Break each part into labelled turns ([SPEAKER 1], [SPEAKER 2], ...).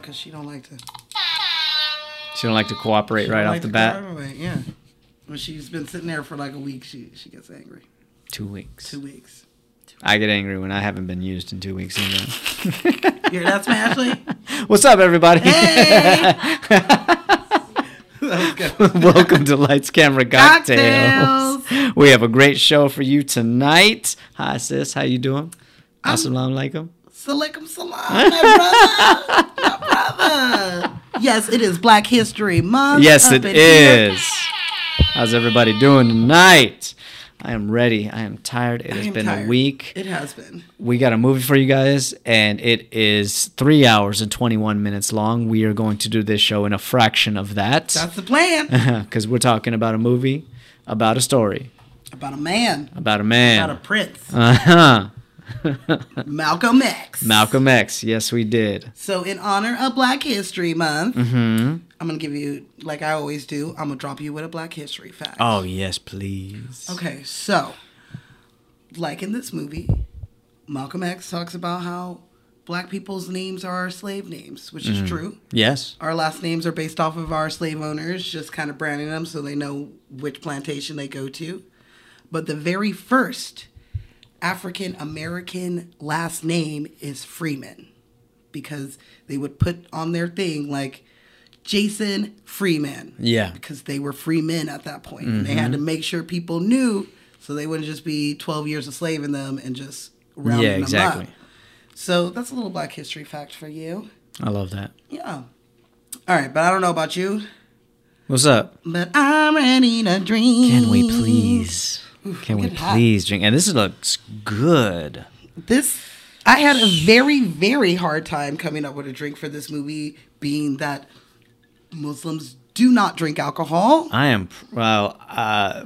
[SPEAKER 1] because she don't like to.
[SPEAKER 2] She don't like to cooperate
[SPEAKER 1] she
[SPEAKER 2] right
[SPEAKER 1] don't
[SPEAKER 2] off
[SPEAKER 1] like
[SPEAKER 2] the
[SPEAKER 1] to
[SPEAKER 2] bat.
[SPEAKER 1] go right away, Yeah. When she's been sitting there for like a week, she she gets angry.
[SPEAKER 2] Two weeks.
[SPEAKER 1] Two weeks.
[SPEAKER 2] I get angry when I haven't been used in two weeks. Either.
[SPEAKER 1] You hear that, Smashley?
[SPEAKER 2] What's up, everybody?
[SPEAKER 1] Hey!
[SPEAKER 2] Welcome to Lights Camera Cocktails.
[SPEAKER 1] Cocktails.
[SPEAKER 2] We have a great show for you tonight. Hi, sis. How you doing?
[SPEAKER 1] I'm-
[SPEAKER 2] Assalamu alaikum.
[SPEAKER 1] Salikum salam, my brother. My brother. Yes, it is Black History Month.
[SPEAKER 2] Yes,
[SPEAKER 1] up
[SPEAKER 2] it
[SPEAKER 1] in here.
[SPEAKER 2] is. How's everybody doing tonight? I am ready. I am tired. It has
[SPEAKER 1] am
[SPEAKER 2] been
[SPEAKER 1] tired.
[SPEAKER 2] a week.
[SPEAKER 1] It has been.
[SPEAKER 2] We got a movie for you guys, and it is three hours and 21 minutes long. We are going to do this show in a fraction of that.
[SPEAKER 1] That's the plan.
[SPEAKER 2] because we're talking about a movie, about a story,
[SPEAKER 1] About a man.
[SPEAKER 2] about a man.
[SPEAKER 1] About a prince.
[SPEAKER 2] uh huh.
[SPEAKER 1] Malcolm X.
[SPEAKER 2] Malcolm X. Yes, we did.
[SPEAKER 1] So, in honor of Black History Month,
[SPEAKER 2] Mm-hmm.
[SPEAKER 1] I'm going to give you, like I always do, I'm going to drop you with a Black History fact.
[SPEAKER 2] Oh yes, please.
[SPEAKER 1] Okay, so, like in this movie, Malcolm X talks about how black people's names are our slave names, which is true.
[SPEAKER 2] Yes.
[SPEAKER 1] Our last names are based off of our slave owners, just kind of branding them so they know which plantation they go to. But the very first African American last name is Freeman because they would put on their thing like Jason Freeman.
[SPEAKER 2] Yeah. Mm-hmm.
[SPEAKER 1] Because they were free men at that point. And they had to make sure people knew so they wouldn't just be 12 years of slaving them and just rounding
[SPEAKER 2] Yeah,
[SPEAKER 1] them
[SPEAKER 2] exactly.
[SPEAKER 1] up. So that's a little black history fact for you.
[SPEAKER 2] I love that.
[SPEAKER 1] Yeah. All right, but I don't know about you,
[SPEAKER 2] What's up?
[SPEAKER 1] but I'm ready to dream.
[SPEAKER 2] Can we please? Can we
[SPEAKER 1] get hot.
[SPEAKER 2] please drink? And this looks good.
[SPEAKER 1] This, I had a very, very hard time coming up with a drink for this movie, being that Muslims do not drink alcohol.
[SPEAKER 2] I am well. Uh,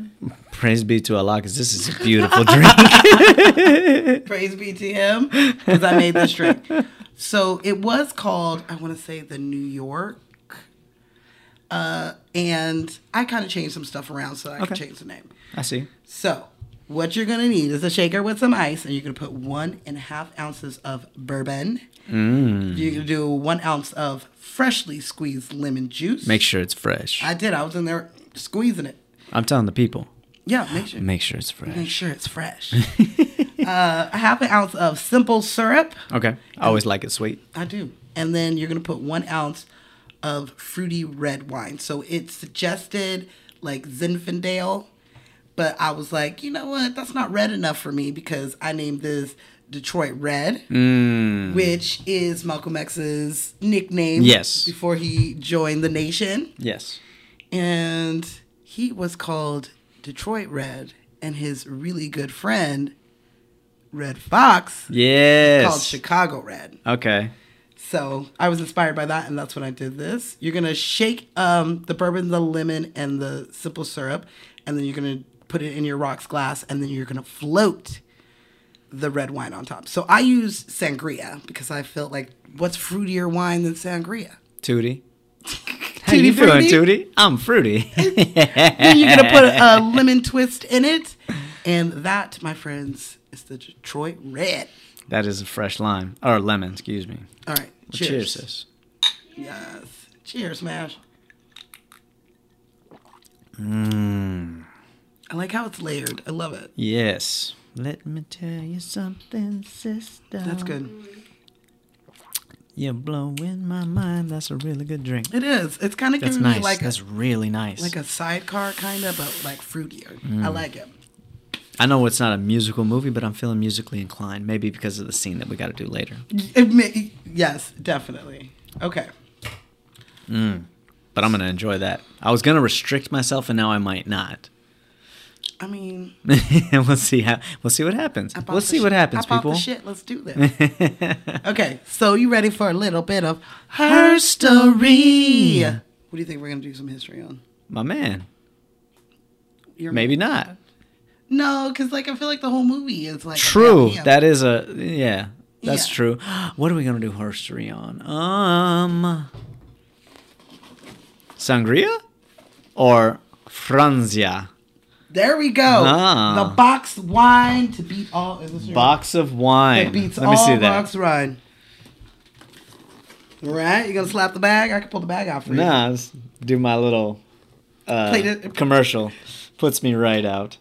[SPEAKER 2] praise be to Allah, because this is a beautiful drink.
[SPEAKER 1] Praise be to him, because I made this drink. So it was called, I want to say, the New York. Uh, and I kind of changed some stuff around so that I could
[SPEAKER 2] Okay.
[SPEAKER 1] change the name.
[SPEAKER 2] I see.
[SPEAKER 1] So, what you're gonna need is a shaker with some ice, and you're gonna put one and a half ounces of bourbon.
[SPEAKER 2] Mm.
[SPEAKER 1] You're gonna do one ounce of freshly squeezed lemon juice.
[SPEAKER 2] Make sure it's fresh.
[SPEAKER 1] I did. I was in there squeezing it.
[SPEAKER 2] I'm telling the people.
[SPEAKER 1] Yeah, make sure.
[SPEAKER 2] Make sure it's fresh.
[SPEAKER 1] Make sure it's fresh. uh, a half an ounce of simple syrup.
[SPEAKER 2] Okay. I always like it sweet.
[SPEAKER 1] I do. And then you're gonna put one ounce of fruity red wine. So it suggested like Zinfandel, but I was like, you know what? That's not red enough for me because I named this Detroit Red,
[SPEAKER 2] Mm.
[SPEAKER 1] which is Malcolm X's nickname.
[SPEAKER 2] Yes.
[SPEAKER 1] Before he joined the nation,
[SPEAKER 2] Yes.
[SPEAKER 1] and he was called Detroit Red, and his really good friend, Red Fox, called
[SPEAKER 2] Yes.
[SPEAKER 1] Chicago Red.
[SPEAKER 2] Okay.
[SPEAKER 1] So I was inspired by that, and that's when I did this. You're gonna shake um, the bourbon, the lemon, and the simple syrup, and then you're gonna put it in your rocks glass, and then you're gonna float the red wine on top. So I use sangria because I felt like what's fruitier wine than sangria?
[SPEAKER 2] Tootie. How you
[SPEAKER 1] Tutti
[SPEAKER 2] doing,
[SPEAKER 1] frutti.
[SPEAKER 2] Tootie? I'm fruity.
[SPEAKER 1] Then you're gonna put a uh, lemon twist in it, and that, my friends, is the Detroit Red.
[SPEAKER 2] that is a fresh lime or lemon, excuse me.
[SPEAKER 1] All right,
[SPEAKER 2] Cheers,
[SPEAKER 1] cheers.
[SPEAKER 2] sis.
[SPEAKER 1] Yes, cheers, Mash. I like how it's layered. I love it.
[SPEAKER 2] Mm. Yes. Let me tell you something, sister.
[SPEAKER 1] That's good.
[SPEAKER 2] You're blowing my mind. That's a really good drink.
[SPEAKER 1] It is. It's kind of
[SPEAKER 2] That's
[SPEAKER 1] giving
[SPEAKER 2] nice.
[SPEAKER 1] me like a,
[SPEAKER 2] That's really nice.
[SPEAKER 1] like a sidecar kind of, but like fruitier.
[SPEAKER 2] Mm.
[SPEAKER 1] I like it.
[SPEAKER 2] I know it's not a musical movie, but I'm feeling musically inclined. Maybe because of the scene that we got to do later.
[SPEAKER 1] It may, yes, definitely. Okay.
[SPEAKER 2] Mm. But I'm gonna enjoy that. I was gonna restrict myself, and now I might not.
[SPEAKER 1] I mean,
[SPEAKER 2] we'll see how. We'll see what happens.
[SPEAKER 1] I bought
[SPEAKER 2] We'll
[SPEAKER 1] the
[SPEAKER 2] see
[SPEAKER 1] shit.
[SPEAKER 2] what happens,
[SPEAKER 1] I bought
[SPEAKER 2] people.
[SPEAKER 1] The shit. Let's do this. okay. So you ready for a little bit of herstory? What do you think we're gonna do some history on?
[SPEAKER 2] My man.
[SPEAKER 1] Your
[SPEAKER 2] Maybe not.
[SPEAKER 1] No, because like I feel like the whole movie is like about
[SPEAKER 2] True.
[SPEAKER 1] him.
[SPEAKER 2] That is a yeah. That's
[SPEAKER 1] Yeah.
[SPEAKER 2] true. What are we gonna do herstory on? Um, sangria or franzia?
[SPEAKER 1] There we go.
[SPEAKER 2] Ah.
[SPEAKER 1] The box wine to beat all. Is this your-
[SPEAKER 2] Box of wine.
[SPEAKER 1] It beats
[SPEAKER 2] Let me
[SPEAKER 1] all
[SPEAKER 2] see that.
[SPEAKER 1] box wine. Right? You gonna slap the bag? I can pull the bag out for you.
[SPEAKER 2] Nah, let's do my little
[SPEAKER 1] Play
[SPEAKER 2] uh,
[SPEAKER 1] the-
[SPEAKER 2] commercial. Puts me right out.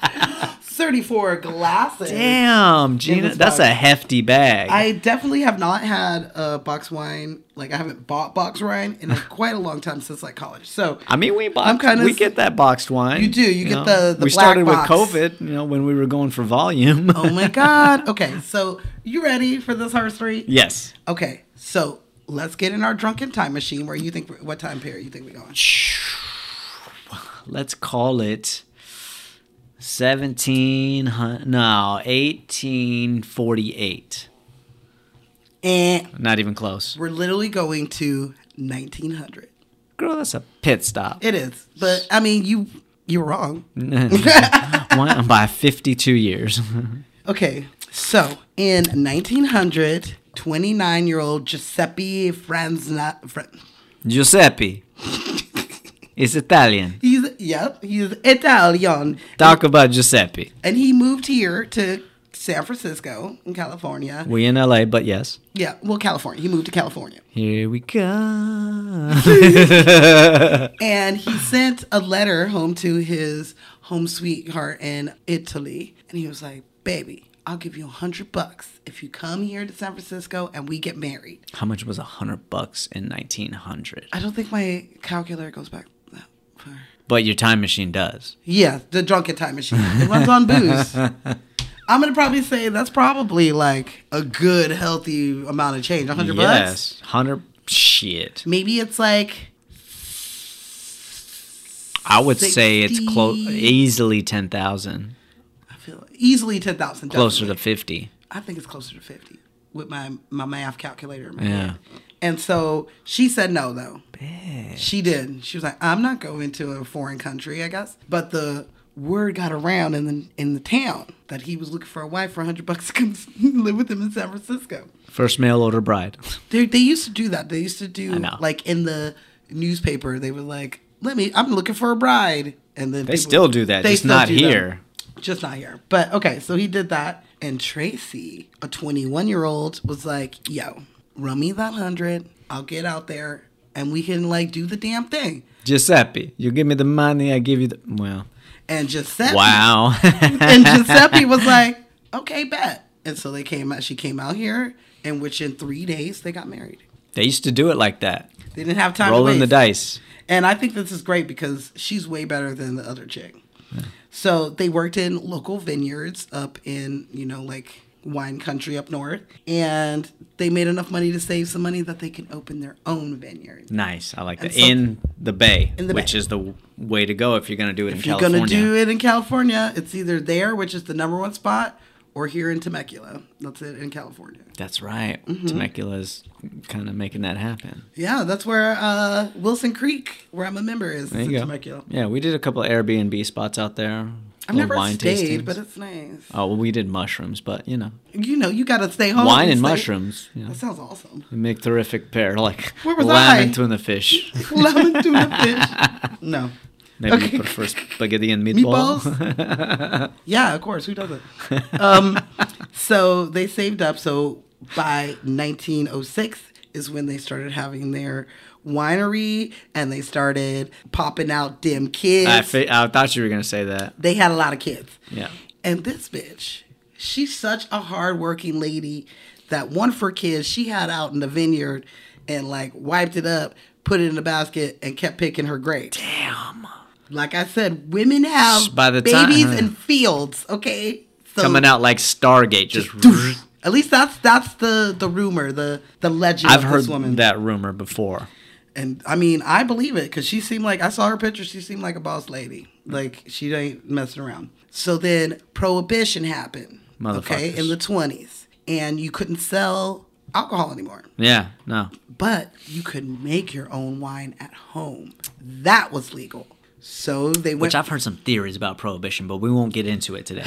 [SPEAKER 1] 34 glasses.
[SPEAKER 2] Damn, Gina,
[SPEAKER 1] this
[SPEAKER 2] that's a
[SPEAKER 1] box.
[SPEAKER 2] hefty bag.
[SPEAKER 1] I definitely have not had a box wine. Like I haven't bought box wine in like, quite a long time since like college. So
[SPEAKER 2] I mean, we box,
[SPEAKER 1] I'm kinda
[SPEAKER 2] we
[SPEAKER 1] s-
[SPEAKER 2] get that boxed wine.
[SPEAKER 1] You do, you get the- the
[SPEAKER 2] we
[SPEAKER 1] black
[SPEAKER 2] started
[SPEAKER 1] box.
[SPEAKER 2] with COVID, you know, when we were going for volume.
[SPEAKER 1] oh my god. Okay, so you ready for this horse three?
[SPEAKER 2] yes.
[SPEAKER 1] Okay, so let's get in our drunken time machine. Where you think what time period you think we're going?
[SPEAKER 2] Let's call it seventeen. hun- No, eighteen forty-eight.
[SPEAKER 1] And
[SPEAKER 2] Not even close,
[SPEAKER 1] we're literally going to 1900.
[SPEAKER 2] girl. That's a pit stop.
[SPEAKER 1] It is, but I mean you you're wrong.
[SPEAKER 2] One by fifty-two years.
[SPEAKER 1] Okay, so in 1900, 29 year old Giuseppe Franzna. Fran-
[SPEAKER 2] Giuseppe is Italian.
[SPEAKER 1] He's yep, he's Italian.
[SPEAKER 2] Talk about Giuseppe.
[SPEAKER 1] and he moved here to San Francisco in California.
[SPEAKER 2] We in LA, but yes.
[SPEAKER 1] Yeah, well, California. He moved to California,
[SPEAKER 2] Here we go.
[SPEAKER 1] and he sent a letter home to his home sweetheart in Italy, and he was like, "Baby, I'll give you a hundred bucks if you come here to San Francisco and we get married."
[SPEAKER 2] How much was a hundred bucks in nineteen hundred?
[SPEAKER 1] I don't think my calculator goes back that far.
[SPEAKER 2] But your time machine does.
[SPEAKER 1] Yeah, the drunken time machine. It runs on booze. I'm gonna probably say that's probably like a good, healthy amount of change. 100 bucks.
[SPEAKER 2] hundred. Shit.
[SPEAKER 1] Maybe it's like
[SPEAKER 2] I would say it's close,
[SPEAKER 1] 60.
[SPEAKER 2] easily ten thousand,
[SPEAKER 1] I feel easily ten thousand.
[SPEAKER 2] closer to fifty.
[SPEAKER 1] I think it's closer to fifty with my my math calculator. In my
[SPEAKER 2] Yeah.
[SPEAKER 1] head. And so she said no though. She did. She was like, I'm not going to a foreign country, I guess. But the word got around in the in the town that he was looking for a wife for hundred bucks to come live with him in San Francisco.
[SPEAKER 2] First mail order bride.
[SPEAKER 1] They they used to do that. They used to do
[SPEAKER 2] I know.
[SPEAKER 1] like in the newspaper. They were like, "Let me, I'm looking for a bride," and then
[SPEAKER 2] They still do that, just not
[SPEAKER 1] do that.
[SPEAKER 2] here.
[SPEAKER 1] just not here. But okay, so he did that, and Tracy, a 21 year old, was like, "Yo, run me that hundred. I'll get out there, and we can like do the damn thing."
[SPEAKER 2] Giuseppe, you give me the money, I give you the well.
[SPEAKER 1] And Giuseppe,
[SPEAKER 2] Wow.
[SPEAKER 1] and Giuseppe was like, "Okay, bet." And so they came out. She came out here, and which in three days they got married.
[SPEAKER 2] they used to do it like that,
[SPEAKER 1] They didn't have time.
[SPEAKER 2] rolling
[SPEAKER 1] to
[SPEAKER 2] the
[SPEAKER 1] waste.
[SPEAKER 2] dice.
[SPEAKER 1] And I think this is great because she's way better than the other chick. So they worked in local vineyards up in, you know, like wine country up north. And they made enough money to save some money that they can open their own vineyard.
[SPEAKER 2] Nice, I like that.
[SPEAKER 1] so-
[SPEAKER 2] in the Bay,
[SPEAKER 1] In the
[SPEAKER 2] which
[SPEAKER 1] Bay.
[SPEAKER 2] is the w- way to go if you're gonna do it in
[SPEAKER 1] If you're
[SPEAKER 2] California.
[SPEAKER 1] going to do it in California, it's either there, which is the number one spot, or here in Temecula. That's it in California.
[SPEAKER 2] That's right.
[SPEAKER 1] Mm-hmm.
[SPEAKER 2] Temecula's kind of making that happen.
[SPEAKER 1] Yeah, that's where uh, Wilson Creek, where I'm a member, is
[SPEAKER 2] There
[SPEAKER 1] in
[SPEAKER 2] you go.
[SPEAKER 1] Temecula.
[SPEAKER 2] Yeah, we did a couple of Airbnb spots out there.
[SPEAKER 1] I've
[SPEAKER 2] little
[SPEAKER 1] never stayed, but it's nice.
[SPEAKER 2] oh, well, we did mushrooms, but you know,
[SPEAKER 1] You know, you got to stay home.
[SPEAKER 2] wine and
[SPEAKER 1] stay-
[SPEAKER 2] mushrooms. You know,
[SPEAKER 1] That sounds awesome.
[SPEAKER 2] they make terrific pair, like
[SPEAKER 1] Where was
[SPEAKER 2] lamb
[SPEAKER 1] I?
[SPEAKER 2] and tuna fish.
[SPEAKER 1] Lemon tuna fish. No.
[SPEAKER 2] Maybe
[SPEAKER 1] Okay.
[SPEAKER 2] you prefer spaghetti and meatballs.
[SPEAKER 1] Meatballs? yeah, of course. Who doesn't? Um, so they saved up. So by 1906 is when they started having their winery and they started popping out dim kids.
[SPEAKER 2] I, fi- I thought you were gonna say that.
[SPEAKER 1] they had a lot of kids.
[SPEAKER 2] Yeah.
[SPEAKER 1] And this bitch, she's such a hardworking lady that one of her kids she had out in the vineyard and like wiped it up, put it in a basket, and kept picking her grapes.
[SPEAKER 2] Damn.
[SPEAKER 1] Like I said, women have
[SPEAKER 2] By the time- Uh-huh.
[SPEAKER 1] babies and fields. Okay, so
[SPEAKER 2] Coming out like Stargate, just.
[SPEAKER 1] At least that's that's the the rumor, the the legend.
[SPEAKER 2] I've
[SPEAKER 1] of
[SPEAKER 2] heard
[SPEAKER 1] this woman.
[SPEAKER 2] that rumor before.
[SPEAKER 1] and I mean I believe it because she seemed like I saw her picture. She seemed like a boss lady. Like she ain't messing around. So then prohibition happened. Okay,
[SPEAKER 2] Motherfuckers.
[SPEAKER 1] in the twenties, and you couldn't sell alcohol anymore,
[SPEAKER 2] Yeah, no.
[SPEAKER 1] but you could make your own wine at home. That was legal. So they went.
[SPEAKER 2] Which I've heard some theories about prohibition, but we won't get into it today.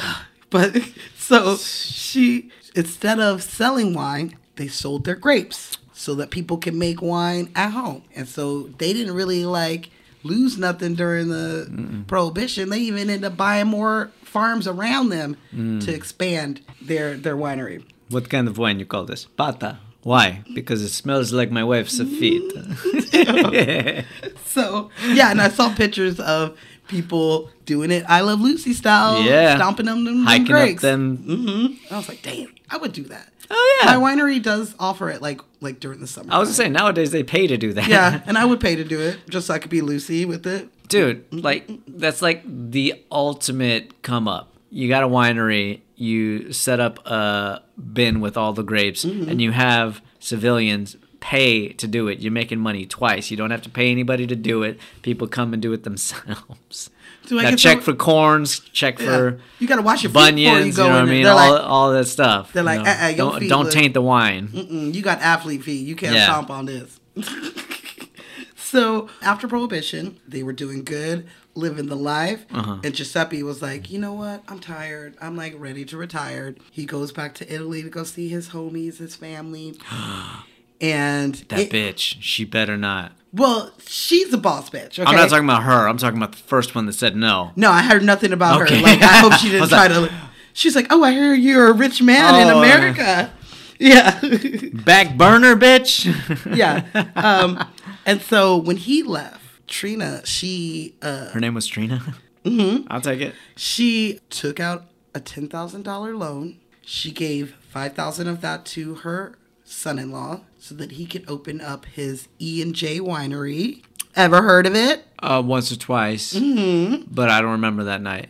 [SPEAKER 1] But so she, instead of selling wine, they sold their grapes so that people can make wine at home. And so they didn't really like lose nothing during the prohibition. They even ended up buying more farms
[SPEAKER 2] Mm.
[SPEAKER 1] around them to expand their their winery.
[SPEAKER 2] What kind of wine you call this? Pata. Why? Because it smells like my wife's feet.
[SPEAKER 1] So yeah, and I saw pictures of people doing it. I Love Lucy style,
[SPEAKER 2] Yeah.
[SPEAKER 1] stomping them, them
[SPEAKER 2] Hiking up
[SPEAKER 1] grapes.
[SPEAKER 2] them.
[SPEAKER 1] Mm-hmm. I was like, damn, I would do that.
[SPEAKER 2] Oh
[SPEAKER 1] My
[SPEAKER 2] yeah.
[SPEAKER 1] winery does offer it, like like during the summer.
[SPEAKER 2] I was gonna say nowadays they pay to do that.
[SPEAKER 1] yeah, and I would pay to do it just so I could be Lucy with it.
[SPEAKER 2] dude like that's like the ultimate come up you got a winery you set up a bin with all the grapes
[SPEAKER 1] Mm-hmm.
[SPEAKER 2] and you have civilians pay to do it you're making money twice you don't have to pay anybody to do it people come and do it themselves
[SPEAKER 1] Do I
[SPEAKER 2] now
[SPEAKER 1] get
[SPEAKER 2] check
[SPEAKER 1] some-
[SPEAKER 2] for corns check for
[SPEAKER 1] You gotta wash your feet before you
[SPEAKER 2] bunions you,
[SPEAKER 1] go
[SPEAKER 2] know what
[SPEAKER 1] in.
[SPEAKER 2] i
[SPEAKER 1] there.
[SPEAKER 2] mean
[SPEAKER 1] They're
[SPEAKER 2] all,
[SPEAKER 1] like,
[SPEAKER 2] all that stuff
[SPEAKER 1] they're
[SPEAKER 2] you
[SPEAKER 1] like,
[SPEAKER 2] know.
[SPEAKER 1] "Uh-uh, your
[SPEAKER 2] don't,
[SPEAKER 1] feet
[SPEAKER 2] don't
[SPEAKER 1] look-
[SPEAKER 2] taint the wine
[SPEAKER 1] Mm-mm, you got athlete feet. You can't
[SPEAKER 2] Yeah.
[SPEAKER 1] stomp on this. so after Prohibition, they were doing good, living the life.
[SPEAKER 2] Uh-huh.
[SPEAKER 1] And Giuseppe was like, you know what? I'm tired. I'm like ready to retire. He goes back to Italy to go see his homies, his family. And
[SPEAKER 2] that
[SPEAKER 1] it-
[SPEAKER 2] bitch she better not
[SPEAKER 1] well, she's a boss bitch. Okay?
[SPEAKER 2] i'm not talking about her i'm talking about the first one that said no
[SPEAKER 1] No, I heard nothing about
[SPEAKER 2] Okay.
[SPEAKER 1] her. Like I hope she didn't
[SPEAKER 2] Was
[SPEAKER 1] try
[SPEAKER 2] that-
[SPEAKER 1] to. She's like, oh, I hear you're a rich man in
[SPEAKER 2] Oh.
[SPEAKER 1] America. Yeah.
[SPEAKER 2] back burner bitch
[SPEAKER 1] yeah. Um, and so when he left, Trina, she uh,
[SPEAKER 2] Her name was Trina. Mm-hmm. I'll take it.
[SPEAKER 1] she took out a ten thousand dollar loan. She gave five thousand of that to her son-in-law so that he could open up his E and J winery. Ever heard of it?
[SPEAKER 2] Uh, once or twice,
[SPEAKER 1] Mm-hmm.
[SPEAKER 2] but I don't remember that night.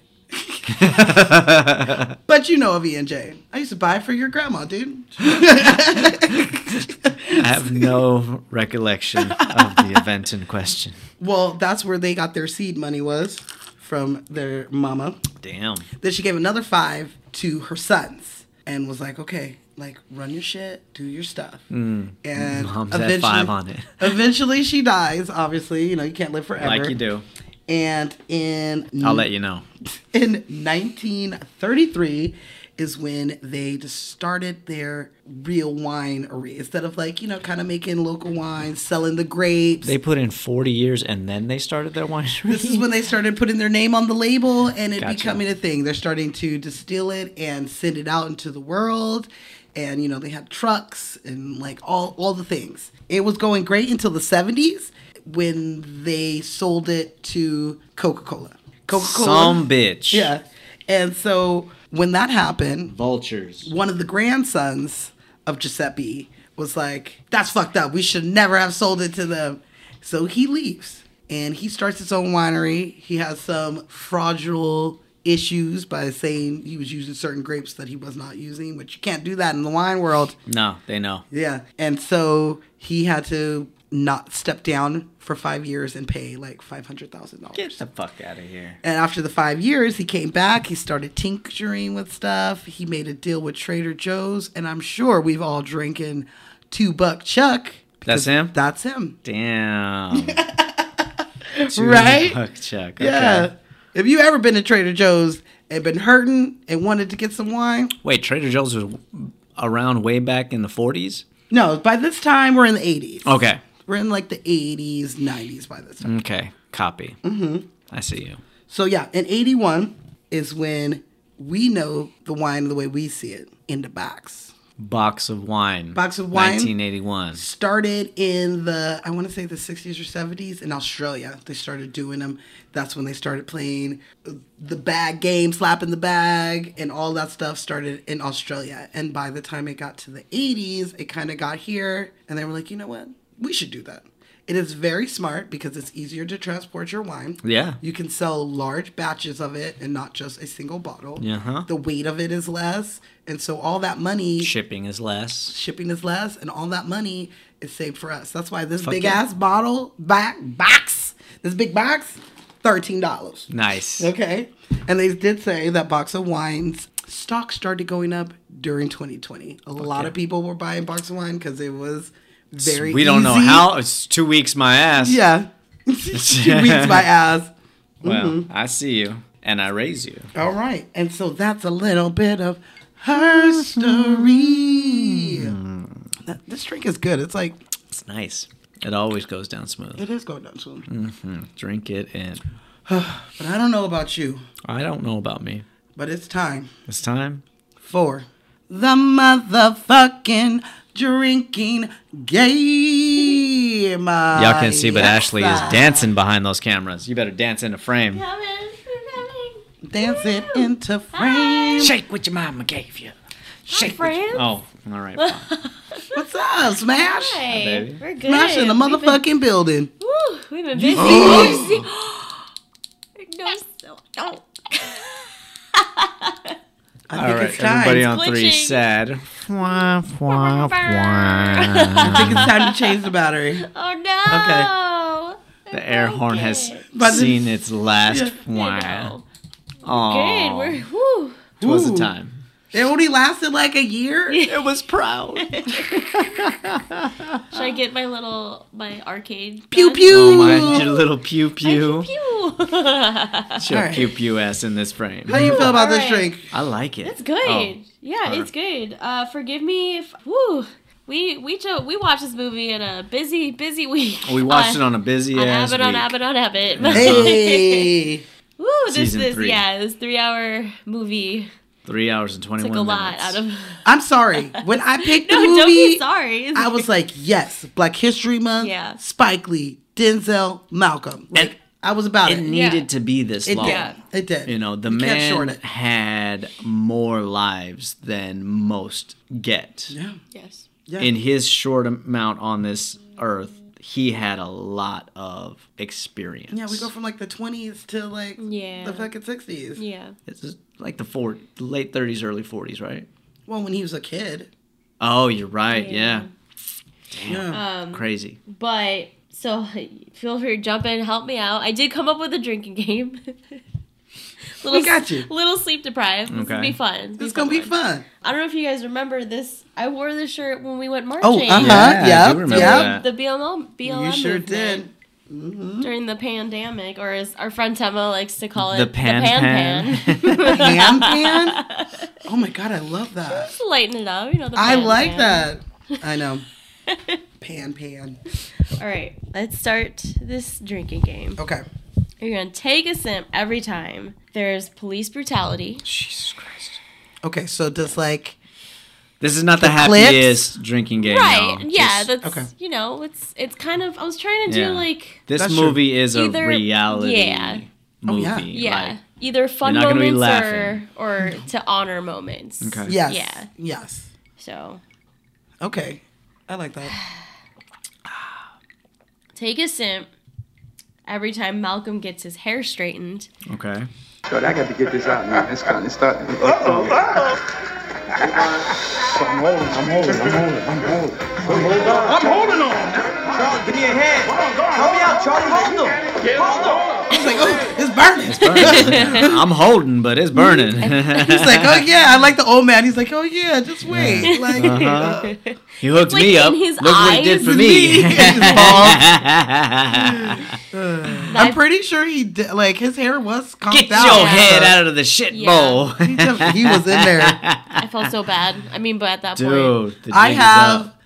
[SPEAKER 1] But you know of E and J. I used to buy for your grandma, dude.
[SPEAKER 2] I have no recollection of the event in question.
[SPEAKER 1] Well, that's where they got their seed money was from their mama.
[SPEAKER 2] Damn.
[SPEAKER 1] Then she gave another five to her sons and was like, okay, like run your shit, do your stuff. And
[SPEAKER 2] Mom's
[SPEAKER 1] eventually,
[SPEAKER 2] Mm. had five on it.
[SPEAKER 1] eventually she dies, obviously. You know, you can't live forever.
[SPEAKER 2] Like you do.
[SPEAKER 1] And in,
[SPEAKER 2] I'll let you know.
[SPEAKER 1] in 1933 is when they just started their real winery. Instead of like, you know, kind of making local wines, selling the grapes.
[SPEAKER 2] They put in 40 years and then they started their winery.
[SPEAKER 1] This is when they started putting their name on the label and it
[SPEAKER 2] Gotcha.
[SPEAKER 1] becoming a thing. They're starting to distill it and send it out into the world. And you know, they had trucks and like all all the things. It was going great until the 70s when they sold it to Coca-Cola. Coca-Cola.
[SPEAKER 2] Some bitch.
[SPEAKER 1] Yeah. And so when that happened,
[SPEAKER 2] Vultures.
[SPEAKER 1] one of the grandsons of Giuseppe was like, "That's fucked up. We should never have sold it to them." So he leaves and he starts his own winery. He has some fraudulent issues by saying he was using certain grapes that he was not using, which you can't do that in the wine world.
[SPEAKER 2] No, they know.
[SPEAKER 1] Yeah. And so he had to not step down for 5 years and pay like $500,000.
[SPEAKER 2] Get the fuck out of here.
[SPEAKER 1] And after the five years, he came back. He started tincturing with stuff. He made a deal with Trader Joe's, and I'm sure we've all drinking two buck Chuck. because
[SPEAKER 2] That's him?
[SPEAKER 1] That's him.
[SPEAKER 2] Damn.
[SPEAKER 1] Right?
[SPEAKER 2] Fuck Chuck.
[SPEAKER 1] Yeah.
[SPEAKER 2] Okay.
[SPEAKER 1] If you ever been to Trader Joe's and been hurting and wanted to get some wine,
[SPEAKER 2] Wait, Trader Joe's was around way back in the 40s?
[SPEAKER 1] no. By this time, we're in the 80s.
[SPEAKER 2] Okay.
[SPEAKER 1] We're in like the 80s, 90s by this time.
[SPEAKER 2] Okay, copy. Mm-hmm. I see you.
[SPEAKER 1] So yeah, in 81 is when we know the wine the way we see it in the box.
[SPEAKER 2] Box of wine.
[SPEAKER 1] Box of wine.
[SPEAKER 2] 1981.
[SPEAKER 1] started in the I want to say the 60s or 70s in Australia. They started doing them. That's when they started playing the bag game, slapping the bag, and all that stuff started in Australia. And by the time it got to the 80s, it kind of got here, and they were like, you know what? We should do that. It is very smart because it's easier to transport your wine.
[SPEAKER 2] Yeah.
[SPEAKER 1] You can sell large batches of it and not just a single bottle.
[SPEAKER 2] Yeah, huh.
[SPEAKER 1] The weight of it is less. And so all that money
[SPEAKER 2] Shipping is less.
[SPEAKER 1] shipping is less and all that money is saved for us. That's why this
[SPEAKER 2] Fuck
[SPEAKER 1] big
[SPEAKER 2] yeah.
[SPEAKER 1] ass bottle back box, this big box, thirteen dollars.
[SPEAKER 2] Nice.
[SPEAKER 1] Okay. And they did say that box of wines stock started going up during 2020. A lot of people were buying box of wine because it was very
[SPEAKER 2] we don't know
[SPEAKER 1] easy.
[SPEAKER 2] how. It's two weeks my ass.
[SPEAKER 1] Yeah. she reads my ass.
[SPEAKER 2] Well,
[SPEAKER 1] Mm-hmm.
[SPEAKER 2] I see you and I raise you.
[SPEAKER 1] All right. And so that's a little bit of her story.
[SPEAKER 2] Mm-hmm.
[SPEAKER 1] That, this drink is good. It's like,
[SPEAKER 2] It's nice. It always goes down smooth.
[SPEAKER 1] it is going down soon.
[SPEAKER 2] Mm. Drink it and
[SPEAKER 1] But I don't know about you,
[SPEAKER 2] I don't know about me.
[SPEAKER 1] but it's time
[SPEAKER 2] It's time.
[SPEAKER 1] for the motherfucking drinking game.
[SPEAKER 3] Uh,
[SPEAKER 2] Y'all can't see, but Ashley is dancing behind those cameras. You better dance into frame.
[SPEAKER 1] dancing into frame.
[SPEAKER 2] Shake what your mama gave you. Shake. what you-
[SPEAKER 3] friends.
[SPEAKER 2] Oh, all right. Fine.
[SPEAKER 1] What's up, Smash?
[SPEAKER 3] Hey,
[SPEAKER 2] baby.
[SPEAKER 3] we're good.
[SPEAKER 1] Smash in the
[SPEAKER 3] We've been-
[SPEAKER 1] motherfucking building.
[SPEAKER 3] Woo, we've been busy. We've been busy. no, so, no.
[SPEAKER 1] I
[SPEAKER 2] All
[SPEAKER 1] think
[SPEAKER 2] right,
[SPEAKER 1] it's time.
[SPEAKER 2] everybody on three
[SPEAKER 3] Glitching.
[SPEAKER 2] said. Wah, wah, wah.
[SPEAKER 1] I think it's time to change the battery.
[SPEAKER 3] Oh no.
[SPEAKER 2] The air horn has
[SPEAKER 1] But-
[SPEAKER 2] seen its last
[SPEAKER 3] Wow.
[SPEAKER 2] wah.
[SPEAKER 3] Good.
[SPEAKER 2] Aw,
[SPEAKER 3] We're woo.
[SPEAKER 2] it was the
[SPEAKER 1] Ooh.
[SPEAKER 2] time.
[SPEAKER 1] It only lasted like a year.
[SPEAKER 2] It was proud.
[SPEAKER 3] Should I get my little my arcade?
[SPEAKER 1] Pew
[SPEAKER 3] gun?
[SPEAKER 1] pew.
[SPEAKER 2] oh my, your little pew pew.
[SPEAKER 3] Pew.
[SPEAKER 2] It's your
[SPEAKER 1] All right.
[SPEAKER 2] pew pew ass in this frame.
[SPEAKER 1] How you feel about this
[SPEAKER 3] Alright.
[SPEAKER 1] drink?
[SPEAKER 2] I like it. Oh,
[SPEAKER 3] it's good. Yeah,
[SPEAKER 2] Alright.
[SPEAKER 3] it's good. Uh, forgive me if woo. We we cho- we watched this movie in a busy busy week.
[SPEAKER 2] Oh. We watched it on a busy
[SPEAKER 3] Uh, on
[SPEAKER 2] ass
[SPEAKER 3] Abbott
[SPEAKER 2] week.
[SPEAKER 3] on Abbott on Abbott.
[SPEAKER 1] Hey.
[SPEAKER 3] Woo, this
[SPEAKER 2] Season
[SPEAKER 3] is
[SPEAKER 2] three.
[SPEAKER 3] yeah, this three hour movie
[SPEAKER 2] Three hours and twenty
[SPEAKER 3] took
[SPEAKER 2] one
[SPEAKER 3] a
[SPEAKER 2] minutes.
[SPEAKER 3] lot out of
[SPEAKER 1] I'm sorry. When I picked the
[SPEAKER 3] No,
[SPEAKER 1] movie,
[SPEAKER 3] don't be sorry.
[SPEAKER 1] I was like, yes, Black History Month,
[SPEAKER 3] Yeah.
[SPEAKER 1] Spike Lee, Denzel, Malcolm. Like,
[SPEAKER 2] And-
[SPEAKER 1] I was about
[SPEAKER 2] it
[SPEAKER 1] it.
[SPEAKER 2] needed
[SPEAKER 3] Yeah.
[SPEAKER 2] to be this
[SPEAKER 1] It
[SPEAKER 2] long.
[SPEAKER 3] Yeah.
[SPEAKER 1] did. It did.
[SPEAKER 2] You know, the
[SPEAKER 1] We kept
[SPEAKER 2] man
[SPEAKER 1] shorting it.
[SPEAKER 2] had more lives than most get.
[SPEAKER 1] Yeah.
[SPEAKER 3] Yes.
[SPEAKER 1] yeah.
[SPEAKER 2] In his short amount on this earth, he had a lot of experience.
[SPEAKER 1] yeah, we go from like the 20s to like
[SPEAKER 3] Yeah.
[SPEAKER 1] the fucking 60s.
[SPEAKER 3] Yeah.
[SPEAKER 2] This is like the four, late 30s, early 40s, right?
[SPEAKER 1] Well, when he was a kid.
[SPEAKER 2] Oh, you're right. Yeah.
[SPEAKER 3] Yeah.
[SPEAKER 2] Oh,
[SPEAKER 1] Yeah.
[SPEAKER 3] Um
[SPEAKER 2] Crazy.
[SPEAKER 3] but so feel free to jump in, help me out. I did come up with a drinking game. little
[SPEAKER 1] We got you.
[SPEAKER 3] Little sleep deprived. This
[SPEAKER 2] Okay.
[SPEAKER 3] will be fun. It's
[SPEAKER 1] it's going to be fun.
[SPEAKER 3] I don't know if you guys remember this. I wore this shirt when we went marching.
[SPEAKER 1] Oh, uh-huh.
[SPEAKER 2] Yeah, I
[SPEAKER 1] yep.
[SPEAKER 2] do remember
[SPEAKER 1] yep.
[SPEAKER 2] that.
[SPEAKER 3] The BLM, BLM
[SPEAKER 1] You sure
[SPEAKER 3] movement
[SPEAKER 1] did.
[SPEAKER 3] during the pandemic, or as our friend Temo likes to call it,
[SPEAKER 2] The pan pan.
[SPEAKER 1] Pan pan? Oh my god, I love that.
[SPEAKER 3] Just lighten it up, you know. The
[SPEAKER 1] I
[SPEAKER 3] pan
[SPEAKER 1] like
[SPEAKER 3] pan.
[SPEAKER 1] that. I know. Pan pan.
[SPEAKER 3] All right, let's start this drinking game.
[SPEAKER 2] Oh.
[SPEAKER 1] Okay.
[SPEAKER 3] You're gonna take a sip every time there's police brutality.
[SPEAKER 2] Jesus Christ.
[SPEAKER 1] Okay, so does like
[SPEAKER 2] This is not the,
[SPEAKER 1] clips?
[SPEAKER 2] happiest drinking game.
[SPEAKER 3] right?
[SPEAKER 2] y'all.
[SPEAKER 3] yeah,
[SPEAKER 2] Just-
[SPEAKER 3] that's
[SPEAKER 1] okay.
[SPEAKER 3] you know, it's it's kind of. I was trying to
[SPEAKER 2] Yeah.
[SPEAKER 3] do like
[SPEAKER 2] this
[SPEAKER 1] That's true.
[SPEAKER 2] movie is a
[SPEAKER 3] Either-
[SPEAKER 2] reality
[SPEAKER 3] yeah.
[SPEAKER 1] Oh,
[SPEAKER 2] movie.
[SPEAKER 1] yeah.
[SPEAKER 3] yeah,
[SPEAKER 2] like-
[SPEAKER 3] either fun
[SPEAKER 2] not gonna be
[SPEAKER 3] moments or
[SPEAKER 2] laughing.
[SPEAKER 3] or to honor moments.
[SPEAKER 2] Okay.
[SPEAKER 1] yes.
[SPEAKER 3] Yeah.
[SPEAKER 1] Yes.
[SPEAKER 3] So
[SPEAKER 1] Okay. I like that.
[SPEAKER 3] take a sip every time Malcolm gets his hair straightened.
[SPEAKER 2] okay.
[SPEAKER 4] But I got to get this out now. It's kind of starting. Uh oh. I'm holding. I'm holding. I'm holding. I'm holding.
[SPEAKER 5] I'm holding on. Charles, give me a hand. Help me out, Charlie. Hold them. Hold them.
[SPEAKER 1] He's like, oh, it's burning. He's
[SPEAKER 2] I'm holding, but it's burning.
[SPEAKER 1] like, oh yeah, I like the old man. He's like, oh yeah, just wait. Like, uh,
[SPEAKER 2] he hooked
[SPEAKER 3] like
[SPEAKER 2] me
[SPEAKER 3] in
[SPEAKER 2] up.
[SPEAKER 3] his
[SPEAKER 2] Look what he did
[SPEAKER 3] eyes
[SPEAKER 2] for
[SPEAKER 3] and
[SPEAKER 2] me.
[SPEAKER 1] I'm pretty sure he did, like his hair was combed
[SPEAKER 2] Get
[SPEAKER 1] out.
[SPEAKER 2] your
[SPEAKER 3] Yeah.
[SPEAKER 2] head out of the shit
[SPEAKER 3] Yeah.
[SPEAKER 2] bowl.
[SPEAKER 1] He, def- he was in there.
[SPEAKER 3] I felt so bad. I mean, but at that point,
[SPEAKER 2] Dude, the
[SPEAKER 1] I
[SPEAKER 2] jig is
[SPEAKER 1] have
[SPEAKER 2] up.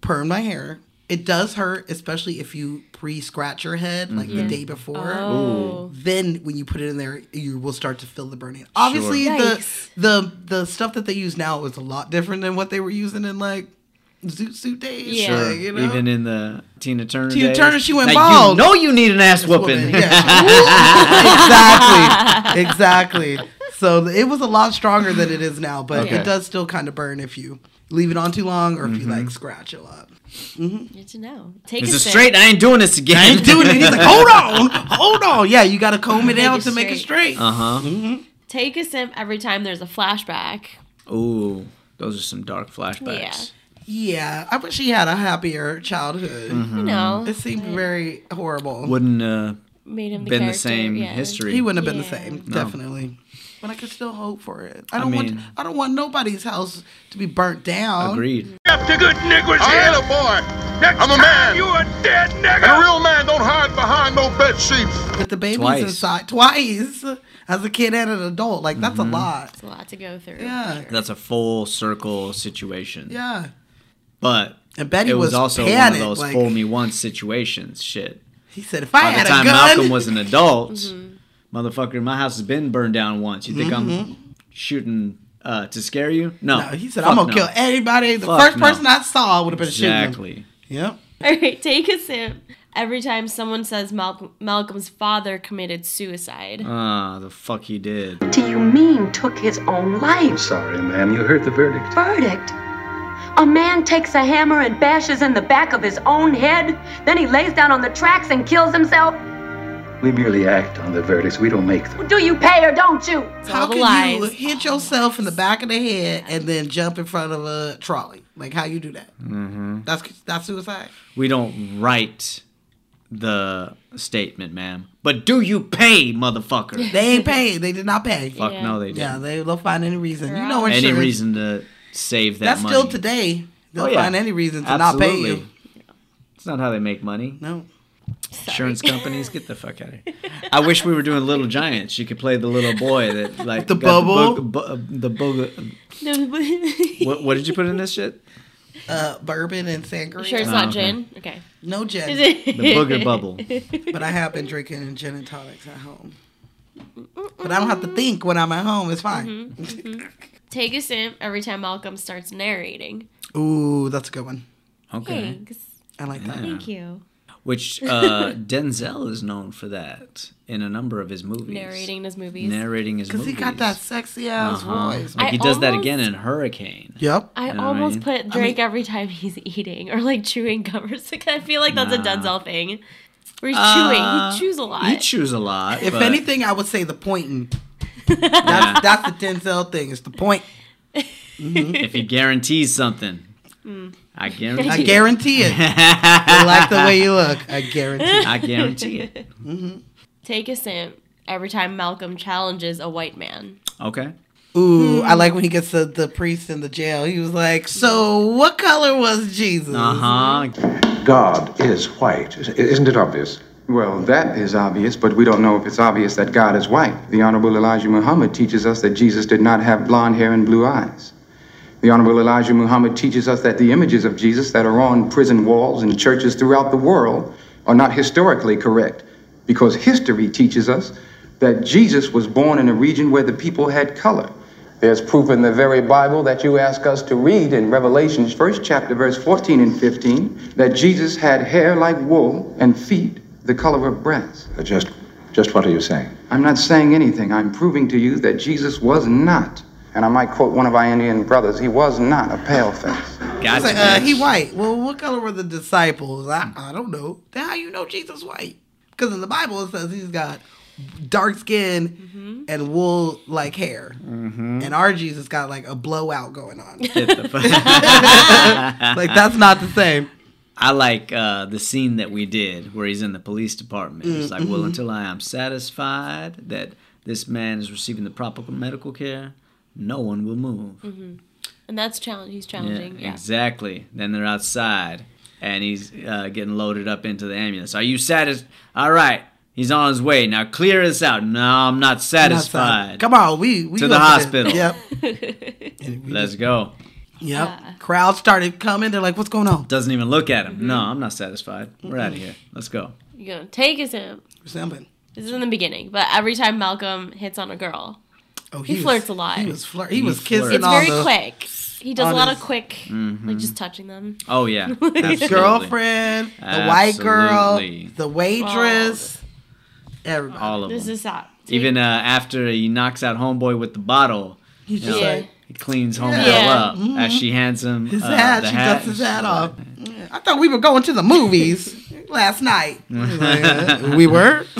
[SPEAKER 1] permed my hair. It does hurt, especially if you pre-scratch your head like the day before.
[SPEAKER 3] oh,
[SPEAKER 1] then when you put it in there, you will start to feel the burning. Obviously, the
[SPEAKER 3] Yikes.
[SPEAKER 1] the the stuff that they use now is a lot different than what they were using in like Zoot Suit days.
[SPEAKER 3] Yeah.
[SPEAKER 1] like,
[SPEAKER 2] Sure.
[SPEAKER 1] uh, you know?
[SPEAKER 2] Even in the Tina Turner.
[SPEAKER 1] Tina
[SPEAKER 2] days.
[SPEAKER 1] Turner, she went
[SPEAKER 2] You
[SPEAKER 1] bald.
[SPEAKER 2] know you need an ass whooping.
[SPEAKER 1] Yeah. exactly, exactly. So it was a lot stronger than it is now, but
[SPEAKER 2] Okay.
[SPEAKER 1] it does still kind of burn if you leave it on too long or if you like scratch a lot.
[SPEAKER 3] good to know. Take
[SPEAKER 2] It's
[SPEAKER 3] a
[SPEAKER 2] a
[SPEAKER 3] sip.
[SPEAKER 2] straight. I ain't doing this again.
[SPEAKER 1] He's doing it. He's like, hold on, hold on. Yeah, you got to comb it down
[SPEAKER 3] it
[SPEAKER 1] to make it straight.
[SPEAKER 2] Uh huh.
[SPEAKER 3] Take a sip every time there's a flashback.
[SPEAKER 2] Ooh, those are some dark flashbacks.
[SPEAKER 1] Yeah, I wish she had a happier childhood.
[SPEAKER 3] You
[SPEAKER 2] Hmm.
[SPEAKER 3] know,
[SPEAKER 1] It seemed very horrible.
[SPEAKER 2] Wouldn't uh,
[SPEAKER 3] made him the
[SPEAKER 2] been the
[SPEAKER 3] character,
[SPEAKER 2] same
[SPEAKER 3] yeah.
[SPEAKER 2] history.
[SPEAKER 1] He wouldn't have been
[SPEAKER 3] Yeah.
[SPEAKER 1] the same, definitely. But I could still hope for it. I don't
[SPEAKER 2] mean-
[SPEAKER 1] want I don't want nobody's house to be burnt down.
[SPEAKER 2] Agreed.
[SPEAKER 5] Left the good niggas
[SPEAKER 6] I
[SPEAKER 5] here.
[SPEAKER 6] ain't a boy.
[SPEAKER 5] Next
[SPEAKER 6] I'm a
[SPEAKER 5] time
[SPEAKER 6] man.
[SPEAKER 5] You a dead
[SPEAKER 6] And a
[SPEAKER 5] nigga.
[SPEAKER 6] real man don't hide behind no bed sheets.
[SPEAKER 1] But the baby's
[SPEAKER 2] Twice.
[SPEAKER 1] inside twice as a kid and an adult. Like that's
[SPEAKER 2] Mm-hmm.
[SPEAKER 1] a lot.
[SPEAKER 3] It's a lot to go through.
[SPEAKER 1] Yeah.
[SPEAKER 2] That's a full circle situation.
[SPEAKER 1] Yeah.
[SPEAKER 2] But
[SPEAKER 1] And Betty
[SPEAKER 2] it was,
[SPEAKER 1] was
[SPEAKER 2] also
[SPEAKER 1] panicked,
[SPEAKER 2] one of those
[SPEAKER 1] like-
[SPEAKER 2] fool me once situations. Shit.
[SPEAKER 1] He said if I
[SPEAKER 2] By
[SPEAKER 1] had
[SPEAKER 2] the time
[SPEAKER 1] a gun,
[SPEAKER 2] Malcolm was an adult, motherfucker, my house has been burned down once. You think I'm shooting Uh, to scare you? No.
[SPEAKER 1] Mm-hmm. No, he said,
[SPEAKER 2] Fuck
[SPEAKER 1] "I'm gonna
[SPEAKER 2] no.
[SPEAKER 1] kill anybody." The
[SPEAKER 2] Fuck
[SPEAKER 1] first
[SPEAKER 2] no.
[SPEAKER 1] person I saw would have been shooting.
[SPEAKER 2] Exactly.
[SPEAKER 1] Yep.
[SPEAKER 3] All right, take a sip. Every time someone says Malcolm, Malcolm's father committed suicide.
[SPEAKER 2] Ah, the fuck he did.
[SPEAKER 7] do you mean took his own life?
[SPEAKER 4] Sorry, ma'am, you heard the verdict.
[SPEAKER 7] Verdict. A man takes a hammer and bashes in the back of his own head, then he lays down on the tracks and kills himself.
[SPEAKER 4] We merely act on the verdicts. We don't make them.
[SPEAKER 7] Do you pay or don't you?
[SPEAKER 3] It's all
[SPEAKER 1] How
[SPEAKER 3] the
[SPEAKER 1] can
[SPEAKER 3] lies.
[SPEAKER 1] you hit yourself in the back of the head and then jump in front of a trolley? Like how you do that?
[SPEAKER 2] Mm-hmm.
[SPEAKER 1] That's that's suicide.
[SPEAKER 2] We don't write the statement, ma'am. But do you pay, motherfucker?
[SPEAKER 1] They ain't paid. They did not pay.
[SPEAKER 2] Fuck no, they didn't.
[SPEAKER 1] Yeah, they will find any reason. You know,
[SPEAKER 2] Any
[SPEAKER 1] insurance-
[SPEAKER 2] reason to save that
[SPEAKER 1] That's
[SPEAKER 2] money?
[SPEAKER 1] still today. They'll
[SPEAKER 2] Oh, yeah.
[SPEAKER 1] find any reason to
[SPEAKER 2] Absolutely.
[SPEAKER 1] not pay you.
[SPEAKER 2] It's not how they make money.
[SPEAKER 1] No.
[SPEAKER 2] Insurance companies, get the fuck out of here. I wish we were doing Little Giants. You could play the little boy that like
[SPEAKER 1] The
[SPEAKER 2] got
[SPEAKER 1] bubble?
[SPEAKER 2] The, bug- bu- the bug-
[SPEAKER 3] sure,
[SPEAKER 2] what, what did you put in this shit?
[SPEAKER 1] Uh, bourbon and sangria.
[SPEAKER 3] it's
[SPEAKER 2] Oh,
[SPEAKER 3] not
[SPEAKER 2] okay.
[SPEAKER 3] gin. Okay.
[SPEAKER 1] No gin.
[SPEAKER 2] The booger bubble.
[SPEAKER 1] But I have been drinking gin and tonics at home. But I don't have to think when I'm at home. It's fine.
[SPEAKER 3] Take a sip every time Malcolm starts narrating.
[SPEAKER 1] Ooh, that's a good one.
[SPEAKER 2] Okay.
[SPEAKER 3] Thanks.
[SPEAKER 1] I like that.
[SPEAKER 3] Thank you.
[SPEAKER 2] Which uh, Denzel is known for that in a number of his movies.
[SPEAKER 3] Narrating his movies.
[SPEAKER 2] Narrating his
[SPEAKER 1] Because
[SPEAKER 2] movies.
[SPEAKER 1] he got that sexy ass
[SPEAKER 2] Uh-huh.
[SPEAKER 1] voice.
[SPEAKER 2] Like
[SPEAKER 3] I
[SPEAKER 2] he does that
[SPEAKER 3] almost-
[SPEAKER 2] again in Hurricane.
[SPEAKER 1] Yep.
[SPEAKER 3] I
[SPEAKER 2] know what I
[SPEAKER 3] almost
[SPEAKER 2] mean?
[SPEAKER 3] put Drake every time he's eating or like chewing gum or something. I feel like that's a
[SPEAKER 2] Nah.
[SPEAKER 3] Denzel thing. Where he's
[SPEAKER 2] Uh,
[SPEAKER 3] chewing. He chews a lot.
[SPEAKER 2] He chews a lot.
[SPEAKER 1] If
[SPEAKER 2] but-
[SPEAKER 1] anything, I would say the pointing.
[SPEAKER 2] Yeah.
[SPEAKER 1] That's, that's the Denzel thing. It's the point.
[SPEAKER 2] if he guarantees something, I guarantee.
[SPEAKER 1] I
[SPEAKER 2] it.
[SPEAKER 1] guarantee it. I like the way you look. I guarantee. it.
[SPEAKER 2] I guarantee it.
[SPEAKER 3] Take a sip every time Malcolm challenges a white man.
[SPEAKER 2] Okay.
[SPEAKER 1] Ooh, I like when he gets the, the priest in the jail. He was like, "So what color was Jesus?"
[SPEAKER 2] Uh huh.
[SPEAKER 8] God is white. I- Isn't it obvious?
[SPEAKER 4] Well, that is obvious, but we don't know if it's obvious that God is white. The Honorable Elijah Muhammad teaches us that Jesus did not have blonde hair and blue eyes. The Honorable Elijah Muhammad teaches us that the images of Jesus that are on prison walls and churches throughout the world are not historically correct, because history teaches us that Jesus was born in a region where the people had color. There's proof in the very Bible that you ask us to read in Revelation's first chapter, verse 14 and 15, that Jesus had hair like wool and feet the color of brass.
[SPEAKER 8] Uh, Just, just what are you saying?
[SPEAKER 4] I'm not saying anything. I'm proving to you that Jesus was not, and I might quote one of our Indian brothers, he was not a pale face.
[SPEAKER 1] He's
[SPEAKER 2] Gotcha.
[SPEAKER 1] like, uh,
[SPEAKER 2] man.
[SPEAKER 1] he white. Well, what color were the disciples? I, I don't know. Then how you know Jesus white? Because in the Bible it says he's got dark skin
[SPEAKER 3] Mm-hmm.
[SPEAKER 1] and wool like hair,
[SPEAKER 2] Mm-hmm.
[SPEAKER 1] and our Jesus got like a blowout going on.
[SPEAKER 2] Get the fuck-
[SPEAKER 1] like that's not the same.
[SPEAKER 2] I like uh, the scene that we did where he's in the police department. He's like,
[SPEAKER 1] Mm-hmm.
[SPEAKER 2] "Well, until I am satisfied that this man is receiving the proper medical care, no one will move."
[SPEAKER 3] And that's challenge. He's
[SPEAKER 2] Yeah,
[SPEAKER 3] challenging. Yeah.
[SPEAKER 2] exactly. Then they're outside, and he's uh, getting loaded up into the ambulance. Are you satisfied? All right, he's on his way now. Clear this out. No, I'm not satisfied.
[SPEAKER 1] Come on, we, we go
[SPEAKER 2] To the
[SPEAKER 1] this.
[SPEAKER 2] hospital.
[SPEAKER 1] Yep,
[SPEAKER 2] Let's go.
[SPEAKER 1] yep. Crowd started coming. They're like, "What's going on?"
[SPEAKER 2] Doesn't even look at him. No, I'm not satisfied. We're out of here. Let's go.
[SPEAKER 3] You know, take a sip.
[SPEAKER 1] Something.
[SPEAKER 3] This is in the beginning, but every time Malcolm hits on a girl,
[SPEAKER 1] Oh,
[SPEAKER 3] He
[SPEAKER 1] was-
[SPEAKER 3] flirts a lot.
[SPEAKER 1] He was flirt. He, was
[SPEAKER 2] flirts.
[SPEAKER 1] kissing
[SPEAKER 3] it's
[SPEAKER 1] all
[SPEAKER 3] very
[SPEAKER 1] the
[SPEAKER 3] quick. He does a lot of
[SPEAKER 1] honest.
[SPEAKER 3] quick,
[SPEAKER 2] Mm-hmm.
[SPEAKER 3] like just touching them.
[SPEAKER 2] Oh yeah, Absolutely.
[SPEAKER 1] girlfriend, the white girl,
[SPEAKER 2] Absolutely.
[SPEAKER 1] the waitress, everybody.
[SPEAKER 2] All of
[SPEAKER 3] This
[SPEAKER 2] them.
[SPEAKER 3] is hot.
[SPEAKER 2] Even uh, after he knocks out homeboy with the bottle,
[SPEAKER 1] He's just
[SPEAKER 3] Yeah.
[SPEAKER 1] like
[SPEAKER 2] he cleans homegirl
[SPEAKER 3] Yeah.
[SPEAKER 2] up as she hands him
[SPEAKER 1] Mm-hmm. his
[SPEAKER 2] uh,
[SPEAKER 1] hat.
[SPEAKER 2] the
[SPEAKER 1] She
[SPEAKER 2] hat.
[SPEAKER 1] dusts his hat off. Yeah, I thought we were going to the movies last night. Like, uh, we were.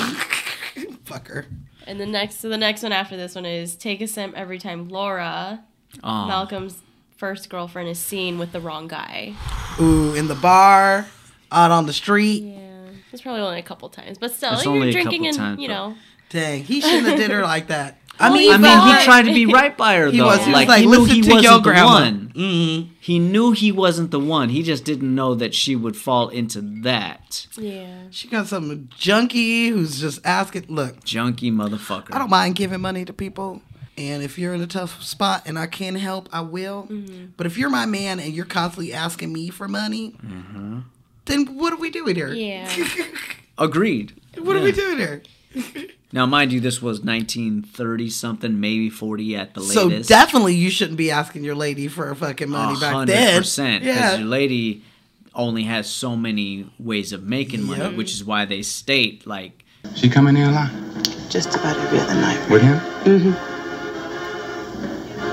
[SPEAKER 1] Fucker.
[SPEAKER 3] And the next, so the next one after this one is take a sip every time Laura,
[SPEAKER 2] Aw.
[SPEAKER 3] Malcolm's first girlfriend, is seen with the wrong guy.
[SPEAKER 1] Ooh, in the bar, out on the street.
[SPEAKER 3] Yeah, it's probably only a couple times, but still,
[SPEAKER 2] It's
[SPEAKER 3] you're
[SPEAKER 2] only a
[SPEAKER 3] drinking
[SPEAKER 2] couple
[SPEAKER 3] and
[SPEAKER 2] times,
[SPEAKER 3] you
[SPEAKER 2] but-
[SPEAKER 3] know.
[SPEAKER 1] Dang, he shouldn't have did her like that. I
[SPEAKER 3] Well,
[SPEAKER 1] mean,
[SPEAKER 2] I mean,
[SPEAKER 3] But-
[SPEAKER 2] he tried to be right by her though.
[SPEAKER 1] He was- he was
[SPEAKER 2] like,
[SPEAKER 1] like,
[SPEAKER 2] he knew
[SPEAKER 1] "Listen
[SPEAKER 2] he
[SPEAKER 1] to
[SPEAKER 2] wasn't
[SPEAKER 1] your
[SPEAKER 2] the
[SPEAKER 1] grandma." Mm-hmm.
[SPEAKER 2] one. He knew he wasn't the one. He just didn't know that she would fall into that
[SPEAKER 3] Yeah.
[SPEAKER 1] she got some junkie who's just asking. Look,
[SPEAKER 2] junky motherfucker.
[SPEAKER 1] I don't mind giving money to people. And if you're in a tough spot and I can help, I will. But if you're my man and you're constantly asking me for money,
[SPEAKER 2] Mm-hmm.
[SPEAKER 1] then what are we doing here?
[SPEAKER 3] Yeah.
[SPEAKER 2] Agreed.
[SPEAKER 1] What are we doing here?
[SPEAKER 2] Now, mind you, this was 1930 something, maybe 40 at the
[SPEAKER 1] So
[SPEAKER 2] latest.
[SPEAKER 1] definitely you shouldn't be asking your lady for fucking money back then.
[SPEAKER 2] percent. Because
[SPEAKER 1] Yeah.
[SPEAKER 2] your lady only has so many ways of making money,
[SPEAKER 1] Yep.
[SPEAKER 2] which is why they state like
[SPEAKER 4] She come in there a lot
[SPEAKER 9] Just about every other night.
[SPEAKER 4] with him. Mm-hmm.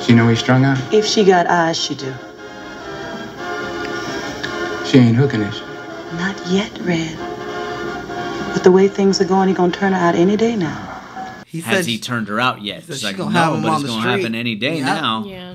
[SPEAKER 4] She know he's strung out.
[SPEAKER 9] If she got eyes, she do.
[SPEAKER 4] She ain't hooking it.
[SPEAKER 9] Not yet, Red. But the way things are going, he gonna turn her out any day now.
[SPEAKER 1] He
[SPEAKER 2] has
[SPEAKER 1] said,
[SPEAKER 2] he turned her out yet?
[SPEAKER 1] said
[SPEAKER 2] It's
[SPEAKER 1] she
[SPEAKER 2] like no,
[SPEAKER 1] gonna have him
[SPEAKER 2] but
[SPEAKER 1] on
[SPEAKER 2] it's
[SPEAKER 1] the
[SPEAKER 2] gonna
[SPEAKER 1] street.
[SPEAKER 2] happen any day
[SPEAKER 1] Yeah.
[SPEAKER 2] now.
[SPEAKER 3] Yeah.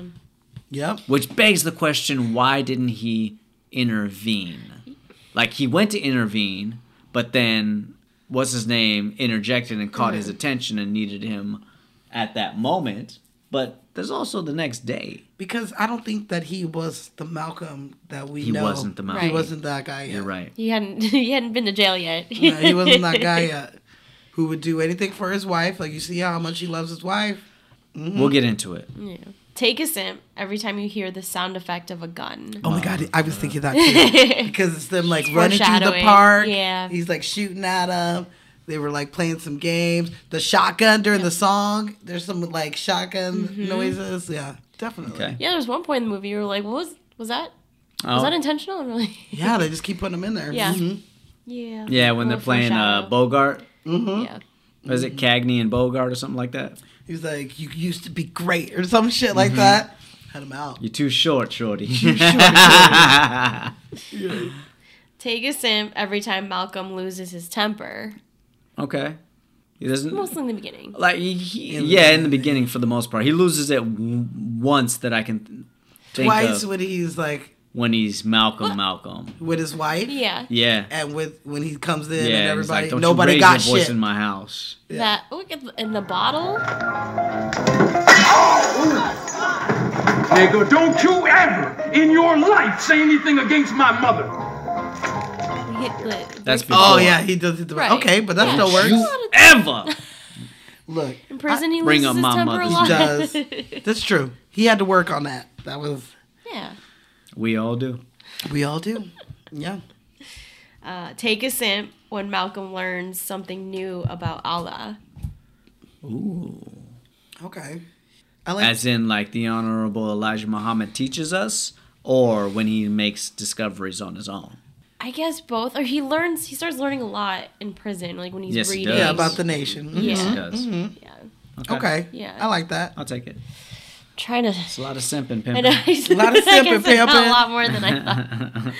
[SPEAKER 1] "Yep,
[SPEAKER 2] Which begs the question: Why didn't he intervene? Like he went to intervene, but then what's his name interjected and caught his attention and needed him at that moment. But there's also the next day.
[SPEAKER 1] because I don't think that he was the Malcolm that we
[SPEAKER 2] He
[SPEAKER 1] know.
[SPEAKER 2] wasn't the Malcolm.
[SPEAKER 1] He wasn't that guy. Yet.
[SPEAKER 2] You're right.
[SPEAKER 3] He hadn't he hadn't been to jail yet.
[SPEAKER 1] Yeah, he wasn't that guy yet who would do anything for his wife. Like you see how much he loves his wife. Mm-hmm.
[SPEAKER 2] We'll get into it.
[SPEAKER 3] Take a sip every time you hear the sound effect of a gun.
[SPEAKER 1] Oh my god, I was thinking that too because it's them like running through the
[SPEAKER 3] Foreshadowing,
[SPEAKER 1] park.
[SPEAKER 3] yeah.
[SPEAKER 1] he's like shooting at him. They were like playing some games. The shotgun during the song. There's some like shotgun
[SPEAKER 3] Mm-hmm.
[SPEAKER 1] noises. Yeah, definitely.
[SPEAKER 2] Okay.
[SPEAKER 3] Yeah, there was one point in the movie you were like, "What was was that?
[SPEAKER 2] Oh,
[SPEAKER 3] Was that intentional?" And we're like,
[SPEAKER 1] Yeah, they just keep putting them in there.
[SPEAKER 3] Yeah.
[SPEAKER 1] Mhm.
[SPEAKER 3] "Yeah."
[SPEAKER 2] yeah, when
[SPEAKER 3] Little
[SPEAKER 2] they're playing uh,
[SPEAKER 3] foreshadow.
[SPEAKER 2] Bogart.
[SPEAKER 1] Mm-hmm.
[SPEAKER 3] Yeah.
[SPEAKER 2] Was it Cagney and Bogart or something like that?
[SPEAKER 1] He was like, "You used to be great" or some shit
[SPEAKER 2] Mm-hmm.
[SPEAKER 1] like that. Had him out.
[SPEAKER 2] You're too short, shorty.
[SPEAKER 3] Take a sip every time Malcolm loses his temper.
[SPEAKER 2] okay. He doesn't.
[SPEAKER 3] Mostly in the beginning.
[SPEAKER 2] like he, he- yeah in the beginning for the most part he loses it w- once that i can think
[SPEAKER 1] Twice
[SPEAKER 2] of
[SPEAKER 1] when he's like
[SPEAKER 2] when he's malcolm malcolm
[SPEAKER 1] with his wife.
[SPEAKER 3] Yeah.
[SPEAKER 2] yeah
[SPEAKER 1] And with when he comes in
[SPEAKER 2] yeah
[SPEAKER 1] and
[SPEAKER 2] he's
[SPEAKER 1] everybody,
[SPEAKER 2] like, "Don't you
[SPEAKER 1] nobody
[SPEAKER 2] raise
[SPEAKER 1] got
[SPEAKER 2] your voice
[SPEAKER 1] shit.
[SPEAKER 2] in my house
[SPEAKER 3] That look at the, in the bottle.
[SPEAKER 5] Nigga, don't you ever in your life say anything against my mother.
[SPEAKER 3] We hit the,
[SPEAKER 2] that's
[SPEAKER 3] like,
[SPEAKER 2] before.
[SPEAKER 1] oh yeah, he does it. the
[SPEAKER 3] Right.
[SPEAKER 1] Okay, but that
[SPEAKER 3] Yeah.
[SPEAKER 1] still works.
[SPEAKER 2] you ever
[SPEAKER 1] Look,
[SPEAKER 3] in prison. He
[SPEAKER 2] Bring
[SPEAKER 3] loses
[SPEAKER 2] up
[SPEAKER 3] his
[SPEAKER 2] my
[SPEAKER 3] temper a
[SPEAKER 2] mother's
[SPEAKER 3] lot.
[SPEAKER 1] does. That's true. He had to work on that. That was
[SPEAKER 3] yeah.
[SPEAKER 2] we all do
[SPEAKER 1] we all do. Yeah.
[SPEAKER 3] Uh, take a sip when Malcolm learns something new about Allah.
[SPEAKER 1] Okay. I like
[SPEAKER 2] as in like the honorable elijah muhammad teaches us or when he makes discoveries on his own
[SPEAKER 3] I guess both. Or he learns. He starts learning a lot in prison, like when he's
[SPEAKER 2] Yes, he
[SPEAKER 3] reading.
[SPEAKER 2] does.
[SPEAKER 1] yeah, about the nation. Mhm.
[SPEAKER 2] yes he
[SPEAKER 3] Yeah.
[SPEAKER 2] does
[SPEAKER 3] Yeah.
[SPEAKER 1] Okay.
[SPEAKER 3] Yeah.
[SPEAKER 1] I like that.
[SPEAKER 2] i'll take it
[SPEAKER 3] Trying to.
[SPEAKER 2] it's a lot of simp and
[SPEAKER 3] I know.
[SPEAKER 2] pimping
[SPEAKER 3] A
[SPEAKER 1] lot of
[SPEAKER 3] I
[SPEAKER 1] sipping,
[SPEAKER 3] guess I got
[SPEAKER 1] pimping.
[SPEAKER 3] a lot more than I thought.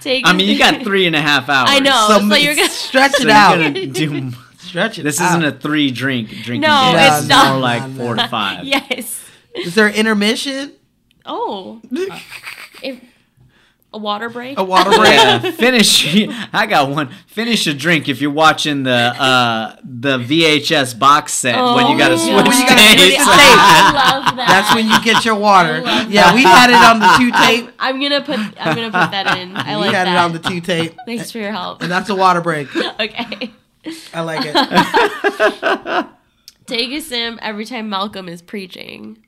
[SPEAKER 3] Take.
[SPEAKER 2] i
[SPEAKER 3] a
[SPEAKER 2] mean you
[SPEAKER 3] sip.
[SPEAKER 2] got three and a half hours
[SPEAKER 3] I know.
[SPEAKER 1] So
[SPEAKER 3] Oh, so you're gonna.
[SPEAKER 1] stretch
[SPEAKER 2] so
[SPEAKER 1] it
[SPEAKER 2] you're
[SPEAKER 1] out.
[SPEAKER 2] gonna do
[SPEAKER 1] Stretch it.
[SPEAKER 2] This
[SPEAKER 1] out.
[SPEAKER 2] isn't a three drink drinking
[SPEAKER 3] No,
[SPEAKER 2] game.
[SPEAKER 1] it's
[SPEAKER 2] It's
[SPEAKER 1] not.
[SPEAKER 2] more like
[SPEAKER 1] Oh. No, no,
[SPEAKER 2] four to five.
[SPEAKER 3] Yes.
[SPEAKER 1] Is there intermission?
[SPEAKER 3] Oh. if a water break.
[SPEAKER 2] Oh,
[SPEAKER 1] A water break?
[SPEAKER 2] Yeah, finish. I got one. Finish a drink if you're watching the uh, the VHS box set when you got to
[SPEAKER 3] Oh,
[SPEAKER 2] switch
[SPEAKER 3] yeah. When you
[SPEAKER 1] gotta switch
[SPEAKER 2] states.
[SPEAKER 1] states.
[SPEAKER 3] I love that.
[SPEAKER 1] That's when you get your water.
[SPEAKER 3] love
[SPEAKER 1] Yeah, we had it on the two tape.
[SPEAKER 3] I'm, I'm gonna put. I'm gonna put that in. I
[SPEAKER 1] We
[SPEAKER 3] like
[SPEAKER 1] had
[SPEAKER 3] that.
[SPEAKER 1] it on the two tape.
[SPEAKER 3] Thanks for your help.
[SPEAKER 1] And that's a water break.
[SPEAKER 3] Okay.
[SPEAKER 1] I like it.
[SPEAKER 3] Take a sim every time Malcolm is preaching.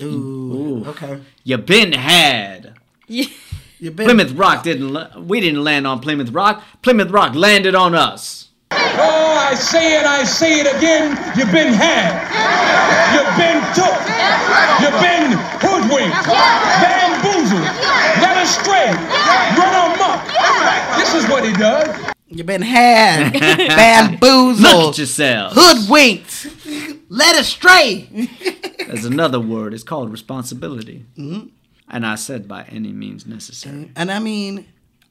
[SPEAKER 1] Ooh. Okay.
[SPEAKER 2] you been had.
[SPEAKER 3] Yeah.
[SPEAKER 1] You been-
[SPEAKER 2] Plymouth Rock didn't. la- We didn't land on Plymouth Rock. Plymouth Rock landed on us.
[SPEAKER 5] Oh, I say it, I say it again. You've been had. You've been took. You've been hoodwinked, bamboozled, led astray, run amok. This is what he does.
[SPEAKER 1] You been had,
[SPEAKER 2] Look at
[SPEAKER 1] bamboozled,
[SPEAKER 2] yourselves.
[SPEAKER 1] hoodwinked, led astray.
[SPEAKER 2] There's another word. It's called responsibility.
[SPEAKER 1] Mm-hmm.
[SPEAKER 2] And I said by any means necessary.
[SPEAKER 1] And I mean,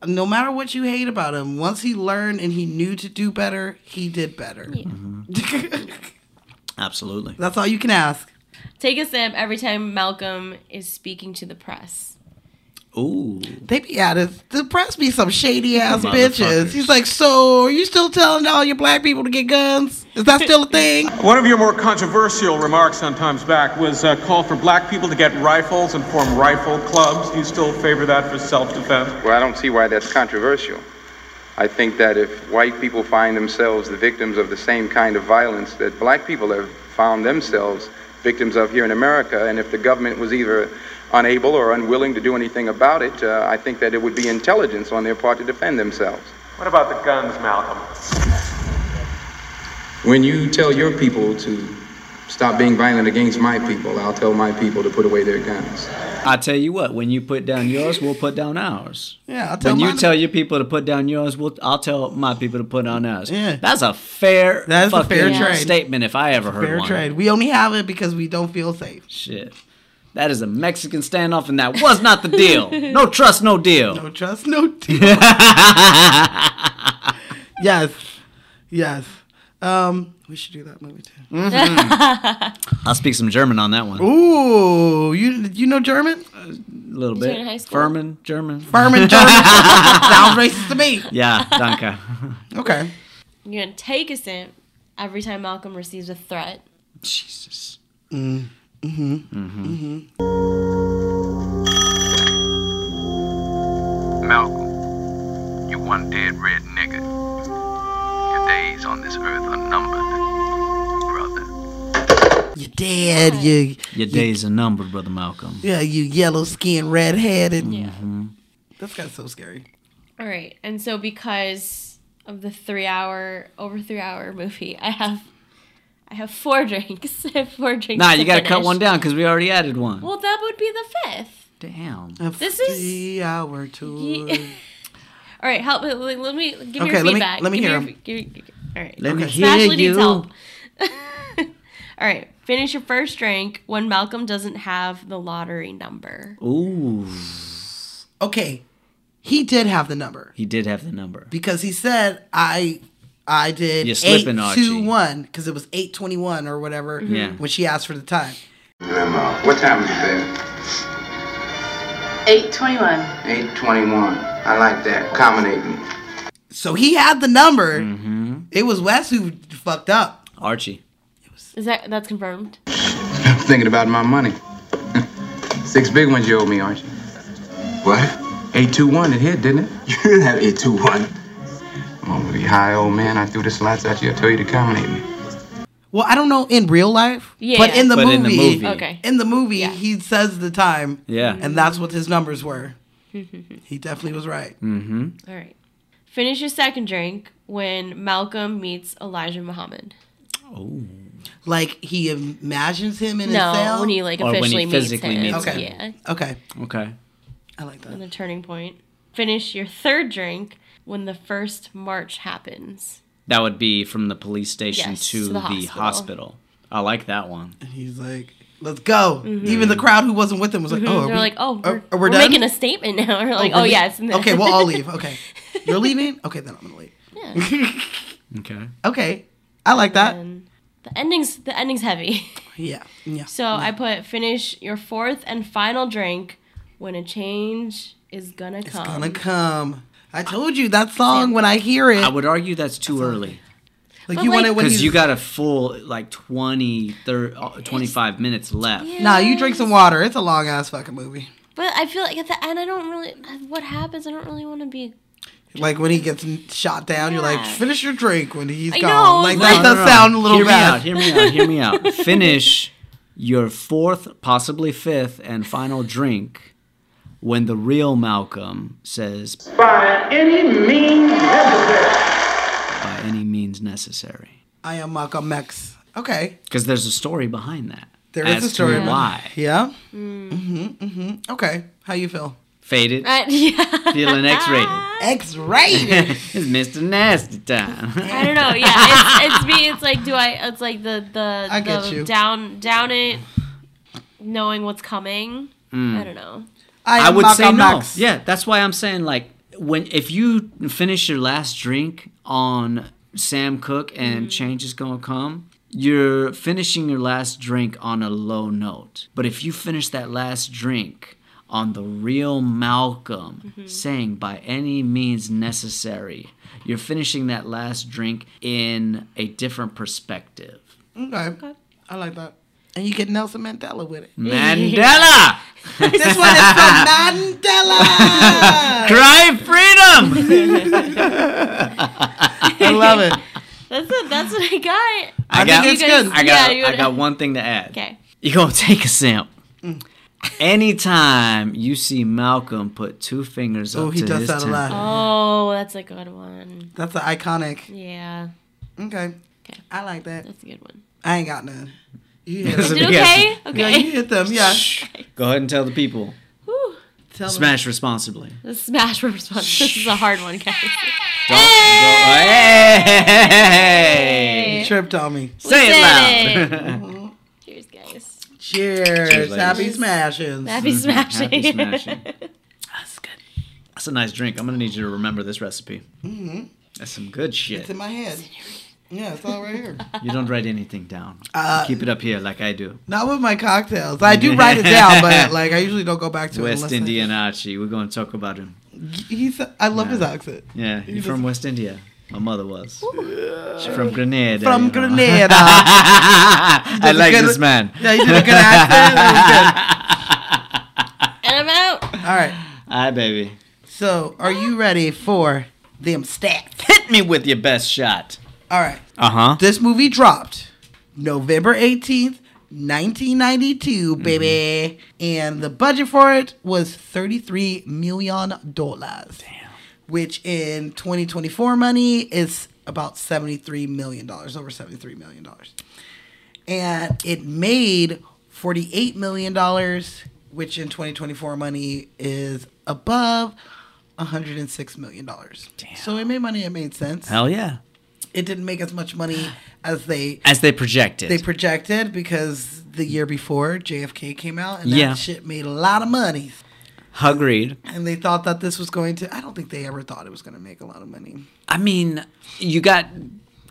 [SPEAKER 1] no matter what you hate about him, once he learned and he knew to do better, he did better. Mm-hmm.
[SPEAKER 2] Absolutely.
[SPEAKER 1] That's all you can ask.
[SPEAKER 3] Take a sim every time Malcolm is speaking to the press.
[SPEAKER 2] Ooh.
[SPEAKER 1] They be at it. The press be some shady ass
[SPEAKER 2] Motherfuckers.
[SPEAKER 1] bitches. He's like, so are you still telling all your black people to get guns? Is that still a thing?
[SPEAKER 10] One of your more controversial remarks some times back was a call for black people to get rifles and form rifle clubs. Do you still favor that for self defense?
[SPEAKER 4] Well, I don't see why that's controversial. I think that if white people find themselves the victims of the same kind of violence that black people have found themselves victims of here in America, and if the government was either unable or unwilling to do anything about it, uh, I think that it would be intelligence on their part to defend themselves.
[SPEAKER 10] What about the guns, Malcolm?
[SPEAKER 4] When you tell your people to stop being violent against my people, I'll tell my people to put away their guns.
[SPEAKER 2] I tell you what, when you put down yours, we'll put down ours.
[SPEAKER 1] Yeah, I'll tell
[SPEAKER 2] When you
[SPEAKER 1] mine to-
[SPEAKER 2] tell your people to put down yours, we'll, I'll tell my people to put on ours.
[SPEAKER 1] Yeah.
[SPEAKER 2] That's a fair
[SPEAKER 1] That is a
[SPEAKER 2] fucking
[SPEAKER 1] fair trade.
[SPEAKER 2] statement if I ever heard
[SPEAKER 1] Fair
[SPEAKER 2] one.
[SPEAKER 1] trade. We only have it because we don't feel safe.
[SPEAKER 2] Shit. That is a Mexican standoff, and that was not the deal. No trust, no deal.
[SPEAKER 1] No trust, no deal. yes, yes. Um, we should do that movie too.
[SPEAKER 2] I'll speak some German on that one.
[SPEAKER 1] Ooh, you you know German?
[SPEAKER 2] A little
[SPEAKER 3] Is it
[SPEAKER 2] bit.
[SPEAKER 3] in high school?
[SPEAKER 2] Furman, German.
[SPEAKER 1] Berman German sounds racist to me.
[SPEAKER 2] Yeah, danke.
[SPEAKER 1] Okay.
[SPEAKER 3] You're gonna take a cent every time Malcolm receives a threat.
[SPEAKER 2] Jesus.
[SPEAKER 11] Malcolm, you one dead red nigga. Your days on this earth are numbered, brother.
[SPEAKER 1] You're dead. You
[SPEAKER 2] Your days are numbered, brother Malcolm.
[SPEAKER 1] yeah. You yellow skinned, red headed. Yeah.
[SPEAKER 2] Mm-hmm.
[SPEAKER 1] That's kind of so scary.
[SPEAKER 3] All right, and so because of the three hour over three hour movie, I have I have four drinks. I have four drinks.
[SPEAKER 2] Nah, you
[SPEAKER 3] to
[SPEAKER 2] gotta cut
[SPEAKER 3] finish.
[SPEAKER 2] one down because we already added one.
[SPEAKER 3] Well, that would be the fifth.
[SPEAKER 2] Damn.
[SPEAKER 3] This is-
[SPEAKER 1] hour tour.
[SPEAKER 3] Ye- All right, help me. Let let me give me
[SPEAKER 1] Okay, let
[SPEAKER 3] your
[SPEAKER 1] me-
[SPEAKER 3] feedback.
[SPEAKER 1] let me
[SPEAKER 3] give
[SPEAKER 1] hear
[SPEAKER 3] your
[SPEAKER 1] 'em.
[SPEAKER 3] fe- give me- all right.
[SPEAKER 2] Let me
[SPEAKER 3] Okay.
[SPEAKER 2] hear
[SPEAKER 3] Smash
[SPEAKER 2] you.
[SPEAKER 3] Liddy's help. all right, finish your first drink when Malcolm doesn't have the lottery number.
[SPEAKER 2] Ooh.
[SPEAKER 1] Okay, he did have the number
[SPEAKER 2] He did have the number.
[SPEAKER 1] because he said I. I did
[SPEAKER 2] You're slipping,
[SPEAKER 1] eight
[SPEAKER 2] Archie.
[SPEAKER 1] two one because it was eight twenty one or whatever
[SPEAKER 3] Mm-hmm.
[SPEAKER 2] Yeah.
[SPEAKER 1] when she asked for the time.
[SPEAKER 4] Grandma, what time is it, baby?
[SPEAKER 9] 821.
[SPEAKER 4] 821. I like that. Accommodate me.
[SPEAKER 1] So he had the number.
[SPEAKER 2] Mm-hmm.
[SPEAKER 1] It was Wes who fucked up.
[SPEAKER 2] Archie.
[SPEAKER 3] Is that that's confirmed?
[SPEAKER 4] I'm thinking about my money. Six big ones you owe me, aren't you? What? 821 it hit, didn't it? You didn't have 821. I'm gonna be high, old man. I threw the slots at you. I tell you to accommodate me.
[SPEAKER 1] Well, I don't know in real life,
[SPEAKER 3] Yeah.
[SPEAKER 1] but in the
[SPEAKER 2] But
[SPEAKER 1] movie,
[SPEAKER 2] in the movie.
[SPEAKER 3] Okay.
[SPEAKER 1] in the movie, he says the time,
[SPEAKER 2] Yeah.
[SPEAKER 1] and that's what his numbers were. he definitely was right.
[SPEAKER 3] All right. Finish your second drink when Malcolm meets Elijah Muhammad.
[SPEAKER 1] Like he imagines him in
[SPEAKER 3] No,
[SPEAKER 1] his cell.
[SPEAKER 3] when he like
[SPEAKER 2] Or when he
[SPEAKER 3] officially meets
[SPEAKER 2] physically
[SPEAKER 3] him.
[SPEAKER 2] meets
[SPEAKER 1] him. Okay.
[SPEAKER 3] Yeah,
[SPEAKER 1] okay,
[SPEAKER 2] Okay.
[SPEAKER 1] I like that.
[SPEAKER 3] the turning point. Finish your third drink when the first march happens.
[SPEAKER 2] That would be from the police station
[SPEAKER 3] Yes,
[SPEAKER 2] to,
[SPEAKER 3] to
[SPEAKER 2] the,
[SPEAKER 3] the
[SPEAKER 2] hospital.
[SPEAKER 3] hospital.
[SPEAKER 2] I like that one.
[SPEAKER 1] And he's like, "Let's go." Even the crowd who wasn't with him was like, "Oh, are
[SPEAKER 3] Mm-hmm. They're
[SPEAKER 1] we-
[SPEAKER 3] like, oh,
[SPEAKER 1] are-
[SPEAKER 3] we're,
[SPEAKER 1] are
[SPEAKER 3] we're
[SPEAKER 1] done?
[SPEAKER 3] making a statement now. We're like,
[SPEAKER 1] we're
[SPEAKER 3] oh,
[SPEAKER 1] lea-
[SPEAKER 3] yeah, it's in there.
[SPEAKER 1] Okay, we'll all leave. Okay, you're leaving. Okay, then I'm gonna leave.
[SPEAKER 2] Okay.
[SPEAKER 1] Okay, I like that.
[SPEAKER 3] And the ending's the ending's heavy.
[SPEAKER 1] yeah, yeah.
[SPEAKER 3] So I put finish your fourth and final drink when a change is gonna
[SPEAKER 1] It's
[SPEAKER 3] come.
[SPEAKER 1] gonna come. I told you that song when I hear it.
[SPEAKER 2] I would argue that's too early
[SPEAKER 1] like
[SPEAKER 3] But
[SPEAKER 1] you want
[SPEAKER 3] like-
[SPEAKER 1] it when
[SPEAKER 2] because
[SPEAKER 1] he's-
[SPEAKER 2] you got a full like 20, 30, uh, 25 minutes left.
[SPEAKER 1] Nah, you drink some water. It's a long ass fucking movie.
[SPEAKER 3] But I feel like at the end, I don't really. What happens? I don't really want to be.
[SPEAKER 1] Like when he gets n- shot down, you're like,
[SPEAKER 3] Yeah.
[SPEAKER 1] finish your drink when he's
[SPEAKER 3] I
[SPEAKER 1] gone.
[SPEAKER 3] know,
[SPEAKER 1] like
[SPEAKER 3] it's
[SPEAKER 1] that
[SPEAKER 3] like-
[SPEAKER 1] does sound a little
[SPEAKER 2] hear
[SPEAKER 1] bad.
[SPEAKER 2] me out. Hear me out. Hear me out. Finish your fourth, possibly fifth, and final drink when the real Malcolm says,
[SPEAKER 5] By any means necessary.
[SPEAKER 2] "By any means necessary,"
[SPEAKER 1] I am Malcolm X. Okay.
[SPEAKER 2] because there's a story behind that.
[SPEAKER 1] There is
[SPEAKER 2] as
[SPEAKER 1] a story
[SPEAKER 2] to
[SPEAKER 1] behind-
[SPEAKER 2] why.
[SPEAKER 1] Yeah. Mm. hmm hmm Okay. How you feel?
[SPEAKER 2] Faded,
[SPEAKER 3] I, yeah.
[SPEAKER 2] feeling X-rated.
[SPEAKER 1] X rated.
[SPEAKER 2] it's Mr. Nasty time.
[SPEAKER 3] I don't know. Yeah, it's, it's me. It's like, do I? It's like the the,
[SPEAKER 1] I get
[SPEAKER 3] the
[SPEAKER 1] you.
[SPEAKER 3] down down it, knowing what's coming.
[SPEAKER 1] Hmm.
[SPEAKER 3] I don't know.
[SPEAKER 2] I would say no. Yeah, that's why I'm saying like when if you finish your last drink on Sam Cook and change is gonna come, you're finishing your last drink on a low note. But if you finish that last drink on the real Malcolm saying by any means necessary, you're finishing that last drink in a different perspective.
[SPEAKER 1] Okay. I like that. And you get Nelson Mandela with it.
[SPEAKER 2] Mandela!
[SPEAKER 1] this one is from Mandela.
[SPEAKER 2] Cry freedom!
[SPEAKER 1] I love it.
[SPEAKER 3] That's it. That's what I got.
[SPEAKER 2] I, got,
[SPEAKER 1] think it's
[SPEAKER 3] You guys-
[SPEAKER 1] good.
[SPEAKER 2] I got,
[SPEAKER 3] Yeah, you
[SPEAKER 2] I got
[SPEAKER 3] would-
[SPEAKER 2] one thing to add.
[SPEAKER 3] Okay.
[SPEAKER 2] you gonna take a simp. Anytime you see Malcolm put two fingers
[SPEAKER 1] Oh,
[SPEAKER 2] up
[SPEAKER 1] he
[SPEAKER 2] to
[SPEAKER 1] does
[SPEAKER 2] his
[SPEAKER 1] that a
[SPEAKER 2] temple,
[SPEAKER 1] lot.
[SPEAKER 3] Oh, that's a good one.
[SPEAKER 1] That's an iconic.
[SPEAKER 3] Yeah.
[SPEAKER 1] Okay. Okay. I like that.
[SPEAKER 3] That's a good one.
[SPEAKER 1] I ain't got none. You
[SPEAKER 3] hit them. okay? Okay.
[SPEAKER 1] Yeah, you hit them. Yeah.
[SPEAKER 2] Go ahead and tell the people.
[SPEAKER 1] Tell them.
[SPEAKER 2] Smash responsibly.
[SPEAKER 3] The smash response. This is a hard one, guys.
[SPEAKER 2] Don't, hey!
[SPEAKER 1] You tripped on me.
[SPEAKER 2] Say
[SPEAKER 3] We
[SPEAKER 2] it
[SPEAKER 3] did
[SPEAKER 2] loud.
[SPEAKER 3] Cheers, guys.
[SPEAKER 1] Cheers.
[SPEAKER 2] Cheers,
[SPEAKER 1] Happy
[SPEAKER 2] ladies.
[SPEAKER 1] smashing.
[SPEAKER 3] Happy smashing.
[SPEAKER 2] Happy smashing. That's a nice drink. I'm gonna need you to remember this recipe.
[SPEAKER 1] hmm
[SPEAKER 2] That's some good
[SPEAKER 1] It's
[SPEAKER 2] shit.
[SPEAKER 1] in my head. Yeah, it's all right here.
[SPEAKER 2] You don't write anything down.
[SPEAKER 1] Uh,
[SPEAKER 2] you keep it up here like I do.
[SPEAKER 1] Not with my cocktails. I do write it down, but like I usually don't go back to
[SPEAKER 2] West
[SPEAKER 1] it. unless
[SPEAKER 2] Indian Archie. We're gonna talk about him.
[SPEAKER 1] I- He's. I love his accent.
[SPEAKER 2] Yeah,
[SPEAKER 1] He
[SPEAKER 2] you're from West India. My mother was. She's from Grenada.
[SPEAKER 1] From
[SPEAKER 2] you know.
[SPEAKER 1] Grenada.
[SPEAKER 2] I
[SPEAKER 1] a
[SPEAKER 2] like
[SPEAKER 1] good-
[SPEAKER 2] this man.
[SPEAKER 1] Yeah, you did a good accent. That
[SPEAKER 3] And I'm out.
[SPEAKER 1] was good. All right.
[SPEAKER 2] Hi, baby.
[SPEAKER 1] So, are you ready for them stats?
[SPEAKER 2] Hit me with your best shot.
[SPEAKER 1] All right.
[SPEAKER 2] Uh huh.
[SPEAKER 1] This movie dropped November 18th, 1992,
[SPEAKER 2] Mm-hmm.
[SPEAKER 1] baby. And the budget for it was $33 million. Damn. Which in 2024 money is about $73 million, over $73 million. And it made $48 million, which in 2024 money is above $106 million. So it made money, it made sense
[SPEAKER 2] Hell yeah.
[SPEAKER 1] it didn't make as much money as they
[SPEAKER 2] As they projected.
[SPEAKER 1] they projected because the year before JFK came out and
[SPEAKER 2] Yeah.
[SPEAKER 1] that shit made a lot of money.
[SPEAKER 2] Agreed.
[SPEAKER 1] And they thought that this was going to I don't think they ever thought it was going to make a lot of money.
[SPEAKER 2] I mean, you got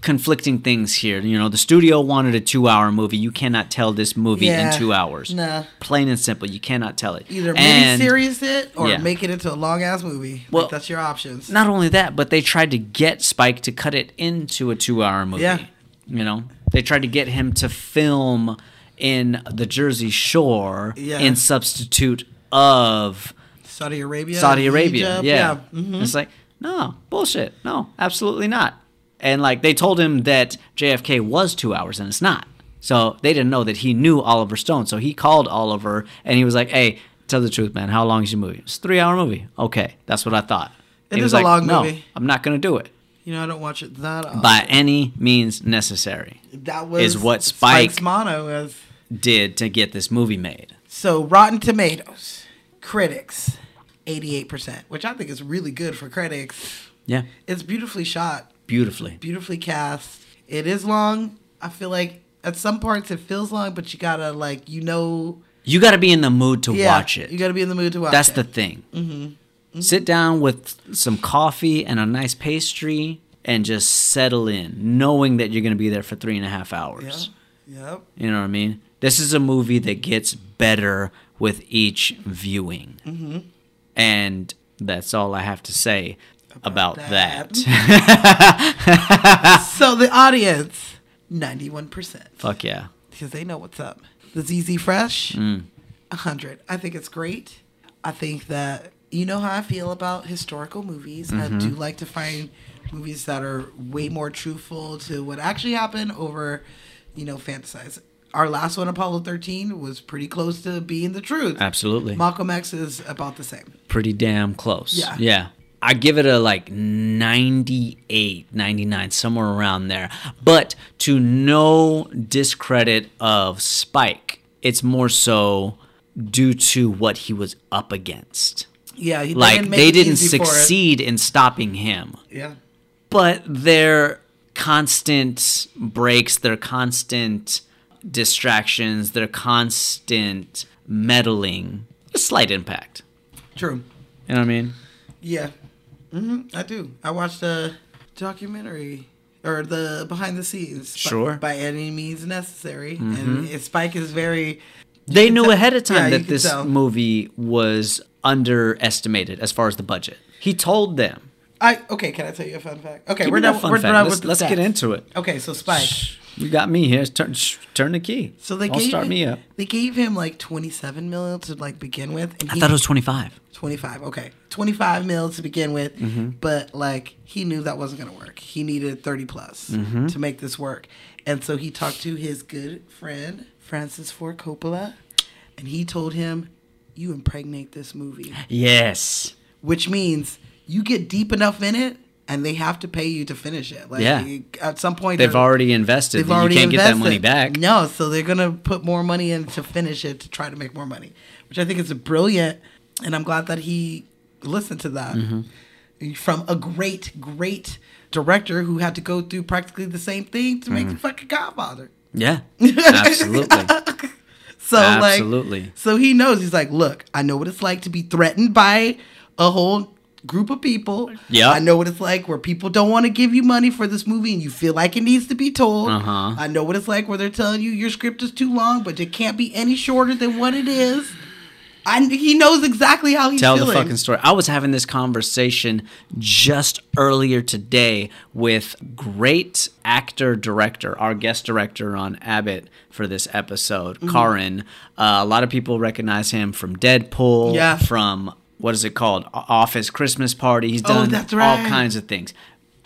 [SPEAKER 2] conflicting things here. You know, the studio wanted a two hour movie. You cannot tell this movie
[SPEAKER 1] Yeah.
[SPEAKER 2] in two hours.
[SPEAKER 1] Nah.
[SPEAKER 2] Plain and simple. You cannot tell it.
[SPEAKER 1] Either
[SPEAKER 2] And-
[SPEAKER 1] miniseries it or
[SPEAKER 2] yeah.
[SPEAKER 1] make it into a long ass movie.
[SPEAKER 2] Well-
[SPEAKER 1] like, that's your options.
[SPEAKER 2] Not only that, but they tried to get Spike to cut it into a two hour movie.
[SPEAKER 1] Yeah.
[SPEAKER 2] You know, they tried to get him to film in the Jersey Shore
[SPEAKER 1] Yeah.
[SPEAKER 2] in substitute of
[SPEAKER 1] Saudi Arabia.
[SPEAKER 2] Saudi Arabia.
[SPEAKER 1] Egypt,
[SPEAKER 2] yeah.
[SPEAKER 1] Mhm.
[SPEAKER 2] It's like, no, bullshit. No, absolutely not. And like they told him that JFK was two hours and it's not. So they didn't know that he knew Oliver Stone. So he called Oliver and he was like, hey, tell the truth, man. How long is your movie? It's a three hour movie. Okay. That's what I thought.
[SPEAKER 1] It
[SPEAKER 2] He
[SPEAKER 1] is
[SPEAKER 2] was
[SPEAKER 1] a
[SPEAKER 2] like,
[SPEAKER 1] long
[SPEAKER 2] no,
[SPEAKER 1] movie.
[SPEAKER 2] I'm not going to do it
[SPEAKER 1] You know, I don't watch it that often.
[SPEAKER 2] by any means necessary.
[SPEAKER 1] that was
[SPEAKER 2] is what
[SPEAKER 1] Spike's
[SPEAKER 2] Spike-
[SPEAKER 1] mono was.
[SPEAKER 2] Did to get this movie made.
[SPEAKER 1] So Rotten Tomatoes critics 88%, which I think is really good for critics.
[SPEAKER 2] Yeah.
[SPEAKER 1] It's beautifully shot,
[SPEAKER 2] Beautifully.
[SPEAKER 1] beautifully cast. It is long. I feel like at some parts it feels long, but you gotta like you know
[SPEAKER 2] You got to be in the mood to
[SPEAKER 1] yeah,
[SPEAKER 2] watch it.
[SPEAKER 1] You gotta be in the mood to watch
[SPEAKER 2] That's
[SPEAKER 1] it.
[SPEAKER 2] the thing. Sit down with some coffee and a nice pastry and just settle in, knowing that you're going to be there for three and a half hours.
[SPEAKER 1] Yep.
[SPEAKER 2] You know what I mean? This is a movie that gets better with each viewing. And that's all I have to say about, that.
[SPEAKER 1] So the audience, ninety-one percent.
[SPEAKER 2] Fuck yeah.
[SPEAKER 1] because they know what's up. The ZZ Fresh,
[SPEAKER 2] Mm.
[SPEAKER 1] a 100. I think it's great. I think that you know how I feel about historical movies.
[SPEAKER 2] Mm-hmm.
[SPEAKER 1] I do like to find movies that are way more truthful to what actually happened over, you know, fantasize. Our last one, Apollo 13, was pretty close to being the truth.
[SPEAKER 2] Absolutely.
[SPEAKER 1] Malcolm X is about the same.
[SPEAKER 2] Pretty damn close.
[SPEAKER 1] Yeah.
[SPEAKER 2] Yeah. I give it a like 98, 99, somewhere around there. But to no discredit of Spike, it's more so due to what he was up against.
[SPEAKER 1] Yeah, he
[SPEAKER 2] Like,
[SPEAKER 1] make
[SPEAKER 2] they
[SPEAKER 1] it
[SPEAKER 2] didn't
[SPEAKER 1] easy for it.
[SPEAKER 2] succeed in stopping him
[SPEAKER 1] Yeah.
[SPEAKER 2] but their constant breaks, their constant distractions, their constant meddling, a slight impact.
[SPEAKER 1] True.
[SPEAKER 2] You know what I mean?
[SPEAKER 1] Yeah. hmm I do. I watched a documentary or the behind the scenes. by-
[SPEAKER 2] Sure. Mm-hmm.
[SPEAKER 1] By, any means necessary. And it- Spike is very.
[SPEAKER 2] They knew
[SPEAKER 1] tell-
[SPEAKER 2] ahead of time
[SPEAKER 1] yeah, you
[SPEAKER 2] that
[SPEAKER 1] can
[SPEAKER 2] this
[SPEAKER 1] tell.
[SPEAKER 2] movie was underestimated as far as the budget. He told them.
[SPEAKER 1] I okay. Can I tell you a fun fact? Okay,
[SPEAKER 2] Give
[SPEAKER 1] we're
[SPEAKER 2] me that
[SPEAKER 1] done.
[SPEAKER 2] fun
[SPEAKER 1] We're
[SPEAKER 2] fact.
[SPEAKER 1] done
[SPEAKER 2] Let's-
[SPEAKER 1] with the
[SPEAKER 2] let's get
[SPEAKER 1] stats.
[SPEAKER 2] into it.
[SPEAKER 1] Okay, so Spike.
[SPEAKER 2] You got me here. Turn, sh- turn the key.
[SPEAKER 1] So they
[SPEAKER 2] Don't
[SPEAKER 1] gave
[SPEAKER 2] start
[SPEAKER 1] him,
[SPEAKER 2] me up.
[SPEAKER 1] They gave him like twenty-seven mil to like begin with. And
[SPEAKER 2] I thought it was twenty five.
[SPEAKER 1] twenty-five. Okay, twenty-five mil to begin with.
[SPEAKER 2] Mm-hmm.
[SPEAKER 1] But like he knew that wasn't gonna work. He needed thirty plus
[SPEAKER 2] Mm-hmm.
[SPEAKER 1] to make this work. And so he talked to his good friend Francis Ford Coppola, and he told him, "You impregnate this movie."
[SPEAKER 2] Yes.
[SPEAKER 1] which means you get deep enough in it and they have to pay you to finish it. Like
[SPEAKER 2] Yeah.
[SPEAKER 1] you- at some point
[SPEAKER 2] They've
[SPEAKER 1] they're-
[SPEAKER 2] already invested.
[SPEAKER 1] They've
[SPEAKER 2] You
[SPEAKER 1] already
[SPEAKER 2] can't get that
[SPEAKER 1] invested.
[SPEAKER 2] money back.
[SPEAKER 1] No, so they're gonna put more money in to finish it to try to make more money, which I think is brilliant, and I'm glad that he listened to that
[SPEAKER 2] Mhm.
[SPEAKER 1] from a great, great director who had to go through practically the same thing to make the
[SPEAKER 2] Mhm.
[SPEAKER 1] fucking Godfather.
[SPEAKER 2] Yeah, absolutely.
[SPEAKER 1] So
[SPEAKER 2] Absolutely.
[SPEAKER 1] like, so he knows. He's like, look, I know what it's like to be threatened by a whole group of people.
[SPEAKER 2] Yeah.
[SPEAKER 1] I know what it's like where people don't want to give you money for this movie, and you feel like it needs to be told.
[SPEAKER 2] Uh-huh.
[SPEAKER 1] I know what it's like where they're telling you your script is too long, but it can't be any shorter than what it is. I he knows exactly how he's
[SPEAKER 2] Tell
[SPEAKER 1] feeling.
[SPEAKER 2] the fucking story. I was having this conversation just earlier today with great actor director, our guest director on Abbott for this episode,
[SPEAKER 12] Mhm.
[SPEAKER 2] Karin. Uh, a lot of people recognize him from Deadpool,
[SPEAKER 12] Yeah.
[SPEAKER 2] from what is it called? O- Office Christmas Party. He's
[SPEAKER 12] Oh,
[SPEAKER 2] done
[SPEAKER 12] that's
[SPEAKER 2] all
[SPEAKER 12] right.
[SPEAKER 2] kinds of things.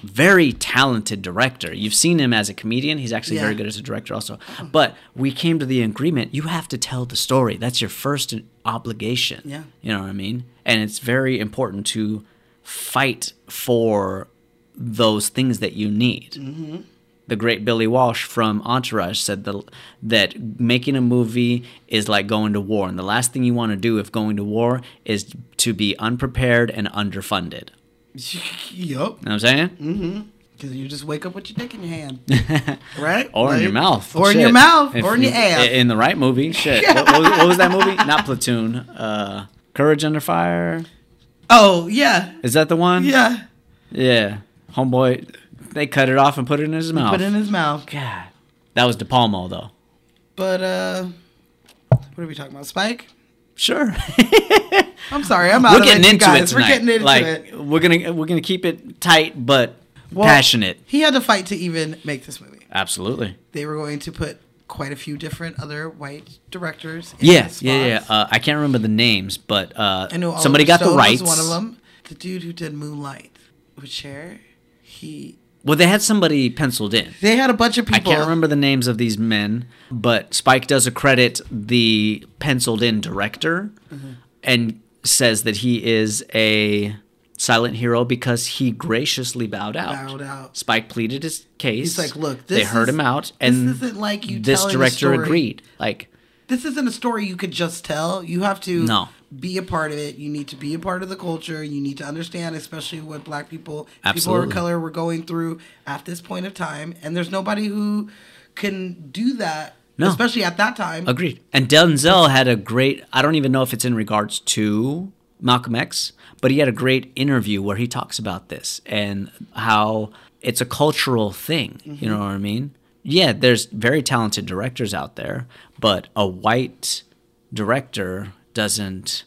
[SPEAKER 2] Very talented director. You've seen him as a comedian. He's actually very
[SPEAKER 12] Yeah.
[SPEAKER 2] good as a director, also. But we came to the agreement you have to tell the story. That's your first obligation.
[SPEAKER 1] Yeah.
[SPEAKER 2] You know what I mean? And it's very important to fight for those things that you need.
[SPEAKER 1] Mhm.
[SPEAKER 2] The great Billy Walsh from Entourage said the, that making a movie is like going to war. And the last thing you want to do if going to war is to be unprepared and underfunded.
[SPEAKER 1] Yup.
[SPEAKER 2] You know what I'm saying?
[SPEAKER 1] Mm-hmm. Because you just wake up with your dick in your hand, right?
[SPEAKER 2] Or in your
[SPEAKER 1] Like,
[SPEAKER 2] mouth.
[SPEAKER 1] or in your
[SPEAKER 2] Shit.
[SPEAKER 1] mouth,
[SPEAKER 2] If
[SPEAKER 1] or in your
[SPEAKER 2] you-
[SPEAKER 1] ass.
[SPEAKER 2] In the right movie. Shit. what, what was- what was that movie? Not Platoon. Uh, Courage Under Fire.
[SPEAKER 1] Oh yeah,
[SPEAKER 2] Is that the one?
[SPEAKER 1] yeah.
[SPEAKER 2] Yeah. Homeboy, they cut it off and put it in his mouth.
[SPEAKER 1] Put it in his mouth.
[SPEAKER 2] God. That was De Palma, though.
[SPEAKER 1] But uh, what are we talking about? Spike.
[SPEAKER 2] Sure.
[SPEAKER 1] I'm sorry. I'm out.
[SPEAKER 2] we're
[SPEAKER 1] of
[SPEAKER 2] getting
[SPEAKER 1] it, you
[SPEAKER 2] into
[SPEAKER 1] guys.
[SPEAKER 2] it tonight.
[SPEAKER 1] We're getting into
[SPEAKER 2] like,
[SPEAKER 1] it.
[SPEAKER 2] We're gonna we're gonna keep it tight but
[SPEAKER 1] Well,
[SPEAKER 2] passionate.
[SPEAKER 1] He had to fight to even make this movie.
[SPEAKER 2] Absolutely.
[SPEAKER 1] They were going to put quite a few different other white directors. In
[SPEAKER 2] Yeah,
[SPEAKER 1] this
[SPEAKER 2] yeah,
[SPEAKER 1] spot.
[SPEAKER 2] yeah. Uh, I can't remember the names, but uh,
[SPEAKER 1] I know Oliver
[SPEAKER 2] somebody got the
[SPEAKER 1] Stone
[SPEAKER 2] rights.
[SPEAKER 1] Was one of them. The dude who did Moonlight with Cher. He.
[SPEAKER 2] Well, they had somebody penciled in.
[SPEAKER 1] They had a bunch of people.
[SPEAKER 2] I can't remember the names of these men, but Spike does accredit the penciled in director
[SPEAKER 1] Mhm.
[SPEAKER 2] and says that he is a silent hero because he graciously bowed out.
[SPEAKER 1] Bowed out.
[SPEAKER 2] Spike pleaded his case.
[SPEAKER 1] He's like, "Look,
[SPEAKER 2] they
[SPEAKER 1] this
[SPEAKER 2] heard
[SPEAKER 1] is-
[SPEAKER 2] him out,
[SPEAKER 1] this
[SPEAKER 2] and
[SPEAKER 1] isn't like you
[SPEAKER 2] This
[SPEAKER 1] telling a
[SPEAKER 2] director
[SPEAKER 1] story."
[SPEAKER 2] agreed. Like,
[SPEAKER 1] This isn't a story you could just tell. You have to
[SPEAKER 2] No.
[SPEAKER 1] be a part of it. You need to be a part of the culture. You need to understand, especially what black people, people
[SPEAKER 2] Absolutely.
[SPEAKER 1] of color were going through at this point of time. And there's nobody who can do that,
[SPEAKER 2] No.
[SPEAKER 1] especially at that time.
[SPEAKER 2] Agreed. And Denzel had a great, I don't even know if it's in regards to Malcolm X, but he had a great interview where he talks about this and how it's a cultural thing.
[SPEAKER 1] Mm-hmm.
[SPEAKER 2] You know
[SPEAKER 12] Mhm.
[SPEAKER 2] what I mean? Yeah, there's very talented directors out there, but a white director doesn't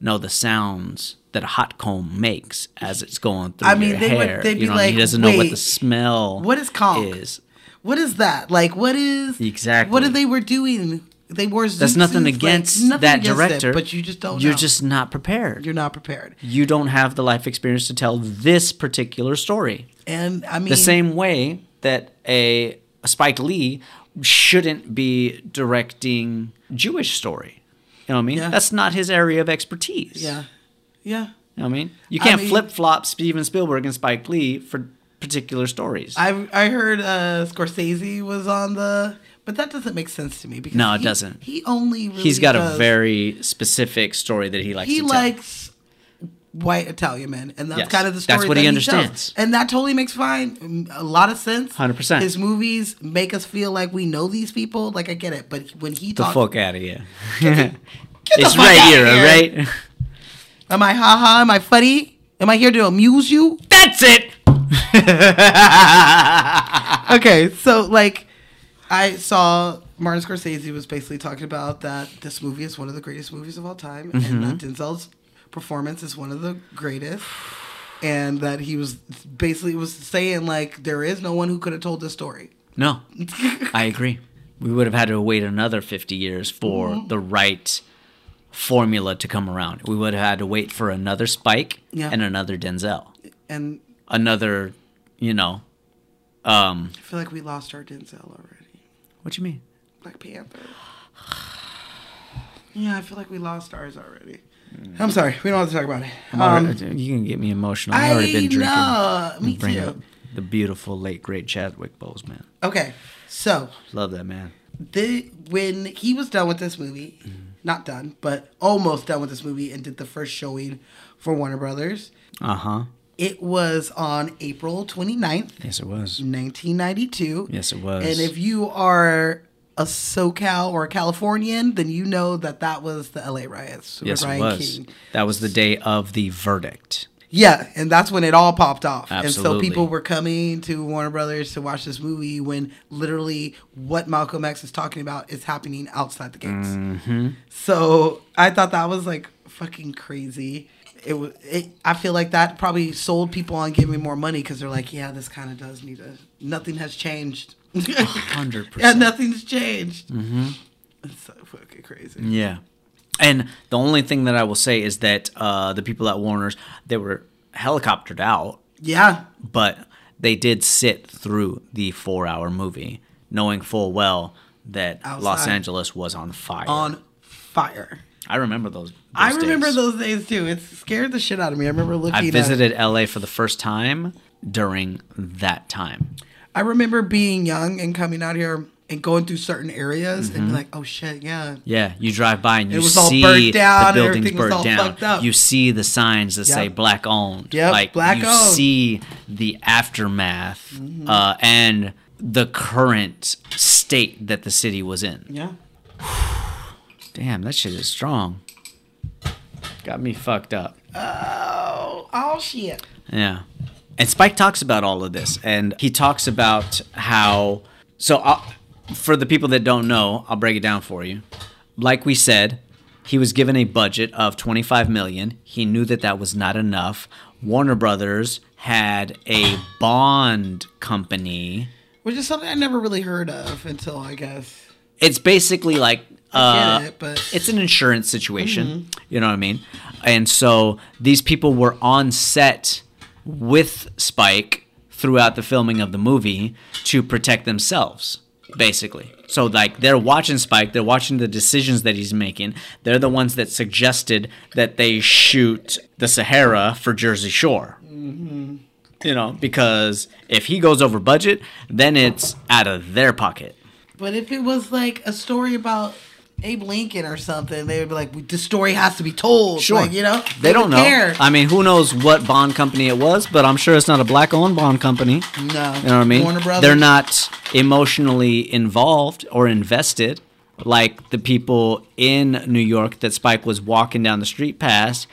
[SPEAKER 2] know the sounds that a hot comb makes as it's going through
[SPEAKER 1] I mean,
[SPEAKER 2] your
[SPEAKER 1] they would-
[SPEAKER 2] hair.
[SPEAKER 1] they'd
[SPEAKER 2] you
[SPEAKER 1] be
[SPEAKER 2] know what I mean?
[SPEAKER 1] like,
[SPEAKER 2] he doesn't know what the
[SPEAKER 1] "Wait,
[SPEAKER 2] smell
[SPEAKER 1] what is conch?"
[SPEAKER 2] is.
[SPEAKER 1] What is that? Like, what is
[SPEAKER 2] Exactly.
[SPEAKER 1] what are they were doing? They wore zoot
[SPEAKER 2] That's nothing
[SPEAKER 1] suits, like,
[SPEAKER 2] against
[SPEAKER 1] nothing
[SPEAKER 2] that
[SPEAKER 1] against it,
[SPEAKER 2] director,
[SPEAKER 1] but you just don't.
[SPEAKER 2] You're
[SPEAKER 1] know.
[SPEAKER 2] just not prepared.
[SPEAKER 1] You're not prepared.
[SPEAKER 2] You don't have the life experience to tell this particular story.
[SPEAKER 1] And I mean,
[SPEAKER 2] the same way that a, a Spike Lee shouldn't be directing Jewish story. You know what I mean? That's not his area of expertise.
[SPEAKER 1] Yeah, yeah.
[SPEAKER 2] You know what I mean? You
[SPEAKER 1] I
[SPEAKER 2] can't
[SPEAKER 1] mean-
[SPEAKER 2] flip flop Steven Spielberg and Spike Lee for particular stories.
[SPEAKER 1] I I heard uh, Scorsese was on the, but that doesn't make sense to me because
[SPEAKER 2] No, it
[SPEAKER 1] he-
[SPEAKER 2] doesn't.
[SPEAKER 1] He only really
[SPEAKER 2] He's got
[SPEAKER 1] does-
[SPEAKER 2] a very specific story that he likes
[SPEAKER 1] he
[SPEAKER 2] to tell.
[SPEAKER 1] likes white Italian men, and that's
[SPEAKER 2] Yes,
[SPEAKER 1] kind of the
[SPEAKER 2] that's
[SPEAKER 1] story.
[SPEAKER 2] what
[SPEAKER 1] that
[SPEAKER 2] he
[SPEAKER 1] tells.
[SPEAKER 2] understands.
[SPEAKER 1] and that totally makes fine a lot of sense.
[SPEAKER 2] 100%.
[SPEAKER 1] His movies make us feel like we know these people. Like I get it, but when he
[SPEAKER 2] the
[SPEAKER 1] talks,
[SPEAKER 2] fuck out of here.
[SPEAKER 1] the
[SPEAKER 2] it's
[SPEAKER 1] fuck
[SPEAKER 2] right
[SPEAKER 1] outta
[SPEAKER 2] here, all
[SPEAKER 1] here.
[SPEAKER 2] right?
[SPEAKER 1] am I haha? Am I funny? Am I here to amuse you?
[SPEAKER 2] That's it.
[SPEAKER 1] okay, so like I saw Martin Scorsese was basically talking about that this movie is one of the greatest movies of all time, and that
[SPEAKER 2] Mhm.
[SPEAKER 1] Denzel's performance is one of the greatest, and that he was basically was saying like there is no one who could have told this story.
[SPEAKER 2] No, I agree. We would have had to wait another 50 years for
[SPEAKER 1] Mhm.
[SPEAKER 2] the right formula to come around. We would have had to wait for another Spike
[SPEAKER 1] Yeah.
[SPEAKER 2] and another Denzel.
[SPEAKER 1] And
[SPEAKER 2] Another, you know, um,
[SPEAKER 1] I feel like we lost our Denzel already.
[SPEAKER 2] What you mean?
[SPEAKER 1] Black Panther. Yeah, I feel like we lost ours already. I'm sorry. We don't have to talk about it.
[SPEAKER 2] Mm. I'm already- uh, you can get me emotional. I've already been
[SPEAKER 1] Um, I
[SPEAKER 2] drinking.
[SPEAKER 1] know. Me
[SPEAKER 2] Bring
[SPEAKER 1] too.
[SPEAKER 2] up the beautiful late great Chadwick Boseman.
[SPEAKER 1] Okay, so
[SPEAKER 2] Love that man.
[SPEAKER 1] the when he was done with this movie,
[SPEAKER 2] Mm-hmm.
[SPEAKER 1] not done, but almost done with this movie, and did the first showing for Warner Brothers.
[SPEAKER 2] Uh
[SPEAKER 1] Uh-huh.
[SPEAKER 2] huh.
[SPEAKER 1] It was on April 29th,
[SPEAKER 2] Yes, it was.
[SPEAKER 1] 1992.
[SPEAKER 2] Yes, it was.
[SPEAKER 1] And if you are a SoCal or a Californian, then you know that that was the LA riots. with
[SPEAKER 2] yes, it
[SPEAKER 1] Ryan
[SPEAKER 2] was.
[SPEAKER 1] King.
[SPEAKER 2] That was the day of the verdict.
[SPEAKER 1] Yeah, and that's when it all popped off. And so
[SPEAKER 2] Absolutely.
[SPEAKER 1] people were coming to Warner Brothers to watch this movie when literally what Malcolm X is talking about is happening outside the gates.
[SPEAKER 2] Mm-hmm.
[SPEAKER 1] So I thought that was like fucking crazy. It was. It, I feel like that probably sold people on giving me more money because they're like, yeah, this kind of does need a. Nothing has changed.
[SPEAKER 2] Hundred
[SPEAKER 1] yeah,
[SPEAKER 2] percent.
[SPEAKER 1] nothing's changed.
[SPEAKER 2] Mm-hmm.
[SPEAKER 1] It's so fucking crazy.
[SPEAKER 2] Yeah. And the only thing that I will say is that uh, the people at Warner's they were helicoptered out,
[SPEAKER 1] Yeah.
[SPEAKER 2] but they did sit through the four-hour movie, knowing full well that Los
[SPEAKER 1] Outside.
[SPEAKER 2] Angeles was on fire.
[SPEAKER 1] On fire.
[SPEAKER 2] I remember those. those
[SPEAKER 1] I remember
[SPEAKER 2] days.
[SPEAKER 1] those days too. It scared the shit out of me. I remember looking.
[SPEAKER 2] I
[SPEAKER 1] at-
[SPEAKER 2] visited LA for the first time during that time.
[SPEAKER 1] I remember being young and coming out here and going through certain areas and
[SPEAKER 2] Mm-hmm.
[SPEAKER 1] be like, oh shit, yeah.
[SPEAKER 2] Yeah, you drive by and
[SPEAKER 1] It
[SPEAKER 2] you
[SPEAKER 1] was all
[SPEAKER 2] see
[SPEAKER 1] burnt down,
[SPEAKER 2] the buildings
[SPEAKER 1] everything was
[SPEAKER 2] burnt
[SPEAKER 1] all
[SPEAKER 2] down.
[SPEAKER 1] fucked up.
[SPEAKER 2] You see the signs that say
[SPEAKER 1] Yep.
[SPEAKER 2] black owned.
[SPEAKER 1] Yep,
[SPEAKER 2] like
[SPEAKER 1] black
[SPEAKER 2] you
[SPEAKER 1] owned. Mm-hmm.
[SPEAKER 2] see the aftermath uh, and the current state that the city was in.
[SPEAKER 1] Yeah.
[SPEAKER 2] Damn, that shit is strong. Got me fucked up.
[SPEAKER 1] Oh, oh shit.
[SPEAKER 2] Yeah. And Spike talks about all of this, and he talks about how. So, I'll, for the people that don't know, I'll break it down for you. Like we said, he was given a budget of 25 million. He knew that that was not enough. Warner Brothers had a bond company.
[SPEAKER 1] Which is something I never really heard of until I guess.
[SPEAKER 2] It's basically like
[SPEAKER 1] I
[SPEAKER 2] uh,
[SPEAKER 1] get it, but-
[SPEAKER 2] it's an insurance situation. You know what I mean? And so these people were on set with Spike throughout the filming of the movie to protect themselves, basically. So like they're watching Spike, they're watching the decisions that he's making. They're the ones that suggested that they shoot the Sahara for Jersey Shore. You know, because if he goes over budget, then it's out of their pocket.
[SPEAKER 1] But if it was like a story about Abe Lincoln or something, they would be like, "This story has to be told."
[SPEAKER 2] Sure.
[SPEAKER 1] Like, you know,
[SPEAKER 2] They don't
[SPEAKER 1] would
[SPEAKER 2] know.
[SPEAKER 1] care.
[SPEAKER 2] I mean, who knows what bond company it was, but I'm sure it's not a black owned bond company. You
[SPEAKER 1] no,
[SPEAKER 2] know what I mean?
[SPEAKER 1] Warner Brothers.
[SPEAKER 2] They're not emotionally involved or invested like the people in New York that Spike was walking down the street past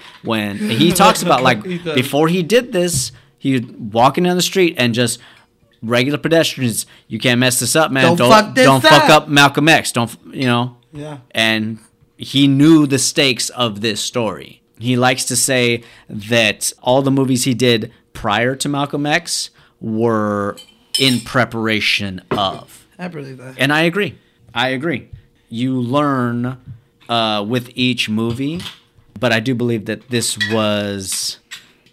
[SPEAKER 2] when he talks about like
[SPEAKER 1] He does.
[SPEAKER 2] before he did this, he walking down the street and just regular pedestrians, you can't mess this up, man.
[SPEAKER 1] Don't fuck this
[SPEAKER 2] don't fuck
[SPEAKER 1] up."
[SPEAKER 2] up Malcolm X. Don't f- you know?
[SPEAKER 1] Yeah.
[SPEAKER 2] And he knew the stakes of this story. He likes to say that all the movies he did prior to Malcolm X were in preparation of.
[SPEAKER 1] I believe that.
[SPEAKER 2] And I agree. I agree. You learn uh, with each movie, but I do believe that this was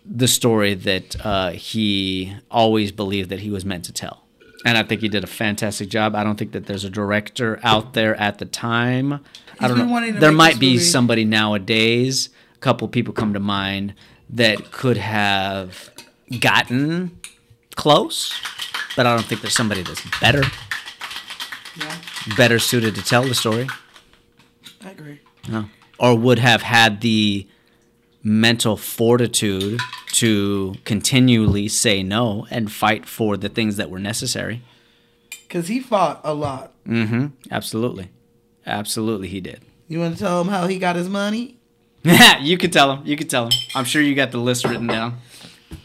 [SPEAKER 2] the story that uh, he always believed that he was meant to tell. And I think he did a fantastic job. I don't think that there's a director out there at the time. I
[SPEAKER 1] He's
[SPEAKER 2] don't
[SPEAKER 1] been
[SPEAKER 2] know.
[SPEAKER 1] wanting to
[SPEAKER 2] There
[SPEAKER 1] make
[SPEAKER 2] might
[SPEAKER 1] this
[SPEAKER 2] be
[SPEAKER 1] movie.
[SPEAKER 2] somebody nowadays. A couple people come to mind that could have gotten close, but I don't think there's somebody that's better
[SPEAKER 1] yeah,
[SPEAKER 2] better suited to tell the story
[SPEAKER 1] I agree.
[SPEAKER 2] no. or would have had the mental fortitude to continually say no and fight for the things that were necessary
[SPEAKER 1] Cause he fought a lot.
[SPEAKER 2] mm-hmm absolutely absolutely he did
[SPEAKER 1] You want to tell him how he got his money?
[SPEAKER 2] you could tell him you could tell him i'm sure you got the list written down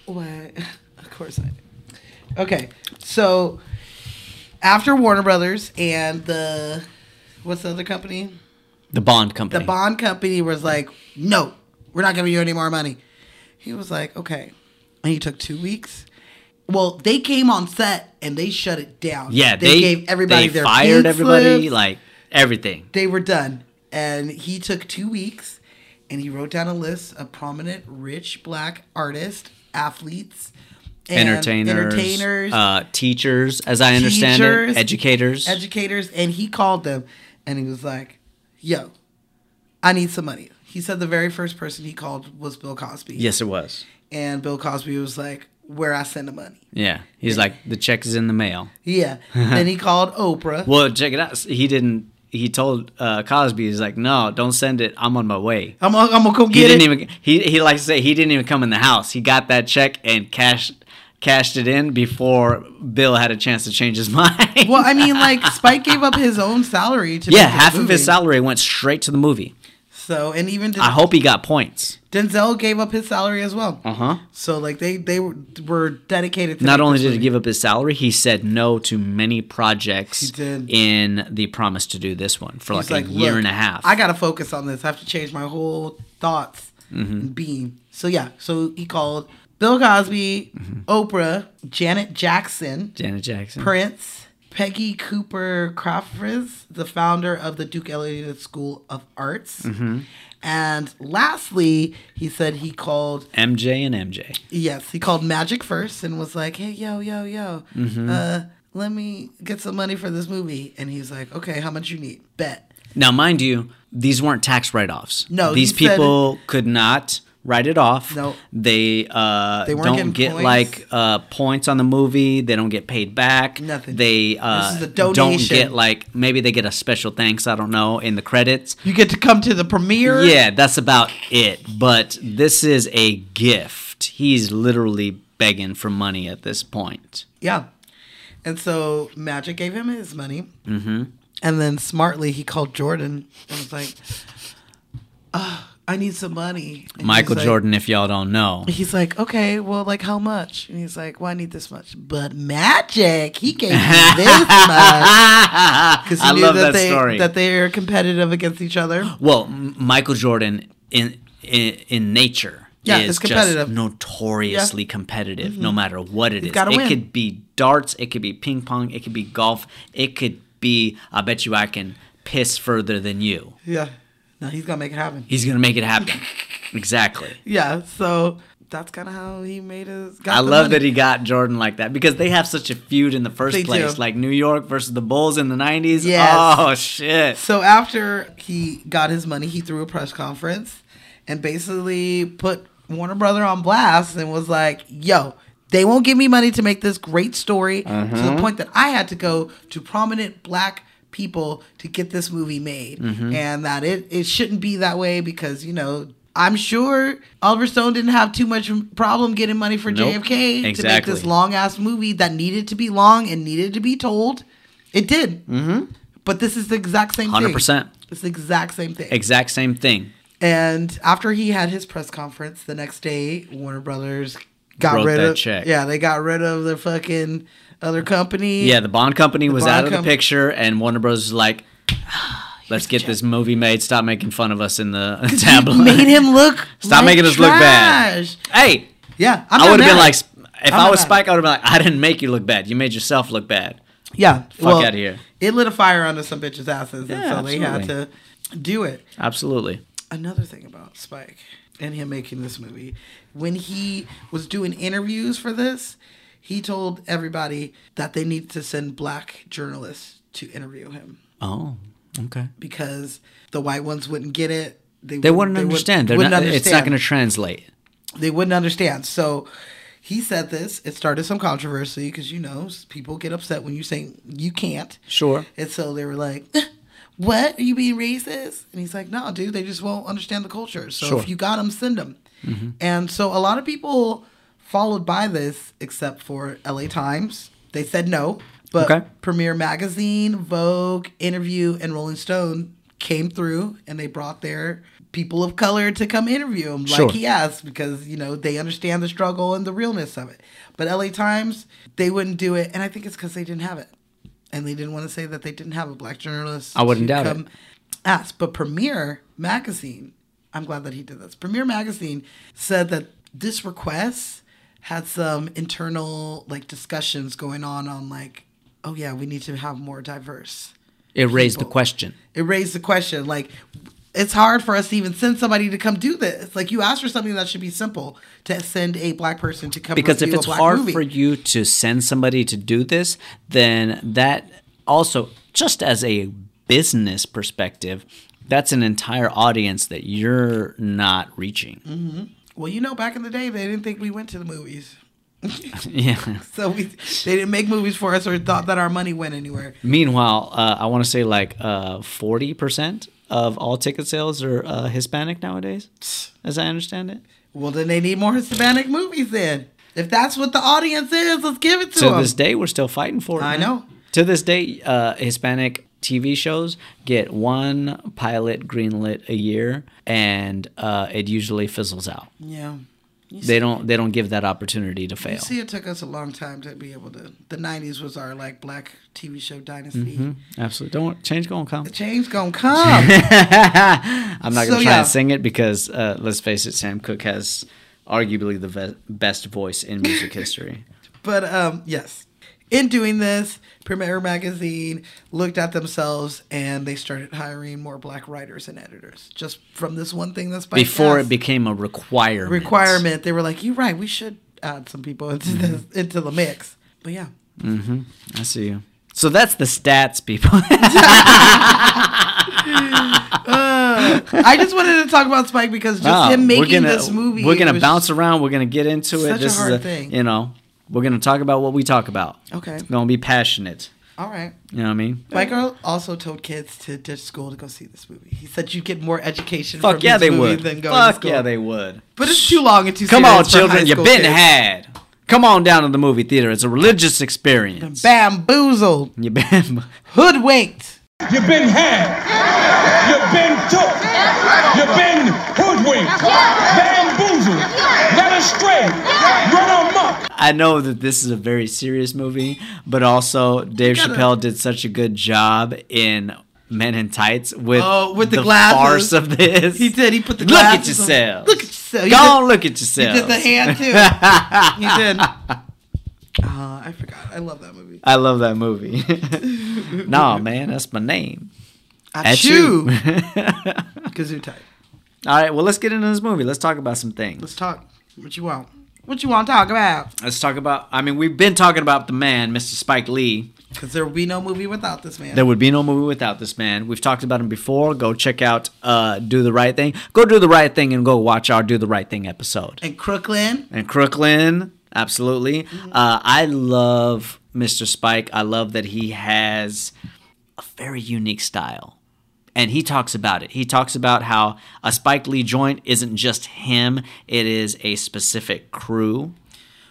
[SPEAKER 1] What? Of course I. Do. Okay, so after Warner Brothers and the what's the other company?
[SPEAKER 2] the bond
[SPEAKER 1] the
[SPEAKER 2] company
[SPEAKER 1] bond company was like, no, we're not giving you any more money. He was like, okay. And he took two weeks. Well, they came on set and they shut it down.
[SPEAKER 2] yeah they,
[SPEAKER 1] gave everybody
[SPEAKER 2] they
[SPEAKER 1] their
[SPEAKER 2] fired
[SPEAKER 1] pink
[SPEAKER 2] everybody
[SPEAKER 1] slips.
[SPEAKER 2] like everything
[SPEAKER 1] they were done. And he took two weeks and he wrote down a list of prominent rich black artists, athletes, and
[SPEAKER 2] entertainers
[SPEAKER 1] entertainers,
[SPEAKER 2] uh, teachers as i understand
[SPEAKER 1] teachers,
[SPEAKER 2] it educators
[SPEAKER 1] educators, and he called them and he was like, "Yo, I need some money." He said the very first person he called was Bill Cosby.
[SPEAKER 2] Yes, it was.
[SPEAKER 1] And Bill Cosby was like, "Where I send the money."
[SPEAKER 2] Yeah, he's like, the check is in the mail.
[SPEAKER 1] Yeah. then he called Oprah.
[SPEAKER 2] Well, check it out. He didn't. He told uh, Cosby, he's like, no, don't send it. I'm on my way.
[SPEAKER 1] I'm, gonna- I'm gonna go
[SPEAKER 2] He
[SPEAKER 1] get
[SPEAKER 2] didn't
[SPEAKER 1] it.
[SPEAKER 2] even. He he likes to say he didn't even come in the house. He got that check and cashed cashed it in before Bill had a chance to change his mind.
[SPEAKER 1] well, I mean, like Spike gave up his own salary to
[SPEAKER 2] yeah,
[SPEAKER 1] make this
[SPEAKER 2] half of
[SPEAKER 1] movie.
[SPEAKER 2] his salary went straight to the movie.
[SPEAKER 1] So and even Den-
[SPEAKER 2] I hope he got points.
[SPEAKER 1] Denzel gave up his salary as well.
[SPEAKER 2] Uh huh.
[SPEAKER 1] So like they they were, were dedicated. to
[SPEAKER 2] Not
[SPEAKER 1] make
[SPEAKER 2] only
[SPEAKER 1] this
[SPEAKER 2] did he
[SPEAKER 1] movie.
[SPEAKER 2] give up his salary, he said no to many projects
[SPEAKER 1] He did.
[SPEAKER 2] in the promise to do this one for like,
[SPEAKER 1] He's
[SPEAKER 2] a year
[SPEAKER 1] "Look,
[SPEAKER 2] and a half.
[SPEAKER 1] I gotta focus on this. I have to change my whole thoughts
[SPEAKER 2] Mhm.
[SPEAKER 1] and being. So yeah, so he called Bill Cosby,
[SPEAKER 2] Mm-hmm.
[SPEAKER 1] Oprah, Janet Jackson,
[SPEAKER 2] Janet Jackson.
[SPEAKER 1] Prince, Peggy Cooper Crafts, the founder of the Duke Ellington School of Arts.
[SPEAKER 2] Mhm.
[SPEAKER 1] And lastly, he said he called
[SPEAKER 2] MJ and MJ.
[SPEAKER 1] Yes, he called Magic first and was like, "Hey, yo, yo, yo,
[SPEAKER 2] Mhm.
[SPEAKER 1] uh, let me get some money for this movie." And he's like, "Okay, how much you need? Bet."
[SPEAKER 2] Now, mind you, these weren't tax write-offs.
[SPEAKER 1] No,
[SPEAKER 2] these
[SPEAKER 1] he said-
[SPEAKER 2] people could not write it off.
[SPEAKER 1] No.
[SPEAKER 2] they uh,
[SPEAKER 1] They weren't
[SPEAKER 2] don't
[SPEAKER 1] getting
[SPEAKER 2] get
[SPEAKER 1] points.
[SPEAKER 2] like uh, points on the movie. They don't get paid back.
[SPEAKER 1] Nothing.
[SPEAKER 2] They uh,
[SPEAKER 1] This is a
[SPEAKER 2] don't
[SPEAKER 1] donation.
[SPEAKER 2] get like maybe they get a special thanks. I don't know in the credits.
[SPEAKER 1] You get to come to the premiere.
[SPEAKER 2] Yeah, that's about it. But this is a gift. He's literally begging for money at this point.
[SPEAKER 1] yeah. And so Magic gave him his money, Mm-hmm.
[SPEAKER 2] hmm
[SPEAKER 1] and then smartly he called Jordan and was like, "Ugh, "I need some money." And
[SPEAKER 2] Michael
[SPEAKER 1] he's like-
[SPEAKER 2] Jordan, if y'all don't know,
[SPEAKER 1] He's like, okay, well, like how much? And he's like, well, I need this much. But Magic, he gave me this much because he
[SPEAKER 2] I
[SPEAKER 1] knew
[SPEAKER 2] love
[SPEAKER 1] that,
[SPEAKER 2] that
[SPEAKER 1] they
[SPEAKER 2] story.
[SPEAKER 1] that they are competitive against each other.
[SPEAKER 2] Well, M- Michael Jordan in in, in nature
[SPEAKER 1] Yeah,
[SPEAKER 2] is
[SPEAKER 1] it's competitive.
[SPEAKER 2] just notoriously competitive, no
[SPEAKER 1] Mhm.
[SPEAKER 2] matter what it
[SPEAKER 1] He's
[SPEAKER 2] is.
[SPEAKER 1] gotta
[SPEAKER 2] It
[SPEAKER 1] win.
[SPEAKER 2] could be darts, it could be ping pong, it could be golf, it could be I bet you I can piss further than you.
[SPEAKER 1] Yeah, no, he's gonna make it happen.
[SPEAKER 2] He's gonna make it happen. exactly.
[SPEAKER 1] Yeah, so that's kind of how he made his. got
[SPEAKER 2] I
[SPEAKER 1] the
[SPEAKER 2] love
[SPEAKER 1] money.
[SPEAKER 2] that he got Jordan like that because they have such a feud in the first
[SPEAKER 1] They
[SPEAKER 2] place,
[SPEAKER 1] do.
[SPEAKER 2] like New York versus the Bulls in the '90s.
[SPEAKER 1] Yes.
[SPEAKER 2] Oh shit!
[SPEAKER 1] So after he got his money, he threw a press conference and basically put Warner Brother on blast and was like, "Yo, they won't give me money to make this great story to the
[SPEAKER 2] Uh-huh.
[SPEAKER 1] point that I had to go to prominent black people to get this movie made
[SPEAKER 2] Mhm.
[SPEAKER 1] and that it it shouldn't be that way because, you know, I'm sure Oliver Stone didn't have too much problem getting money for
[SPEAKER 2] Nope.
[SPEAKER 1] JFK to make
[SPEAKER 2] Exactly.
[SPEAKER 1] this long ass movie that needed to be long and needed to be told. It did.
[SPEAKER 2] Mm-hmm.
[SPEAKER 1] But this is the exact same thing.
[SPEAKER 2] Hundred percent,
[SPEAKER 1] It's the exact same thing.
[SPEAKER 2] exact same thing.
[SPEAKER 1] And after he had his press conference the next day, Warner Brothers got
[SPEAKER 2] Wrote
[SPEAKER 1] rid
[SPEAKER 2] that
[SPEAKER 1] of
[SPEAKER 2] check.
[SPEAKER 1] Yeah, they got rid of the fucking other company.
[SPEAKER 2] Yeah, the Bond Company
[SPEAKER 1] The
[SPEAKER 2] was
[SPEAKER 1] Bond
[SPEAKER 2] out of
[SPEAKER 1] Com-
[SPEAKER 2] the picture, and Warner Bros. was like, "Let's get this movie made. Stop making fun of us in the tabloid."
[SPEAKER 1] made him look.
[SPEAKER 2] Stop making us look bad. Hey,
[SPEAKER 1] yeah, I'm
[SPEAKER 2] i
[SPEAKER 1] not
[SPEAKER 2] would have been
[SPEAKER 1] mad.
[SPEAKER 2] like, if
[SPEAKER 1] I'm
[SPEAKER 2] i
[SPEAKER 1] not
[SPEAKER 2] was
[SPEAKER 1] mad.
[SPEAKER 2] Spike, I would have been like, "I didn't make you look bad. You made yourself look bad.
[SPEAKER 1] yeah,
[SPEAKER 2] Fuck out of here."
[SPEAKER 1] It lit a fire under some bitches' asses, and
[SPEAKER 2] Yeah,
[SPEAKER 1] so they had to do it.
[SPEAKER 2] Absolutely.
[SPEAKER 1] another thing about Spike and him making this movie. When he was doing interviews for this, he told everybody that they need to send black journalists to interview him
[SPEAKER 2] Oh, okay.
[SPEAKER 1] because the white ones wouldn't get it.
[SPEAKER 2] They wouldn't understand. They're
[SPEAKER 1] wouldn't
[SPEAKER 2] not- It's not
[SPEAKER 1] understand
[SPEAKER 2] going to translate.
[SPEAKER 1] they wouldn't understand. So he said this. It started some controversy because you know people get upset when you say you can't.
[SPEAKER 2] Sure.
[SPEAKER 1] And so they were like, "What are you being racist?" And he's like, "No, dude. They just won't understand the culture. So
[SPEAKER 2] Sure.
[SPEAKER 1] if you got them, send them."
[SPEAKER 2] Mhm.
[SPEAKER 1] And so a lot of people followed by this, except for L.A. Times. They said no, but
[SPEAKER 2] Okay.
[SPEAKER 1] Premiere Magazine, Vogue, Interview, and Rolling Stone came through and they brought their people of color to come interview him like
[SPEAKER 2] Sure.
[SPEAKER 1] he asked because you know they understand the struggle and the realness of it but la times they wouldn't do it and i think it's because they didn't have it and they didn't want to say that they didn't have a black journalist
[SPEAKER 2] I wouldn't doubt it.
[SPEAKER 1] ask but premiere magazine i'm glad that he did this premiere magazine said that this request had some internal like discussions going on on like oh yeah we need to have more diverse
[SPEAKER 2] It raised the
[SPEAKER 1] People.
[SPEAKER 2] question.
[SPEAKER 1] it raised the question like it's hard for us to even send somebody to come do this like you asked for something that should be simple to send a black person to come
[SPEAKER 2] because if
[SPEAKER 1] review a
[SPEAKER 2] it's
[SPEAKER 1] black
[SPEAKER 2] hard
[SPEAKER 1] movie.
[SPEAKER 2] for you to send somebody to do this then that also just as a business perspective that's an entire audience that you're not reaching.
[SPEAKER 1] hmm Well, you know, back in the day, they didn't think we went to the movies. Mm-hmm.
[SPEAKER 2] yeah.
[SPEAKER 1] So we, they didn't make movies for us or thought that our money went anywhere.
[SPEAKER 2] Meanwhile, uh, I want to say like uh, forty percent of all ticket sales are uh, Hispanic nowadays, as I understand it.
[SPEAKER 1] Well, then they need more Hispanic movies. Then, if that's what the audience is, let's give it to,
[SPEAKER 2] To
[SPEAKER 1] them.
[SPEAKER 2] this day, we're still fighting for it.
[SPEAKER 1] I
[SPEAKER 2] man.
[SPEAKER 1] know.
[SPEAKER 2] To this day, uh, Hispanic TV shows get one pilot greenlit a year, and uh, it usually fizzles out.
[SPEAKER 1] Yeah. You
[SPEAKER 2] They don't. They don't give that opportunity to
[SPEAKER 1] You
[SPEAKER 2] fail.
[SPEAKER 1] see, it took us a long time to be able to. The '90s was our like black TV show dynasty.
[SPEAKER 2] Mhm. Absolutely. Don't change. Gonna come.
[SPEAKER 1] The change gonna come.
[SPEAKER 2] I'm not gonna
[SPEAKER 1] So,
[SPEAKER 2] try
[SPEAKER 1] yeah.
[SPEAKER 2] and sing it because uh, let's face it, Sam Cooke has arguably the ve- best voice in music history.
[SPEAKER 1] But um, yes, in doing this, Premiere Magazine looked at themselves and they started hiring more black writers and editors just from this one thing that's by
[SPEAKER 2] Before
[SPEAKER 1] us.
[SPEAKER 2] it became a requirement.
[SPEAKER 1] requirement. They were like, "You're right. We should add some people into this,
[SPEAKER 2] Mm-hmm.
[SPEAKER 1] into the mix." But yeah,
[SPEAKER 2] hmm I see you. So that's the stats, people.
[SPEAKER 1] Uh, I just wanted to talk about Spike because just
[SPEAKER 2] Wow,
[SPEAKER 1] him making
[SPEAKER 2] Ah. we're gonna,
[SPEAKER 1] this movie.
[SPEAKER 2] We're gonna
[SPEAKER 1] was-
[SPEAKER 2] bounce around. We're gonna get into it.
[SPEAKER 1] such a
[SPEAKER 2] This
[SPEAKER 1] hard
[SPEAKER 2] is
[SPEAKER 1] thing.
[SPEAKER 2] You know, we're gonna talk about what we talk about.
[SPEAKER 1] Okay.
[SPEAKER 2] It's gonna be passionate.
[SPEAKER 1] All right.
[SPEAKER 2] You know what I mean?
[SPEAKER 1] Spike Earl also told kids to ditch school to go see this movie. He said you get more education
[SPEAKER 2] Fuck
[SPEAKER 1] from
[SPEAKER 2] yeah,
[SPEAKER 1] this
[SPEAKER 2] they
[SPEAKER 1] movie
[SPEAKER 2] would.
[SPEAKER 1] than going to
[SPEAKER 2] Fuck
[SPEAKER 1] school.
[SPEAKER 2] yeah, they would.
[SPEAKER 1] But it's too long and too
[SPEAKER 2] Come on,
[SPEAKER 1] serious for
[SPEAKER 2] children,
[SPEAKER 1] high
[SPEAKER 2] you've
[SPEAKER 1] school
[SPEAKER 2] been
[SPEAKER 1] kids.
[SPEAKER 2] had. Come on down to the movie theater. It's a religious experience.
[SPEAKER 1] Bamboozled.
[SPEAKER 2] You've been
[SPEAKER 1] hoodwinked.
[SPEAKER 5] You've been had. You've been took. You've been hoodwinked. Bamboozled. Led astray. Run amok.
[SPEAKER 2] I know that this is a very serious movie, but also Dave
[SPEAKER 1] gotta-
[SPEAKER 2] Chappelle did such a good job in Men in Tights with
[SPEAKER 1] Oh, with the glasses.
[SPEAKER 2] farce of this.
[SPEAKER 1] He did. He put the
[SPEAKER 2] look at
[SPEAKER 1] glasses on.
[SPEAKER 2] yourself.
[SPEAKER 1] Look at yourself. He
[SPEAKER 2] Go
[SPEAKER 1] did-
[SPEAKER 2] on, look at
[SPEAKER 1] He
[SPEAKER 2] yourself.
[SPEAKER 1] did the hand too. he did. Uh, I forgot. I love that movie.
[SPEAKER 2] I love that movie. nah, man, that's my name.
[SPEAKER 1] I
[SPEAKER 2] At you.
[SPEAKER 1] chew. Kazoo type.
[SPEAKER 2] All right, well, let's get into this movie. Let's talk about some things.
[SPEAKER 1] Let's talk. What you want? What you want to talk about?
[SPEAKER 2] Let's talk about. I mean, we've been talking about the man, Mr. Spike Lee.
[SPEAKER 1] Because there will be no movie without this man.
[SPEAKER 2] There would be no movie without this man. We've talked about him before. Go check out uh, Do the Right Thing. Go do the right thing and go watch our Do the Right Thing episode.
[SPEAKER 1] and Crooklyn.
[SPEAKER 2] And Crooklyn, absolutely.
[SPEAKER 1] Mm-hmm.
[SPEAKER 2] Uh, I love Mr. Spike. I love that he has a very unique style. And he talks about it. He talks about how a Spike Lee joint isn't just him, it is a specific crew.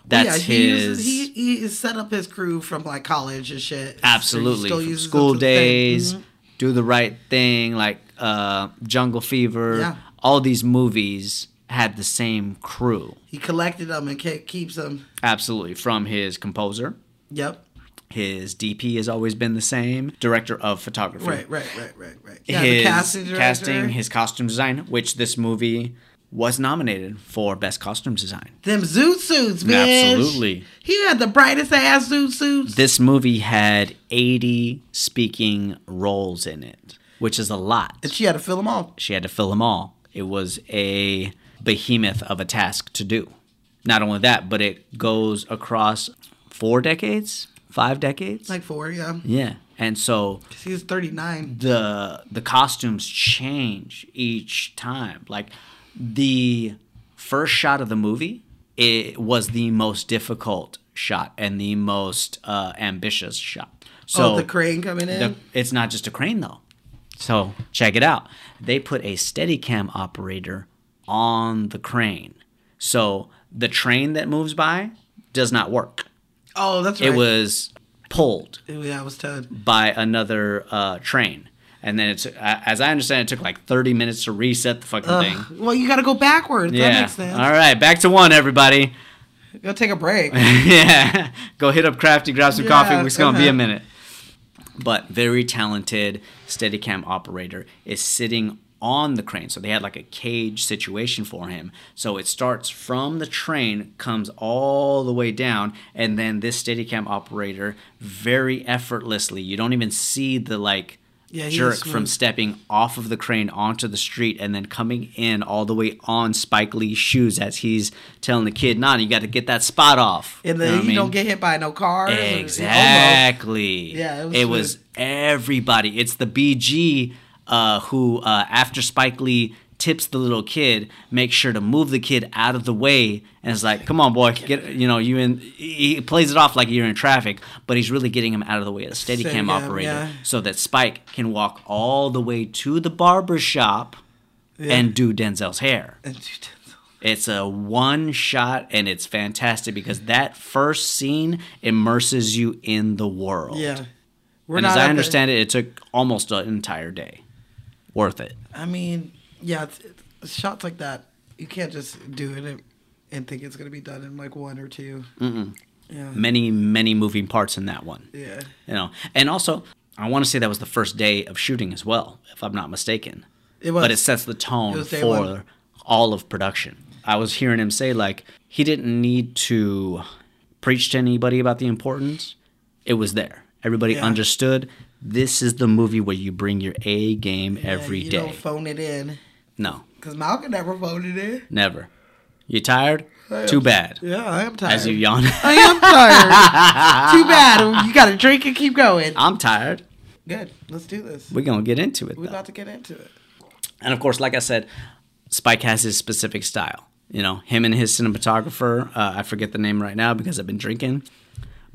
[SPEAKER 2] That's
[SPEAKER 1] yeah,
[SPEAKER 2] his.
[SPEAKER 1] he Uses, he, he set up his crew from like college and shit.
[SPEAKER 2] Absolutely.
[SPEAKER 1] So he still
[SPEAKER 2] From
[SPEAKER 1] uses
[SPEAKER 2] school
[SPEAKER 1] them to the thing.
[SPEAKER 2] days,
[SPEAKER 1] Mhm.
[SPEAKER 2] do the right thing, like uh, Jungle Fever.
[SPEAKER 1] Yeah.
[SPEAKER 2] All these movies had the same crew.
[SPEAKER 1] He collected them and ke- keeps them.
[SPEAKER 2] Absolutely. From his composer,
[SPEAKER 1] Yep.
[SPEAKER 2] his DP has always been the same, director of photography.
[SPEAKER 1] Right. Right. Right. Right. Right. Yeah.
[SPEAKER 2] his
[SPEAKER 1] the casting director.
[SPEAKER 2] casting, his costume design, which this movie was nominated for Best Costume Design.
[SPEAKER 1] them zoot suits, bitch.
[SPEAKER 2] Absolutely.
[SPEAKER 1] He had the brightest ass zoot suits.
[SPEAKER 2] This movie had 80 speaking roles in it, which is a lot.
[SPEAKER 1] And she had to fill them all.
[SPEAKER 2] she had to fill them all. It was a behemoth of a task to do. Not only that, but it goes across four decades, five decades.
[SPEAKER 1] Like four, yeah.
[SPEAKER 2] yeah. And so
[SPEAKER 1] She was 39.
[SPEAKER 2] the the costumes change each time. Like the first shot of the movie, it was the most difficult shot and the most uh, ambitious shot. So
[SPEAKER 1] oh, the crane coming in.
[SPEAKER 2] the- it's not just a crane though. So check it out. They put a Steadicam operator on the crane, so the train that moves by does not work.
[SPEAKER 1] oh, that's right.
[SPEAKER 2] It was pulled
[SPEAKER 1] Yeah, I was told.
[SPEAKER 2] by another uh, train, and then it's as I understand, it took like thirty minutes to reset the fucking
[SPEAKER 1] Ugh.
[SPEAKER 2] thing.
[SPEAKER 1] Well, you got to go backwards. That
[SPEAKER 2] Yeah.
[SPEAKER 1] makes sense.
[SPEAKER 2] All right, back to one, everybody.
[SPEAKER 1] Go take a break.
[SPEAKER 2] yeah. Go hit up Crafty, grab some
[SPEAKER 1] Yeah,
[SPEAKER 2] coffee. It's going to be a
[SPEAKER 1] uh-huh.
[SPEAKER 2] minute. But very talented Steadicam operator is sitting on the crane. So they had like a cage situation for him. So it starts from the train, comes all the way down, and then this Steadicam operator very effortlessly, you don't even see the like
[SPEAKER 1] Yeah, he
[SPEAKER 2] jerk
[SPEAKER 1] was
[SPEAKER 2] from
[SPEAKER 1] smooth.
[SPEAKER 2] stepping off of the crane onto the street and then coming in all the way on Spike Lee's shoes as he's telling the kid, nah, you got to get that spot off.
[SPEAKER 1] And
[SPEAKER 2] You know
[SPEAKER 1] then
[SPEAKER 2] what I
[SPEAKER 1] you
[SPEAKER 2] mean?
[SPEAKER 1] don't get hit by no cars. or-
[SPEAKER 2] Exactly.
[SPEAKER 1] Yeah, it was
[SPEAKER 2] it was everybody. It's the BG uh, who, uh, after Spike Lee tips the little kid, makes sure to move the kid out of the way and is like, "Come on, boy, get you know you in." He plays it off like you're in traffic, but he's really getting him out of the way of the Steadicam
[SPEAKER 1] Steadicam,
[SPEAKER 2] operator,
[SPEAKER 1] yeah.
[SPEAKER 2] so that Spike can walk all the way to the barber shop
[SPEAKER 1] Yeah.
[SPEAKER 2] and do Denzel's hair.
[SPEAKER 1] And she-
[SPEAKER 2] It's a one shot and it's fantastic because that first scene immerses you in the world.
[SPEAKER 1] Yeah. We're
[SPEAKER 2] and as
[SPEAKER 1] not at
[SPEAKER 2] I
[SPEAKER 1] the-
[SPEAKER 2] understand it, it took almost an entire day. Worth it.
[SPEAKER 1] I mean, yeah, it's, it's shots like that. You can't just do it and, and think it's gonna be done in like one or two.
[SPEAKER 2] Mm-mm.
[SPEAKER 1] Yeah.
[SPEAKER 2] Many, many moving parts in that one.
[SPEAKER 1] Yeah.
[SPEAKER 2] You know, and also, I want to say that was the first day of shooting as well, if I'm not mistaken.
[SPEAKER 1] It was.
[SPEAKER 2] But it sets the tone
[SPEAKER 1] It was day
[SPEAKER 2] for
[SPEAKER 1] one.
[SPEAKER 2] all of production. I was hearing him say, like, he didn't need to preach to anybody about the importance. It was there. Everybody
[SPEAKER 1] Yeah.
[SPEAKER 2] understood this is the movie where you bring your A game every
[SPEAKER 1] you
[SPEAKER 2] day.
[SPEAKER 1] don't phone it in.
[SPEAKER 2] No,
[SPEAKER 1] Cause Malcolm never phoned it in.
[SPEAKER 2] never. You tired?
[SPEAKER 1] I am-
[SPEAKER 2] Too bad.
[SPEAKER 1] Yeah, I am tired.
[SPEAKER 2] As you yawn.
[SPEAKER 1] I am tired. Too bad. You gotta drink and keep going.
[SPEAKER 2] I'm tired.
[SPEAKER 1] Good. Let's do this.
[SPEAKER 2] We're going to get into it.
[SPEAKER 1] We're about to get into it.
[SPEAKER 2] And of course, like I said, Spike has his specific style. You know, him and his cinematographer, uh, I forget the name right now because I've been drinking,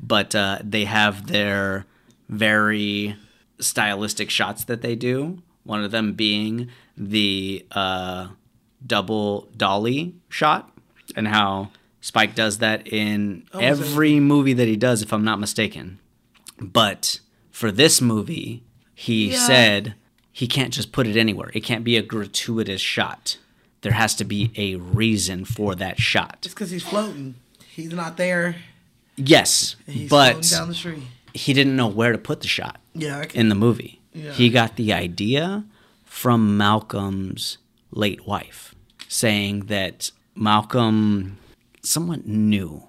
[SPEAKER 2] but uh, they have their very stylistic shots that they do. One of them being the uh, double dolly shot and how Spike does that in
[SPEAKER 1] Almost
[SPEAKER 2] every movie that he does, if I'm not mistaken. But for this movie, he
[SPEAKER 1] Yeah.
[SPEAKER 2] said he can't just put it anywhere. It can't be a gratuitous shot. There has to be a reason for that shot.
[SPEAKER 1] It's cause he's floating. He's not there.
[SPEAKER 2] Yes,
[SPEAKER 1] He's
[SPEAKER 2] but
[SPEAKER 1] floating down the street.
[SPEAKER 2] he didn't know where to put the shot
[SPEAKER 1] Yeah, I can-
[SPEAKER 2] in the movie.
[SPEAKER 1] Yeah.
[SPEAKER 2] He got the idea from Malcolm's late wife saying that Malcolm somewhat knew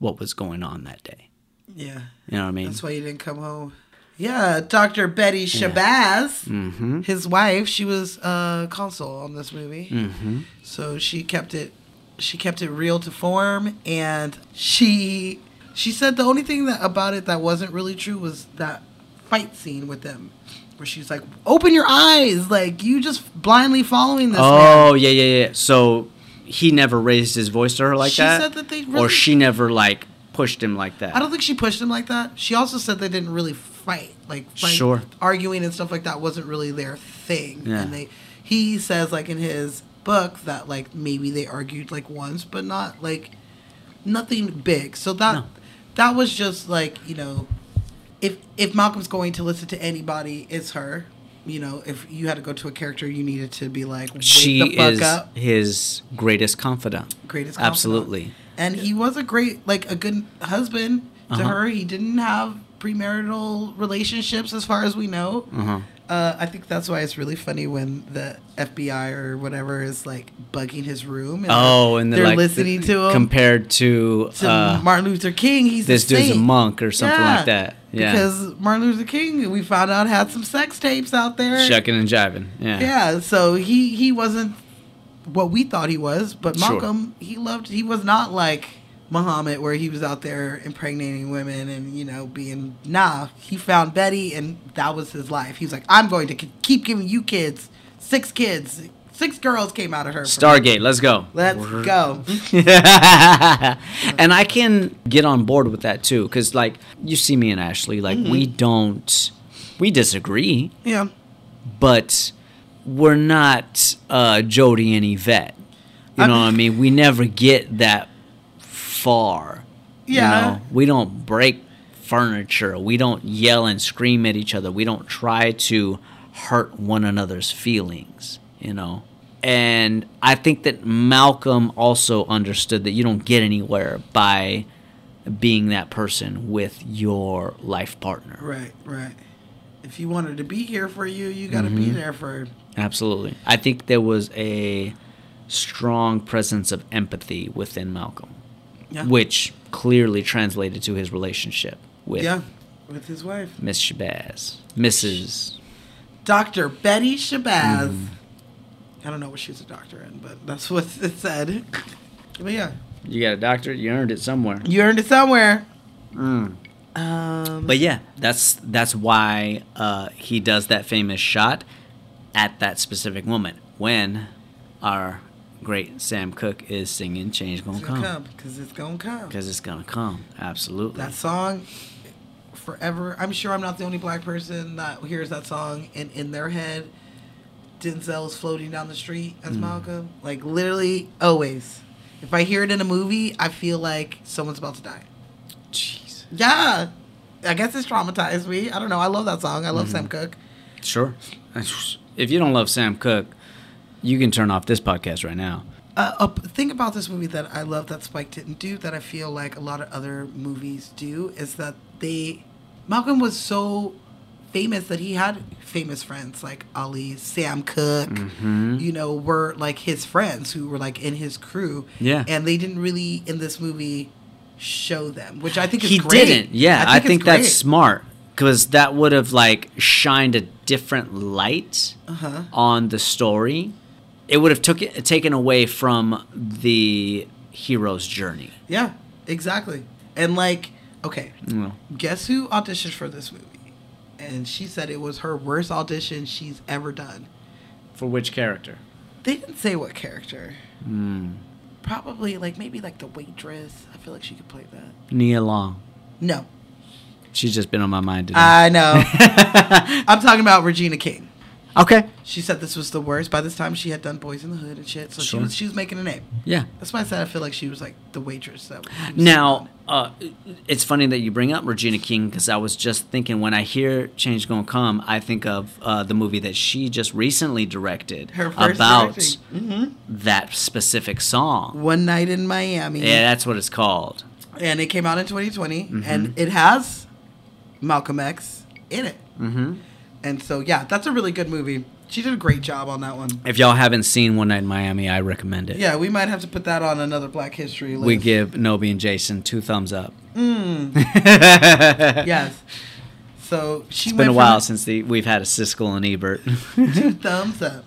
[SPEAKER 2] what was going on that day.
[SPEAKER 1] Yeah.
[SPEAKER 2] You know what I mean?
[SPEAKER 1] That's why you didn't come home. Yeah, Dr. Betty Shabazz,
[SPEAKER 2] Mhm.
[SPEAKER 1] his wife, she was a consul on this movie.
[SPEAKER 2] Mhm.
[SPEAKER 1] So she kept it she kept it real to form and she she said the only thing that about it that wasn't really true was that fight scene with them where she's like, "Open your eyes, like you just blindly following this man."
[SPEAKER 2] Oh yeah, yeah, yeah. So he never raised his voice to her like
[SPEAKER 1] She
[SPEAKER 2] that,
[SPEAKER 1] said that they
[SPEAKER 2] or
[SPEAKER 1] really-
[SPEAKER 2] she never like pushed him like that.
[SPEAKER 1] I don't think she pushed him like that. She also said they didn't really fight, like, like
[SPEAKER 2] Sure.
[SPEAKER 1] arguing and stuff like that wasn't really their thing.
[SPEAKER 2] Yeah.
[SPEAKER 1] And they, he says like in his book that like maybe they argued like once, but not like nothing big. So that that was just like you know, if if Malcolm's going to listen to anybody, it's her. You know, if you had to go to a character, you needed to be like, wake
[SPEAKER 2] she
[SPEAKER 1] the fuck
[SPEAKER 2] is
[SPEAKER 1] up.
[SPEAKER 2] his greatest confidant.
[SPEAKER 1] Greatest confidant.
[SPEAKER 2] absolutely.
[SPEAKER 1] And he was a great, like a good husband to
[SPEAKER 2] Uh-huh.
[SPEAKER 1] her. He didn't have premarital relationships, as far as we know.
[SPEAKER 2] Uh-huh.
[SPEAKER 1] Uh, I think that's why it's really funny when the FBI or whatever is like bugging his room. And
[SPEAKER 2] Oh,
[SPEAKER 1] they're-
[SPEAKER 2] and
[SPEAKER 1] they're
[SPEAKER 2] like,
[SPEAKER 1] listening
[SPEAKER 2] th-
[SPEAKER 1] to him.
[SPEAKER 2] compared to,
[SPEAKER 1] to
[SPEAKER 2] uh,
[SPEAKER 1] Martin Luther King, he's
[SPEAKER 2] this
[SPEAKER 1] the
[SPEAKER 2] dude's a
[SPEAKER 1] saint.
[SPEAKER 2] monk or something like that. Yeah,
[SPEAKER 1] because Martin Luther King, we found out had some sex tapes out there.
[SPEAKER 2] shucking and jiving. Yeah,
[SPEAKER 1] Yeah, so he he wasn't what we thought he was, but
[SPEAKER 2] Sure.
[SPEAKER 1] Malcolm he loved he was not like Muhammad where he was out there impregnating women and you know being nah he found Betty and that was his life. He was like I'm going to k- keep giving you kids six kids six girls came out of her.
[SPEAKER 2] Stargate, let's go.
[SPEAKER 1] Let's go.
[SPEAKER 2] and I can get on board with that too, because like you see me and Ashley, like
[SPEAKER 1] Mm-hmm.
[SPEAKER 2] we don't, we disagree,
[SPEAKER 1] Yeah.
[SPEAKER 2] but we're not uh, Jody and Yvette. You
[SPEAKER 1] I'm-
[SPEAKER 2] know what I mean? We never get that far. you
[SPEAKER 1] Yeah.
[SPEAKER 2] know? we don't break furniture. We don't yell and scream at each other. We don't try to hurt one another's feelings. You know. And I think that Malcolm also understood that you don't get anywhere by being that person with your life partner.
[SPEAKER 1] Right, right. If you wanted to be here for you, you got to be
[SPEAKER 2] Mhm.
[SPEAKER 1] there for
[SPEAKER 2] Absolutely. I think there was a strong presence of empathy within Malcolm,
[SPEAKER 1] Yeah.
[SPEAKER 2] which clearly translated to his relationship with
[SPEAKER 1] yeah with his wife.
[SPEAKER 2] Miss Shabazz. Mrs.
[SPEAKER 1] Dr. Betty Shabazz.
[SPEAKER 2] Mhm.
[SPEAKER 1] I don't know what she's a doctor in, but that's what it said. But yeah,
[SPEAKER 2] You got a doctorate, you earned it somewhere.
[SPEAKER 1] you earned it somewhere.
[SPEAKER 2] Mm.
[SPEAKER 1] Um,
[SPEAKER 2] But yeah, that's that's why uh, he does that famous shot. at that specific moment when our great Sam Cooke is singing "Change Gonna
[SPEAKER 1] It's gonna
[SPEAKER 2] Come"
[SPEAKER 1] come because it's gonna come.
[SPEAKER 2] because it's gonna come. Absolutely.
[SPEAKER 1] That song, forever. I'm sure I'm not the only black person that hears that song and in their head, Denzel's floating down the street as
[SPEAKER 2] Mm.
[SPEAKER 1] Malcolm. Like literally, always. If I hear it in a movie, I feel like someone's about to die.
[SPEAKER 2] Jeez.
[SPEAKER 1] Yeah. I guess it's traumatized me. I don't know. I love that song. I love
[SPEAKER 2] Mhm.
[SPEAKER 1] Sam Cooke.
[SPEAKER 2] Sure. If you don't love Sam Cooke, you can turn off this podcast right now.
[SPEAKER 1] Uh, a p- thing about this movie that I love that Spike didn't do that I feel like a lot of other movies do is that they Malcolm was so famous that he had famous friends like Ali, Sam Cooke,
[SPEAKER 2] Mhm.
[SPEAKER 1] you know, were like his friends who were like in his crew.
[SPEAKER 2] Yeah.
[SPEAKER 1] And they didn't really in this movie show them, which I think is
[SPEAKER 2] he
[SPEAKER 1] great.
[SPEAKER 2] didn't. Yeah, I think,
[SPEAKER 1] it's
[SPEAKER 2] that's
[SPEAKER 1] great.
[SPEAKER 2] smart because that would have like shined a different light
[SPEAKER 1] Uh-huh.
[SPEAKER 2] on the story. It would have took it, taken away from the hero's journey.
[SPEAKER 1] Yeah, exactly. And like, okay,
[SPEAKER 2] Mm.
[SPEAKER 1] guess who auditioned for this movie? And she said it was her worst audition she's ever done.
[SPEAKER 2] For which character?
[SPEAKER 1] They didn't say what character.
[SPEAKER 2] Mm.
[SPEAKER 1] Probably like maybe like the waitress. I feel like she could play that.
[SPEAKER 2] Nia Long.
[SPEAKER 1] No,
[SPEAKER 2] She's just been on my mind today.
[SPEAKER 1] I know. I'm talking about Regina King.
[SPEAKER 2] okay.
[SPEAKER 1] She said this was the worst. By this time, she had done Boys in the Hood and shit, so she
[SPEAKER 2] Sure.
[SPEAKER 1] was she was making a name.
[SPEAKER 2] Yeah.
[SPEAKER 1] That's why I said I feel like she was like the waitress. That she was-
[SPEAKER 2] Now, uh, it's funny that you bring up Regina King because I was just thinking when I hear Change Gonna Come, I think of uh, the movie that she just recently directed
[SPEAKER 1] her first
[SPEAKER 2] about
[SPEAKER 1] hmm
[SPEAKER 2] that specific song.
[SPEAKER 1] One Night in Miami.
[SPEAKER 2] Yeah, that's what it's called.
[SPEAKER 1] and it came out in 2020
[SPEAKER 2] Mhm.
[SPEAKER 1] and it has malcolm x in it
[SPEAKER 2] Mm-hmm.
[SPEAKER 1] and so yeah that's a really good movie she did a great job on that one
[SPEAKER 2] If y'all haven't seen One Night in Miami, I recommend it.
[SPEAKER 1] yeah we might have to put that on another black history list
[SPEAKER 2] We give Nobi and Jason two thumbs up.
[SPEAKER 1] mm, yes so she went
[SPEAKER 2] It's been a
[SPEAKER 1] from
[SPEAKER 2] while since the, we've had a Siskel and Ebert.
[SPEAKER 1] two thumbs up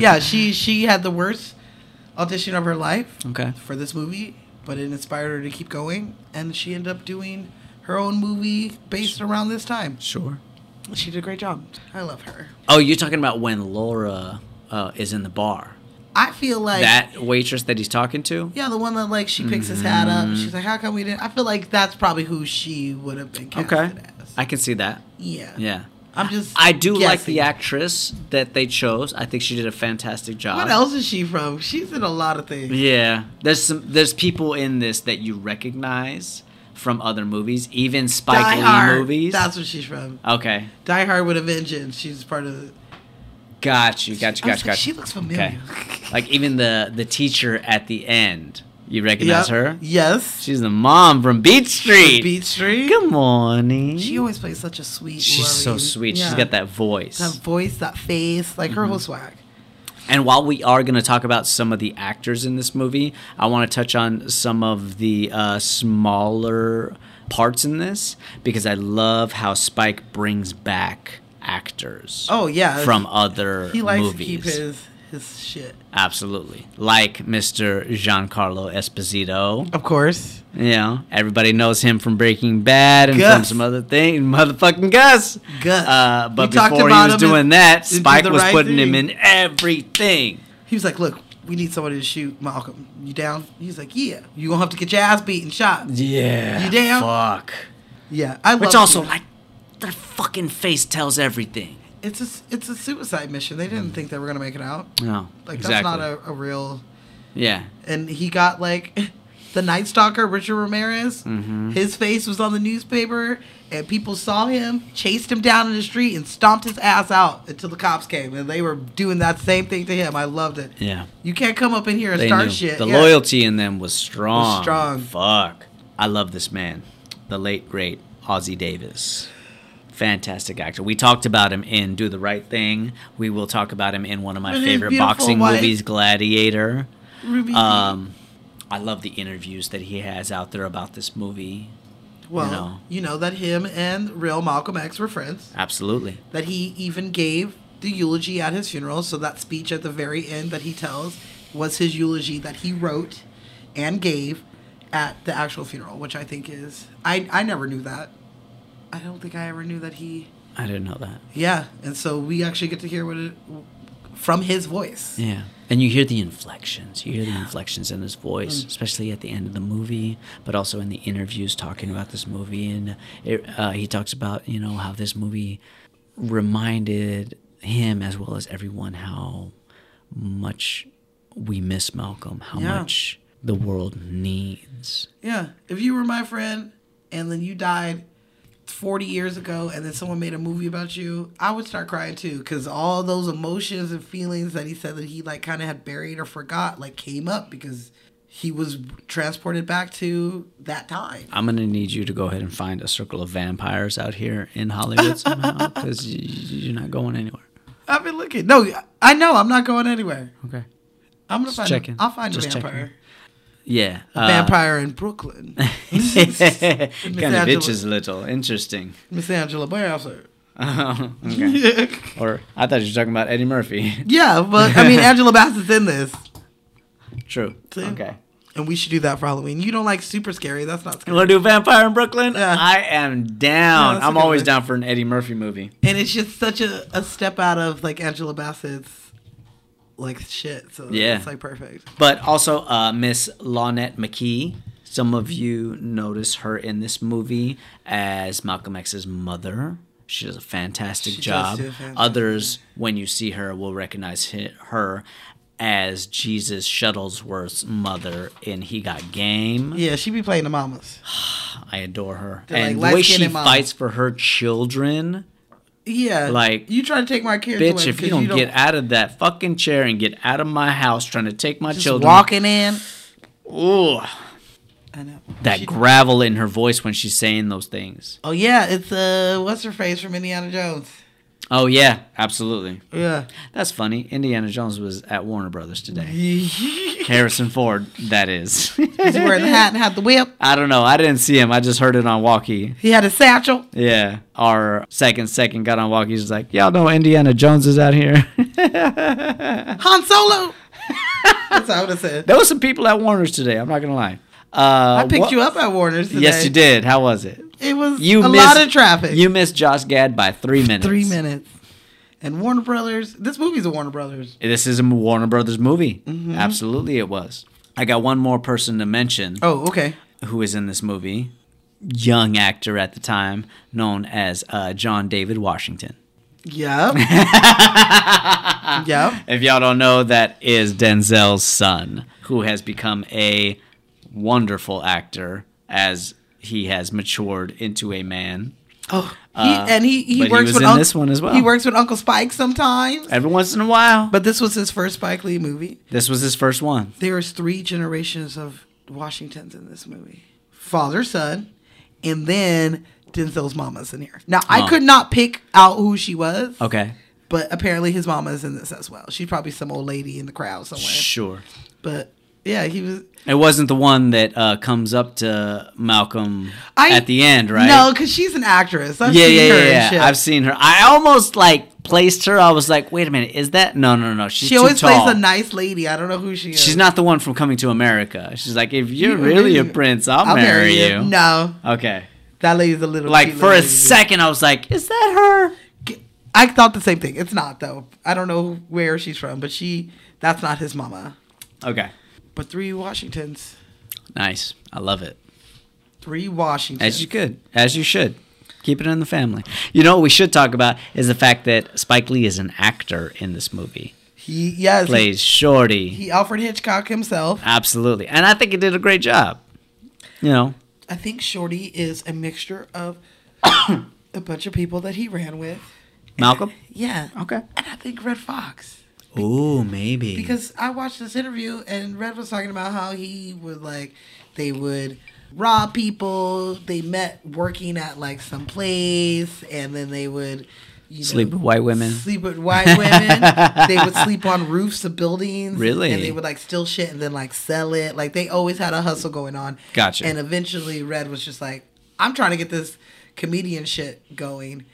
[SPEAKER 1] yeah she she had the worst audition of her life
[SPEAKER 2] Okay.
[SPEAKER 1] for this movie but it inspired her to keep going and she ended up doing her own movie based around this time
[SPEAKER 2] Sure.
[SPEAKER 1] she did a great job i love her
[SPEAKER 2] Oh, you're talking about when Laura uh, is in the bar.
[SPEAKER 1] i feel like
[SPEAKER 2] that waitress that he's talking to?
[SPEAKER 1] Yeah, the one that like she picks his hat up.
[SPEAKER 2] Mhm.
[SPEAKER 1] She's like, "How come we didn't?" I feel like that's probably who she would have been casted
[SPEAKER 2] Okay.
[SPEAKER 1] as.
[SPEAKER 2] I can see that.
[SPEAKER 1] Yeah,
[SPEAKER 2] Yeah.
[SPEAKER 1] I'm just.
[SPEAKER 2] I do like the
[SPEAKER 1] guessing.
[SPEAKER 2] actress that they chose. I think she did a fantastic job.
[SPEAKER 1] What else is she from? She's in a lot of things.
[SPEAKER 2] Yeah. There's some there's people in this that you recognize from other movies, even Spike
[SPEAKER 1] Die
[SPEAKER 2] Lee
[SPEAKER 1] Hard.
[SPEAKER 2] movies.
[SPEAKER 1] That's what she's from.
[SPEAKER 2] okay.
[SPEAKER 1] Die Hard with a Vengeance. She's part of. The,
[SPEAKER 2] Got you. Got you.
[SPEAKER 1] I was
[SPEAKER 2] Got you.
[SPEAKER 1] like,
[SPEAKER 2] Got
[SPEAKER 1] she
[SPEAKER 2] you.
[SPEAKER 1] looks familiar.
[SPEAKER 2] Like even the the teacher at the end. You recognize
[SPEAKER 1] Yep.
[SPEAKER 2] her?
[SPEAKER 1] Yes.
[SPEAKER 2] She's the mom from Beat Street.
[SPEAKER 1] Beat Street.
[SPEAKER 2] Good morning.
[SPEAKER 1] She always plays such a sweet.
[SPEAKER 2] She's so
[SPEAKER 1] loving-
[SPEAKER 2] sweet. She's
[SPEAKER 1] yeah.
[SPEAKER 2] got that Mm-hmm. voice.
[SPEAKER 1] That voice, that face, like her whole swag.
[SPEAKER 2] And while we are going to talk about some of the actors in this movie, I want to touch on some of the uh, smaller parts in this because I love how Spike brings back actors.
[SPEAKER 1] Oh, yeah.
[SPEAKER 2] from other
[SPEAKER 1] He likes
[SPEAKER 2] movies.
[SPEAKER 1] to keep his his shit.
[SPEAKER 2] Absolutely, like Mr. Giancarlo Esposito.
[SPEAKER 1] Of course.
[SPEAKER 2] Yeah, everybody knows him from Breaking Bad and from
[SPEAKER 1] Gus.
[SPEAKER 2] some other thing. Motherfucking Gus.
[SPEAKER 1] Gus.
[SPEAKER 2] Uh, but
[SPEAKER 1] We talked
[SPEAKER 2] before he
[SPEAKER 1] about
[SPEAKER 2] was
[SPEAKER 1] him in-
[SPEAKER 2] doing that,
[SPEAKER 1] in Do
[SPEAKER 2] Spike
[SPEAKER 1] the
[SPEAKER 2] was
[SPEAKER 1] Right
[SPEAKER 2] putting him
[SPEAKER 1] Thing.
[SPEAKER 2] in everything.
[SPEAKER 1] He was like, "Look, we need somebody to shoot Malcolm. You down?" He's like, "Yeah." You gonna have to get your ass beat and shot.
[SPEAKER 2] Yeah.
[SPEAKER 1] You down?
[SPEAKER 2] Fuck.
[SPEAKER 1] Yeah, I love.
[SPEAKER 2] Which also,
[SPEAKER 1] it.
[SPEAKER 2] like, their fucking face tells everything.
[SPEAKER 1] it's a s- it's a suicide mission. They didn't think they were gonna make it out.
[SPEAKER 2] No.
[SPEAKER 1] Like
[SPEAKER 2] Mm. exactly.
[SPEAKER 1] that's not a, a real.
[SPEAKER 2] yeah.
[SPEAKER 1] And he got like, the Night Stalker, Richard Ramirez.
[SPEAKER 2] Mhm.
[SPEAKER 1] His face was on the newspaper, and people saw him, chased him down in the street, and stomped his ass out until the cops came, and they were doing that same thing to him. I loved it.
[SPEAKER 2] Yeah.
[SPEAKER 1] You can't come up in here and
[SPEAKER 2] They
[SPEAKER 1] start
[SPEAKER 2] knew.
[SPEAKER 1] shit.
[SPEAKER 2] The
[SPEAKER 1] Yeah.
[SPEAKER 2] loyalty in them was strong.
[SPEAKER 1] Was strong.
[SPEAKER 2] Fuck. I love this man. The late, great Ozzy Davis. Fantastic actor. We talked about him in Do the Right Thing. We will talk about him in one of my
[SPEAKER 1] With his
[SPEAKER 2] favorite
[SPEAKER 1] beautiful
[SPEAKER 2] boxing
[SPEAKER 1] wife.
[SPEAKER 2] movies, Gladiator.
[SPEAKER 1] Ruby.
[SPEAKER 2] Um, I love the interviews that he has out there about this movie.
[SPEAKER 1] Well, you know.
[SPEAKER 2] know.
[SPEAKER 1] that him and real Malcolm X were friends.
[SPEAKER 2] Absolutely.
[SPEAKER 1] That he even gave the eulogy at his funeral. So that speech at the very end that he tells was his eulogy that he wrote and gave at the actual funeral, which I think is I I never knew that. I don't think I ever knew that he
[SPEAKER 2] I didn't know that.
[SPEAKER 1] Yeah, and so we actually get to hear what it from his voice.
[SPEAKER 2] Yeah. And you hear the inflections. You hear the inflections in his voice, especially at the end of the movie, but also in the interviews talking about this movie. And it, uh, he talks about, you know, how this movie reminded him as well as everyone how much we miss Malcolm, how
[SPEAKER 1] Yeah.
[SPEAKER 2] much the world needs.
[SPEAKER 1] Yeah, if you were my friend and then you died 40 years ago and then someone made a movie about you, I would start crying too cuz all those emotions and feelings that he said that he like kind of had buried or forgot like came up because he was transported back to that time.
[SPEAKER 2] I'm going to need you to go ahead and find a circle of vampires out here in Hollywood somehow because you're not going anywhere.
[SPEAKER 1] I've been looking. No, I know I'm not going anywhere.
[SPEAKER 2] Okay.
[SPEAKER 1] I'm going to
[SPEAKER 2] Just
[SPEAKER 1] find
[SPEAKER 2] checking.
[SPEAKER 1] I'll find
[SPEAKER 2] Just
[SPEAKER 1] a
[SPEAKER 2] checking.
[SPEAKER 1] vampire.
[SPEAKER 2] Yeah. uh,
[SPEAKER 1] A vampire in Brooklyn.
[SPEAKER 2] kind of
[SPEAKER 1] Angela.
[SPEAKER 2] itches a little. Interesting.
[SPEAKER 1] Miss Angela Bassett.
[SPEAKER 2] Oh, okay. or I thought you were talking about Eddie Murphy.
[SPEAKER 1] Yeah, but I mean Angela Bassett's in this.
[SPEAKER 2] True.
[SPEAKER 1] See?
[SPEAKER 2] Okay.
[SPEAKER 1] And we should do that for Halloween. You don't like super scary. That's not
[SPEAKER 2] You
[SPEAKER 1] scary.
[SPEAKER 2] want to do Vampire in Brooklyn?
[SPEAKER 1] Yeah.
[SPEAKER 2] I am down.
[SPEAKER 1] Yeah, that's a
[SPEAKER 2] I'm
[SPEAKER 1] good
[SPEAKER 2] always
[SPEAKER 1] one.
[SPEAKER 2] down for an Eddie Murphy movie.
[SPEAKER 1] And it's just such a, a step out of like Angela Bassett's like shit. So
[SPEAKER 2] Yeah.
[SPEAKER 1] it's like perfect.
[SPEAKER 2] But also, uh, Miss Launette McKee. Some of you notice her in this movie as Malcolm X's mother. She does a fantastic
[SPEAKER 1] She does
[SPEAKER 2] job.
[SPEAKER 1] do a fantastic
[SPEAKER 2] Others, when you see her, will recognize hi- her as Jesus Shuttlesworth's mother in He Got Game.
[SPEAKER 1] Yeah, she be playing the mamas.
[SPEAKER 2] I adore her.
[SPEAKER 1] They're
[SPEAKER 2] and
[SPEAKER 1] like
[SPEAKER 2] the way
[SPEAKER 1] light-skinned
[SPEAKER 2] she
[SPEAKER 1] mom.
[SPEAKER 2] fights for her children.
[SPEAKER 1] Yeah.
[SPEAKER 2] Like,
[SPEAKER 1] you try to take my kids away
[SPEAKER 2] Bitch, if
[SPEAKER 1] 'cause
[SPEAKER 2] you don't, get out of that fucking chair and get out of my house trying to take my
[SPEAKER 1] just
[SPEAKER 2] children.
[SPEAKER 1] walking in.
[SPEAKER 2] Ooh,
[SPEAKER 1] I know.
[SPEAKER 2] that
[SPEAKER 1] She-
[SPEAKER 2] gravel in her voice when she's saying those things.
[SPEAKER 1] Oh yeah, it's uh what's her face from Indiana Jones.
[SPEAKER 2] Oh, yeah, absolutely.
[SPEAKER 1] Yeah.
[SPEAKER 2] That's funny. Indiana Jones was at Warner Brothers today. Harrison Ford, that is.
[SPEAKER 1] He's wearing the hat and had the whip.
[SPEAKER 2] I don't know. I didn't see him. I just heard it on walkie.
[SPEAKER 1] He had a satchel.
[SPEAKER 2] Yeah. Our second second got on walkie. He's like, y'all know Indiana Jones is out here.
[SPEAKER 1] Han Solo. That's what I would have said.
[SPEAKER 2] there was some people at Warner's today. I'm not going to lie. Uh,
[SPEAKER 1] I picked
[SPEAKER 2] what-
[SPEAKER 1] you up at Warner's today.
[SPEAKER 2] Yes, you did. How was it?
[SPEAKER 1] It was
[SPEAKER 2] You
[SPEAKER 1] a
[SPEAKER 2] missed-
[SPEAKER 1] lot of traffic.
[SPEAKER 2] You missed Josh Gad by three minutes.
[SPEAKER 1] Three minutes. And Warner Brothers. This movie's a Warner Brothers.
[SPEAKER 2] This is a Warner Brothers movie.
[SPEAKER 1] Mm-hmm.
[SPEAKER 2] Absolutely, it was. I got one more person to mention
[SPEAKER 1] Oh, okay.
[SPEAKER 2] who is in this movie. Young actor at the time, known as uh, John David Washington.
[SPEAKER 1] Yep. yep.
[SPEAKER 2] If y'all don't know, that is Denzel's son, who has become a wonderful actor as he has matured into a man.
[SPEAKER 1] Oh, he,
[SPEAKER 2] Uh,
[SPEAKER 1] and he, he
[SPEAKER 2] but he
[SPEAKER 1] works
[SPEAKER 2] was
[SPEAKER 1] with
[SPEAKER 2] in
[SPEAKER 1] Unc-
[SPEAKER 2] this one as well.
[SPEAKER 1] He works with Uncle Spike sometimes.
[SPEAKER 2] Every once in a while, but
[SPEAKER 1] But this was his first Spike Lee movie.
[SPEAKER 2] this was his first one.
[SPEAKER 1] There's three generations of Washingtons in this movie. Father, son, and then Denzel's mama's in here. Now I
[SPEAKER 2] Oh.
[SPEAKER 1] could not pick out who she was,
[SPEAKER 2] Okay,
[SPEAKER 1] but apparently his mama's in this as well. She's probably some old lady in the crowd somewhere.
[SPEAKER 2] sure.
[SPEAKER 1] But yeah, he was
[SPEAKER 2] It wasn't the one that uh, comes up to Malcolm
[SPEAKER 1] I-
[SPEAKER 2] at the end, right?
[SPEAKER 1] No, because she's an actress. I've
[SPEAKER 2] yeah,
[SPEAKER 1] seen
[SPEAKER 2] yeah,
[SPEAKER 1] her
[SPEAKER 2] yeah,
[SPEAKER 1] and
[SPEAKER 2] yeah.
[SPEAKER 1] shit.
[SPEAKER 2] I've seen her. I almost like placed her. I was like, wait a minute, is that? No, no, no. She's
[SPEAKER 1] she
[SPEAKER 2] too
[SPEAKER 1] always
[SPEAKER 2] tall.
[SPEAKER 1] plays a nice lady. I don't know who she is.
[SPEAKER 2] She's not the one from Coming to America. She's like, if you're
[SPEAKER 1] You-
[SPEAKER 2] really a
[SPEAKER 1] you-
[SPEAKER 2] prince, I'll,
[SPEAKER 1] I'll
[SPEAKER 2] marry,
[SPEAKER 1] marry
[SPEAKER 2] you.
[SPEAKER 1] you. No.
[SPEAKER 2] Okay.
[SPEAKER 1] That lady's a little
[SPEAKER 2] Like
[SPEAKER 1] cute
[SPEAKER 2] for a
[SPEAKER 1] little lady.
[SPEAKER 2] second, I was like, is that her?
[SPEAKER 1] I thought the same thing. It's not though. I don't know where she's from, but she that's not his mama.
[SPEAKER 2] Okay.
[SPEAKER 1] But three Washingtons,
[SPEAKER 2] Nice. I love it.
[SPEAKER 1] three Washingtons.
[SPEAKER 2] As you could, as you should. Keep it in the family. You know what we should talk about is the fact that Spike Lee is an actor in this movie.
[SPEAKER 1] he yes,
[SPEAKER 2] Plays Shorty.
[SPEAKER 1] he, he Alfred Hitchcock himself.
[SPEAKER 2] Absolutely. And I think it did a great job. You know,
[SPEAKER 1] I think Shorty is a mixture of a bunch of people that he ran with.
[SPEAKER 2] Malcolm?
[SPEAKER 1] Yeah,
[SPEAKER 2] Okay.
[SPEAKER 1] and I think Red Fox.
[SPEAKER 2] Ooh, maybe.
[SPEAKER 1] because I watched this interview and Red was talking about how he would like they would rob people. They met working at like some place, and then they would you
[SPEAKER 2] Sleep with white women.
[SPEAKER 1] Sleep with white women. they would sleep on roofs of buildings.
[SPEAKER 2] Really?
[SPEAKER 1] and they would like steal shit and then like sell it. Like they always had a hustle going on.
[SPEAKER 2] Gotcha.
[SPEAKER 1] And eventually, Red was just like, "I'm trying to get this comedian shit going."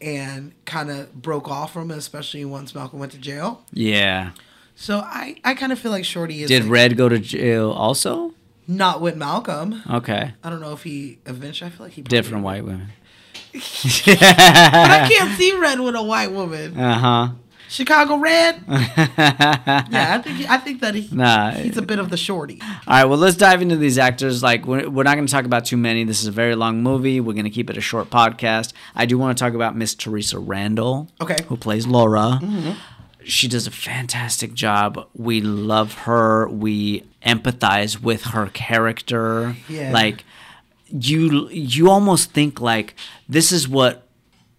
[SPEAKER 1] And kind of broke off from it, especially once Malcolm went to jail.
[SPEAKER 2] yeah.
[SPEAKER 1] So I, I kind of feel like Shorty is
[SPEAKER 2] Did
[SPEAKER 1] like,
[SPEAKER 2] Red go to jail also?
[SPEAKER 1] not with Malcolm.
[SPEAKER 2] Okay.
[SPEAKER 1] I don't know if he eventually. I feel like he probably-
[SPEAKER 2] Different white women.
[SPEAKER 1] but I can't see red with a white woman.
[SPEAKER 2] Uh huh.
[SPEAKER 1] Chicago red. yeah, I think I think that he,
[SPEAKER 2] Nah.
[SPEAKER 1] he's a bit of the shorty.
[SPEAKER 2] All right, well, let's dive into these actors. Like, we're, we're not going to talk about too many. This is a very long movie. We're going to keep it a short podcast. I do want to talk about Miss Teresa Randall,
[SPEAKER 1] Okay.
[SPEAKER 2] who plays Laura.
[SPEAKER 1] Mhm.
[SPEAKER 2] She does a fantastic job. We love her. We empathize with her character.
[SPEAKER 12] Yeah.
[SPEAKER 2] Like, you you almost think like this is what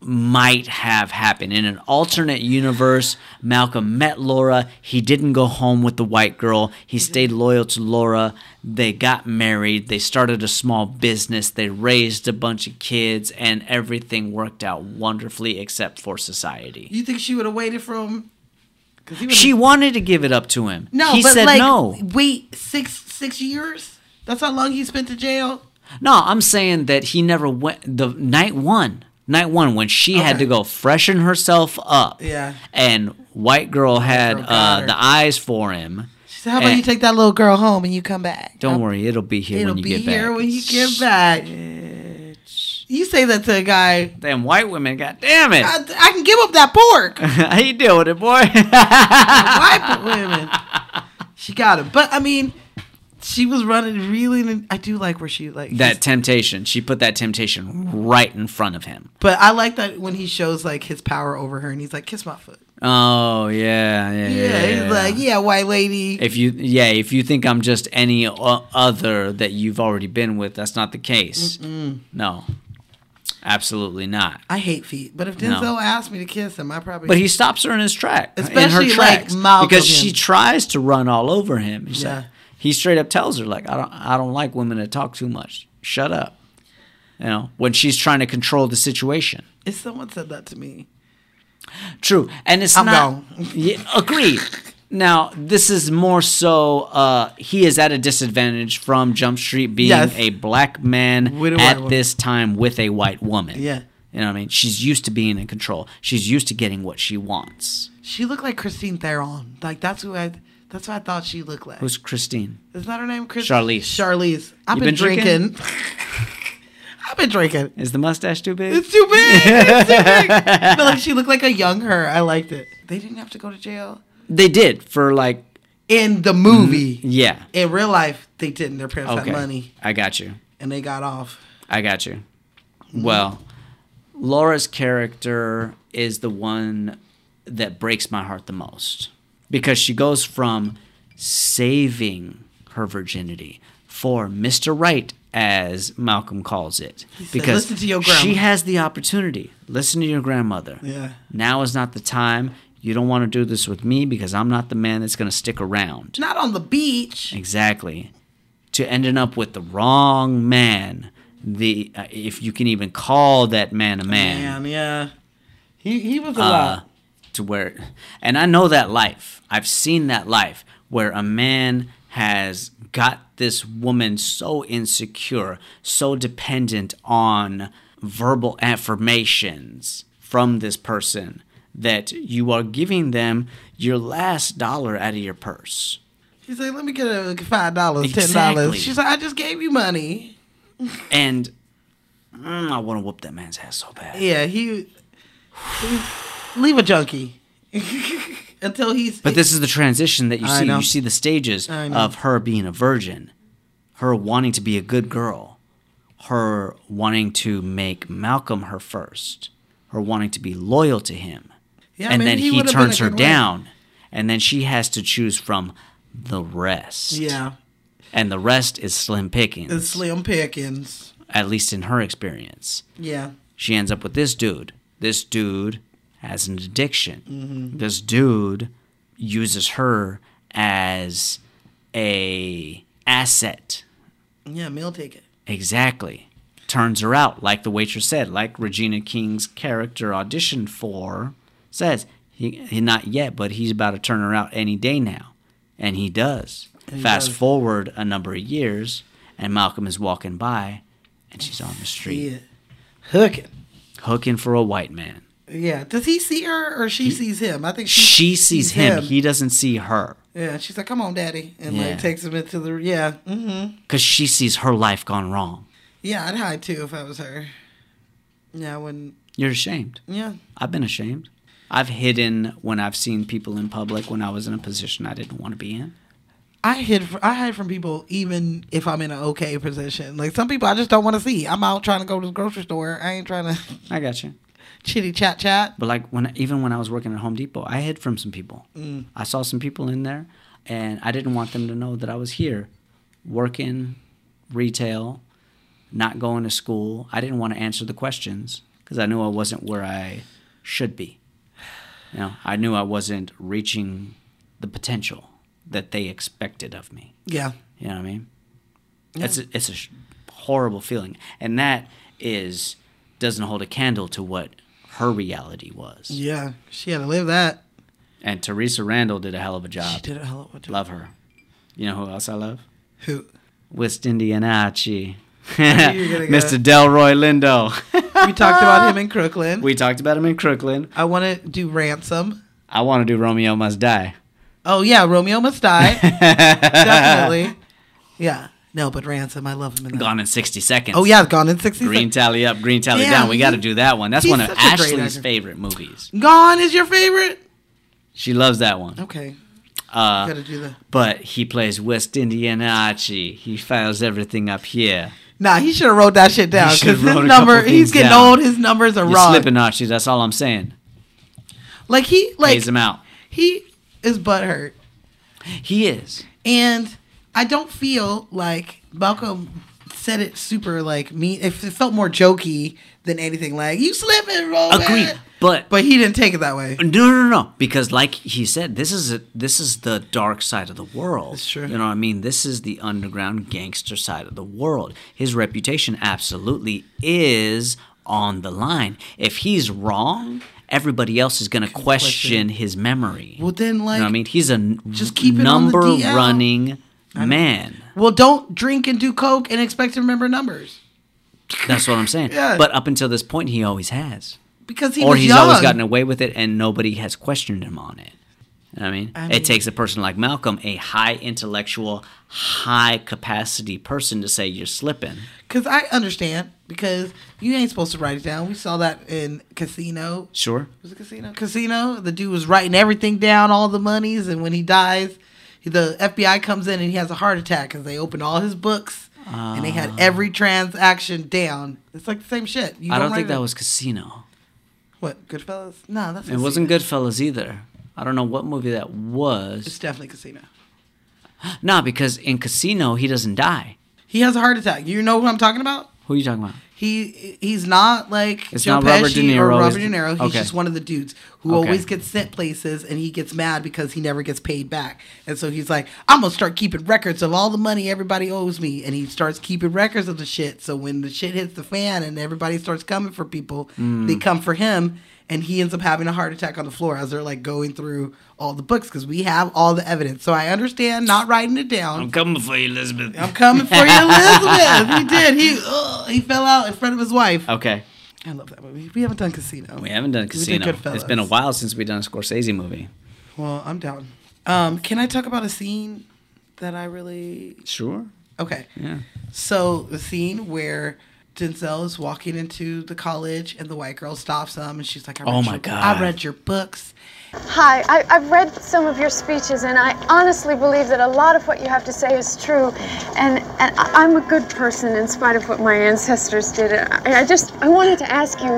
[SPEAKER 2] might have happened in an alternate universe malcolm met laura he didn't go home with the white girl he stayed loyal to laura they got married they started a small business they raised a bunch of kids and everything worked out wonderfully except for society
[SPEAKER 1] You think she would have waited for him? 'Cause he would've-
[SPEAKER 2] she wanted to give it up to him
[SPEAKER 1] no,
[SPEAKER 2] he
[SPEAKER 1] but
[SPEAKER 2] said
[SPEAKER 1] like,
[SPEAKER 2] no
[SPEAKER 1] Wait six six years. That's how long he spent in jail.
[SPEAKER 2] No, I'm saying that he never went the night one. Night one when she had
[SPEAKER 1] Okay.
[SPEAKER 2] to go freshen herself up.
[SPEAKER 1] Yeah.
[SPEAKER 2] And white girl had
[SPEAKER 1] girl got
[SPEAKER 2] uh,
[SPEAKER 1] her.
[SPEAKER 2] the eyes for him.
[SPEAKER 1] She said, "How about
[SPEAKER 2] And-
[SPEAKER 1] you take that little girl home and you come back?
[SPEAKER 2] Eh. Don't worry, it'll be here
[SPEAKER 1] It'll
[SPEAKER 2] when you
[SPEAKER 1] be
[SPEAKER 2] get
[SPEAKER 1] here
[SPEAKER 2] back.
[SPEAKER 1] when you get back." You say that to a guy.
[SPEAKER 2] Damn white women, god damn it.
[SPEAKER 1] I, I can give up that pork.
[SPEAKER 2] How you deal with it, boy?
[SPEAKER 1] white women. She got it, but I mean, she was running really. I do like where she like
[SPEAKER 2] that temptation. She put that temptation right in front of him.
[SPEAKER 1] But I like that when he shows like his power over her, and he's like, "Kiss my foot."
[SPEAKER 2] Oh yeah,
[SPEAKER 1] Yeah,
[SPEAKER 2] yeah. Yeah,
[SPEAKER 1] he's
[SPEAKER 2] yeah.
[SPEAKER 1] like, "Yeah, white lady."
[SPEAKER 2] if you yeah, if you think I'm just any o- other that you've already been with, that's not the case.
[SPEAKER 1] Mm-mm.
[SPEAKER 2] No, absolutely not.
[SPEAKER 1] I hate feet, but if
[SPEAKER 2] No.
[SPEAKER 1] Denzel asked me to kiss him, I probably.
[SPEAKER 2] But he stops her in his track, in her
[SPEAKER 1] Especially, like,
[SPEAKER 2] tracks,
[SPEAKER 1] Malcolm
[SPEAKER 2] because she
[SPEAKER 1] him.
[SPEAKER 2] tries to run all over him. He's
[SPEAKER 1] Yeah.
[SPEAKER 2] like- he straight up tells her like, I don't, I don't like women that talk too much. Shut up. You know, when she's trying to control the situation.
[SPEAKER 1] If someone said that to me,
[SPEAKER 2] True, and it's
[SPEAKER 1] I'm
[SPEAKER 2] not. yeah, agreed. Now this is more so. Uh, he is at a disadvantage from Jump Street being
[SPEAKER 1] Yes.
[SPEAKER 2] a black man
[SPEAKER 1] With a white
[SPEAKER 2] at
[SPEAKER 1] woman.
[SPEAKER 2] this time with a white woman.
[SPEAKER 1] Yeah.
[SPEAKER 2] you know what I mean. She's used to being in control. She's used to getting what she wants.
[SPEAKER 1] she looked like Christine Theron. Like that's who I. That's what I thought she looked like.
[SPEAKER 2] Who's Christine?
[SPEAKER 1] Is that her name? Chris.
[SPEAKER 2] Charlize.
[SPEAKER 1] Charlize. I've
[SPEAKER 2] You
[SPEAKER 1] been,
[SPEAKER 2] been drinking?
[SPEAKER 1] drinking. I've been drinking.
[SPEAKER 2] Is the mustache too big?
[SPEAKER 1] It's too big. It's too big. I feel like she looked like a young her. I liked it. They didn't have to go to jail
[SPEAKER 2] They did for like
[SPEAKER 1] in the movie.
[SPEAKER 2] yeah.
[SPEAKER 1] In real life, they didn't. Their parents
[SPEAKER 2] Mm. Okay.
[SPEAKER 1] had money
[SPEAKER 2] I got you.
[SPEAKER 1] and they got off.
[SPEAKER 2] I got you. Well, Laura's character is the one that breaks my heart the most because she goes from saving her virginity for Mr. Right, as Malcolm calls it,
[SPEAKER 1] said,
[SPEAKER 2] because
[SPEAKER 1] "Listen to your grandma."
[SPEAKER 2] she has the opportunity. Listen to your grandmother.
[SPEAKER 1] Yeah.
[SPEAKER 2] Now is not the time. You don't want to do this with me because I'm not the man that's going to stick around.
[SPEAKER 1] Not on the beach.
[SPEAKER 2] Exactly. To ending up with the wrong man, the uh, if you can even call that man a man,
[SPEAKER 1] Man, yeah. He he was a
[SPEAKER 2] uh,
[SPEAKER 1] lot.
[SPEAKER 2] to where, and I know that life. I've seen that life where a man has got this woman so insecure, so dependent on verbal affirmations from this person that you are giving them your last dollar out of your purse.
[SPEAKER 1] He said, "Let me get a five dollars, ten
[SPEAKER 2] Exactly.
[SPEAKER 1] dollars." She said, "I just gave you money."
[SPEAKER 2] And mm, I want to whoop that man's ass so bad.
[SPEAKER 1] Yeah, he, he- leave a junkie until he's.
[SPEAKER 2] But this is the transition that you
[SPEAKER 1] I
[SPEAKER 2] see.
[SPEAKER 1] know.
[SPEAKER 2] You see the stages
[SPEAKER 1] I know.
[SPEAKER 2] of her being a virgin, her wanting to be a good girl, her wanting to make Malcolm her first, her wanting to be loyal to him.
[SPEAKER 1] Yeah,
[SPEAKER 2] and
[SPEAKER 1] maybe
[SPEAKER 2] then
[SPEAKER 1] he
[SPEAKER 2] he
[SPEAKER 1] would've been a
[SPEAKER 2] turns her
[SPEAKER 1] good wife.
[SPEAKER 2] down. And then she has to choose from the rest.
[SPEAKER 1] Yeah,
[SPEAKER 2] And the rest is slim pickings,
[SPEAKER 1] it's Slim Pickens.
[SPEAKER 2] at least in her experience.
[SPEAKER 1] Yeah,
[SPEAKER 2] She ends up with this dude. This dude has an addiction.
[SPEAKER 1] Mhm.
[SPEAKER 2] This dude uses her as a asset.
[SPEAKER 1] yeah, meal ticket.
[SPEAKER 2] Exactly. Turns her out, like the waitress said, like Regina King's character auditioned for says. He, he not yet, but he's about to turn her out any day now, and he does.
[SPEAKER 1] And he
[SPEAKER 2] Fast
[SPEAKER 1] does.
[SPEAKER 2] forward a number of years, and Malcolm is walking by, and she's on the street
[SPEAKER 1] Yeah, hooking.
[SPEAKER 2] hooking for a white man.
[SPEAKER 1] Yeah, does he see her or she sees him? I think she,
[SPEAKER 2] she sees him. He doesn't see her
[SPEAKER 1] Yeah, she's like, "Come on, daddy," and
[SPEAKER 2] Yeah.
[SPEAKER 1] like takes him into the yeah. Mm-hmm.
[SPEAKER 2] because she sees her life gone wrong.
[SPEAKER 1] Yeah, I'd hide too if I was her. Yeah, I wouldn't.
[SPEAKER 2] You're ashamed.
[SPEAKER 1] Yeah.
[SPEAKER 2] I've been ashamed. I've hidden when I've seen people in public when I was in a position I didn't want to be in.
[SPEAKER 1] I hid. fr- I hide from people even if I'm in an okay position. Like some people, I just don't want to see. I'm out trying to go to the grocery store. I ain't trying to
[SPEAKER 2] I got you.
[SPEAKER 1] chitty chat chat.
[SPEAKER 2] But like when even when I was working at Home Depot, I hid from some people.
[SPEAKER 1] Mm.
[SPEAKER 2] I saw some people in there, and I didn't want them to know that I was here, working, retail, not going to school. I didn't want to answer the questions because I knew I wasn't where I should be. You know, I knew I wasn't reaching the potential that they expected of me.
[SPEAKER 1] Yeah.
[SPEAKER 2] You know what I mean? That's a, it's a sh- horrible feeling, and that is doesn't hold a candle to what her reality was.
[SPEAKER 1] Yeah, she had to live that.
[SPEAKER 2] And Teresa Randall did a hell of a job.
[SPEAKER 1] She did a hell of a job.
[SPEAKER 2] Love her. You know who else I love?
[SPEAKER 1] Who?
[SPEAKER 2] West Indianachi.
[SPEAKER 1] knew you were gonna go.
[SPEAKER 2] Mr. Delroy Lindo.
[SPEAKER 1] We talked about him in Crooklyn.
[SPEAKER 2] we talked about him in Crooklyn.
[SPEAKER 1] I want to do ransom.
[SPEAKER 2] I want to do Romeo Must Die.
[SPEAKER 1] Oh yeah, Romeo Must Die. Definitely. Yeah. No, but ransom. I love him in that.
[SPEAKER 2] Gone in 60 Seconds.
[SPEAKER 1] Oh yeah, Gone in sixty.
[SPEAKER 2] Green Tally Up, Green Tally
[SPEAKER 1] Yeah,
[SPEAKER 2] Down. We
[SPEAKER 1] he-
[SPEAKER 2] got to do that one. That's
[SPEAKER 1] he's
[SPEAKER 2] one of
[SPEAKER 1] such a great
[SPEAKER 2] Ashley's
[SPEAKER 1] actor.
[SPEAKER 2] favorite movies.
[SPEAKER 1] Gone is your favorite.
[SPEAKER 2] She loves that one.
[SPEAKER 1] Okay.
[SPEAKER 2] Uh,
[SPEAKER 1] Gotta do the-
[SPEAKER 2] But he plays West Indianachi. He files everything up here.
[SPEAKER 1] Nah, he should have wrote that shit down
[SPEAKER 2] He should've
[SPEAKER 1] because his
[SPEAKER 2] wrote a
[SPEAKER 1] number.
[SPEAKER 2] couple
[SPEAKER 1] He's
[SPEAKER 2] things
[SPEAKER 1] getting
[SPEAKER 2] down.
[SPEAKER 1] old. His numbers are
[SPEAKER 2] You're
[SPEAKER 1] wrong.
[SPEAKER 2] slipping, Archie. That's all I'm saying.
[SPEAKER 1] Like he like
[SPEAKER 2] Pays him out.
[SPEAKER 1] he is butthurt,
[SPEAKER 2] He is.
[SPEAKER 1] and I don't feel like Malcolm said it super like mean. If it felt more jokey than anything, like you slipping, Robert.
[SPEAKER 2] Agreed. But
[SPEAKER 1] But he didn't take it that way.
[SPEAKER 2] No, no, no, no. Because like he said, this is a, this is the dark side of the world. That's true. You know what I mean? This is the underground gangster side of the world. His reputation absolutely is on the line. If he's wrong, everybody else is going to question his memory.
[SPEAKER 1] Well, then
[SPEAKER 2] you
[SPEAKER 1] like
[SPEAKER 2] know what I mean? He's a n-
[SPEAKER 1] just keep it on the
[SPEAKER 2] number
[SPEAKER 1] DL.
[SPEAKER 2] running man.
[SPEAKER 1] Well, don't drink and do coke and expect to remember numbers
[SPEAKER 2] That's what I'm saying.
[SPEAKER 1] Yeah.
[SPEAKER 2] But up until this point, he always has.
[SPEAKER 1] because he
[SPEAKER 2] or
[SPEAKER 1] was
[SPEAKER 2] he's
[SPEAKER 1] young.
[SPEAKER 2] always gotten away with it and nobody has questioned him on it. You know what I mean,
[SPEAKER 1] I mean-
[SPEAKER 2] it takes a person like Malcolm, a high intellectual, high capacity person, to say you're slipping.
[SPEAKER 1] Because I understand because you ain't supposed to write it down. We saw that in Casino.
[SPEAKER 2] Sure.
[SPEAKER 1] Was it Casino? Casino. The dude was writing everything down, all the monies, and when he dies, the FBI comes in and he has a heart attack because they opened all his books and they
[SPEAKER 2] Ah.
[SPEAKER 1] had every transaction down. It's like the same shit. You
[SPEAKER 2] I don't
[SPEAKER 1] write
[SPEAKER 2] think
[SPEAKER 1] it-
[SPEAKER 2] that was Casino.
[SPEAKER 1] what Goodfellas. No, that's
[SPEAKER 2] It wasn't Goodfellas either. I don't know what movie that was.
[SPEAKER 1] It's definitely Casino.
[SPEAKER 2] Nah, because in Casino he doesn't die.
[SPEAKER 1] He has a heart attack. You know who I'm talking about?
[SPEAKER 2] Who are you talking about?
[SPEAKER 1] He he's not like
[SPEAKER 2] It's
[SPEAKER 1] Joe
[SPEAKER 2] not
[SPEAKER 1] Pesci
[SPEAKER 2] Robert De
[SPEAKER 1] or
[SPEAKER 2] Niro,
[SPEAKER 1] Robert
[SPEAKER 2] is
[SPEAKER 1] De
[SPEAKER 2] it?
[SPEAKER 1] Niro. He's
[SPEAKER 2] Okay.
[SPEAKER 1] just one of the dudes who
[SPEAKER 2] Okay.
[SPEAKER 1] always gets sent places, and he gets mad because he never gets paid back. And so he's like, "I'm gonna start keeping records of all the money everybody owes me," and he starts keeping records of the shit. So when the shit hits the fan and everybody starts coming for people,
[SPEAKER 2] Mm.
[SPEAKER 1] they come for him, and he ends up having a heart attack on the floor as they're like going through all the books because we have all the evidence. So I understand not writing it down.
[SPEAKER 2] I'm coming for you, Elizabeth.
[SPEAKER 1] I'm coming for you, Elizabeth. He did. He ugh, he fell out in front of his wife.
[SPEAKER 2] Okay,
[SPEAKER 1] I love that movie. We haven't done Casino.
[SPEAKER 2] we haven't done
[SPEAKER 1] We did
[SPEAKER 2] Casino. It's
[SPEAKER 1] Goodfellas.
[SPEAKER 2] been a while since we've done a Scorsese movie.
[SPEAKER 1] Well, I'm down. Um, can I talk about a scene that I really?
[SPEAKER 2] Sure.
[SPEAKER 1] Okay.
[SPEAKER 2] Yeah.
[SPEAKER 1] So the scene where Denzel is walking into the college and the white girl stops him and she's like, I read
[SPEAKER 2] Oh my
[SPEAKER 1] your,
[SPEAKER 2] God.
[SPEAKER 1] I read your books."
[SPEAKER 12] Hi, I, I've read some of your speeches, and I honestly believe that a lot of what you have to say is true. And, and I- I'm a good person in spite of what my ancestors did. I, I just I wanted to ask you,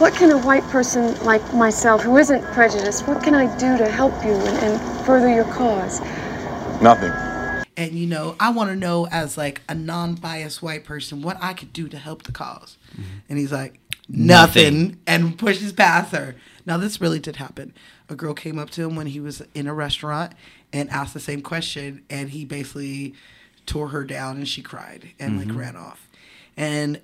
[SPEAKER 12] what can a white person like myself, who isn't prejudiced, what can I do to help you and, and further your cause?
[SPEAKER 13] Nothing.
[SPEAKER 1] And you know, I want to know as like a non-biased white person what I could do to help the because And he's like, nothing, and pushes past her. Now, this really did happen. A girl came up to him when he was in a restaurant and asked the same question, and he basically tore her down and she cried and
[SPEAKER 2] Mhm.
[SPEAKER 1] like ran off. And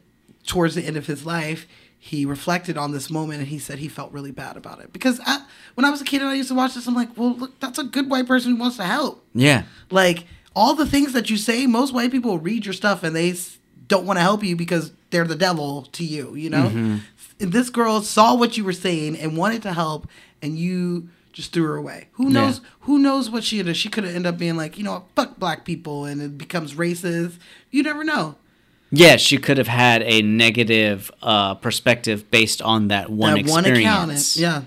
[SPEAKER 1] towards the end of his life, he reflected on this moment and he said he felt really bad about it. Because I, when I was a kid and I used to watch this, I'm like, well, look, that's a good white person who wants to help.
[SPEAKER 2] Yeah.
[SPEAKER 1] Like all the things that you say, most white people read your stuff and they s- don't want to help you because they're the devil to you, you know?
[SPEAKER 2] Mhm.
[SPEAKER 1] And This girl saw what you were saying and wanted to help and you just threw her away. Who
[SPEAKER 2] Yeah.
[SPEAKER 1] knows who knows what she did? She could have ended up being like, you know, what, fuck black people and it becomes racist. You never know.
[SPEAKER 2] Yes, you could have had a negative uh, perspective based on that one
[SPEAKER 1] That one account,
[SPEAKER 2] experience.
[SPEAKER 1] yeah.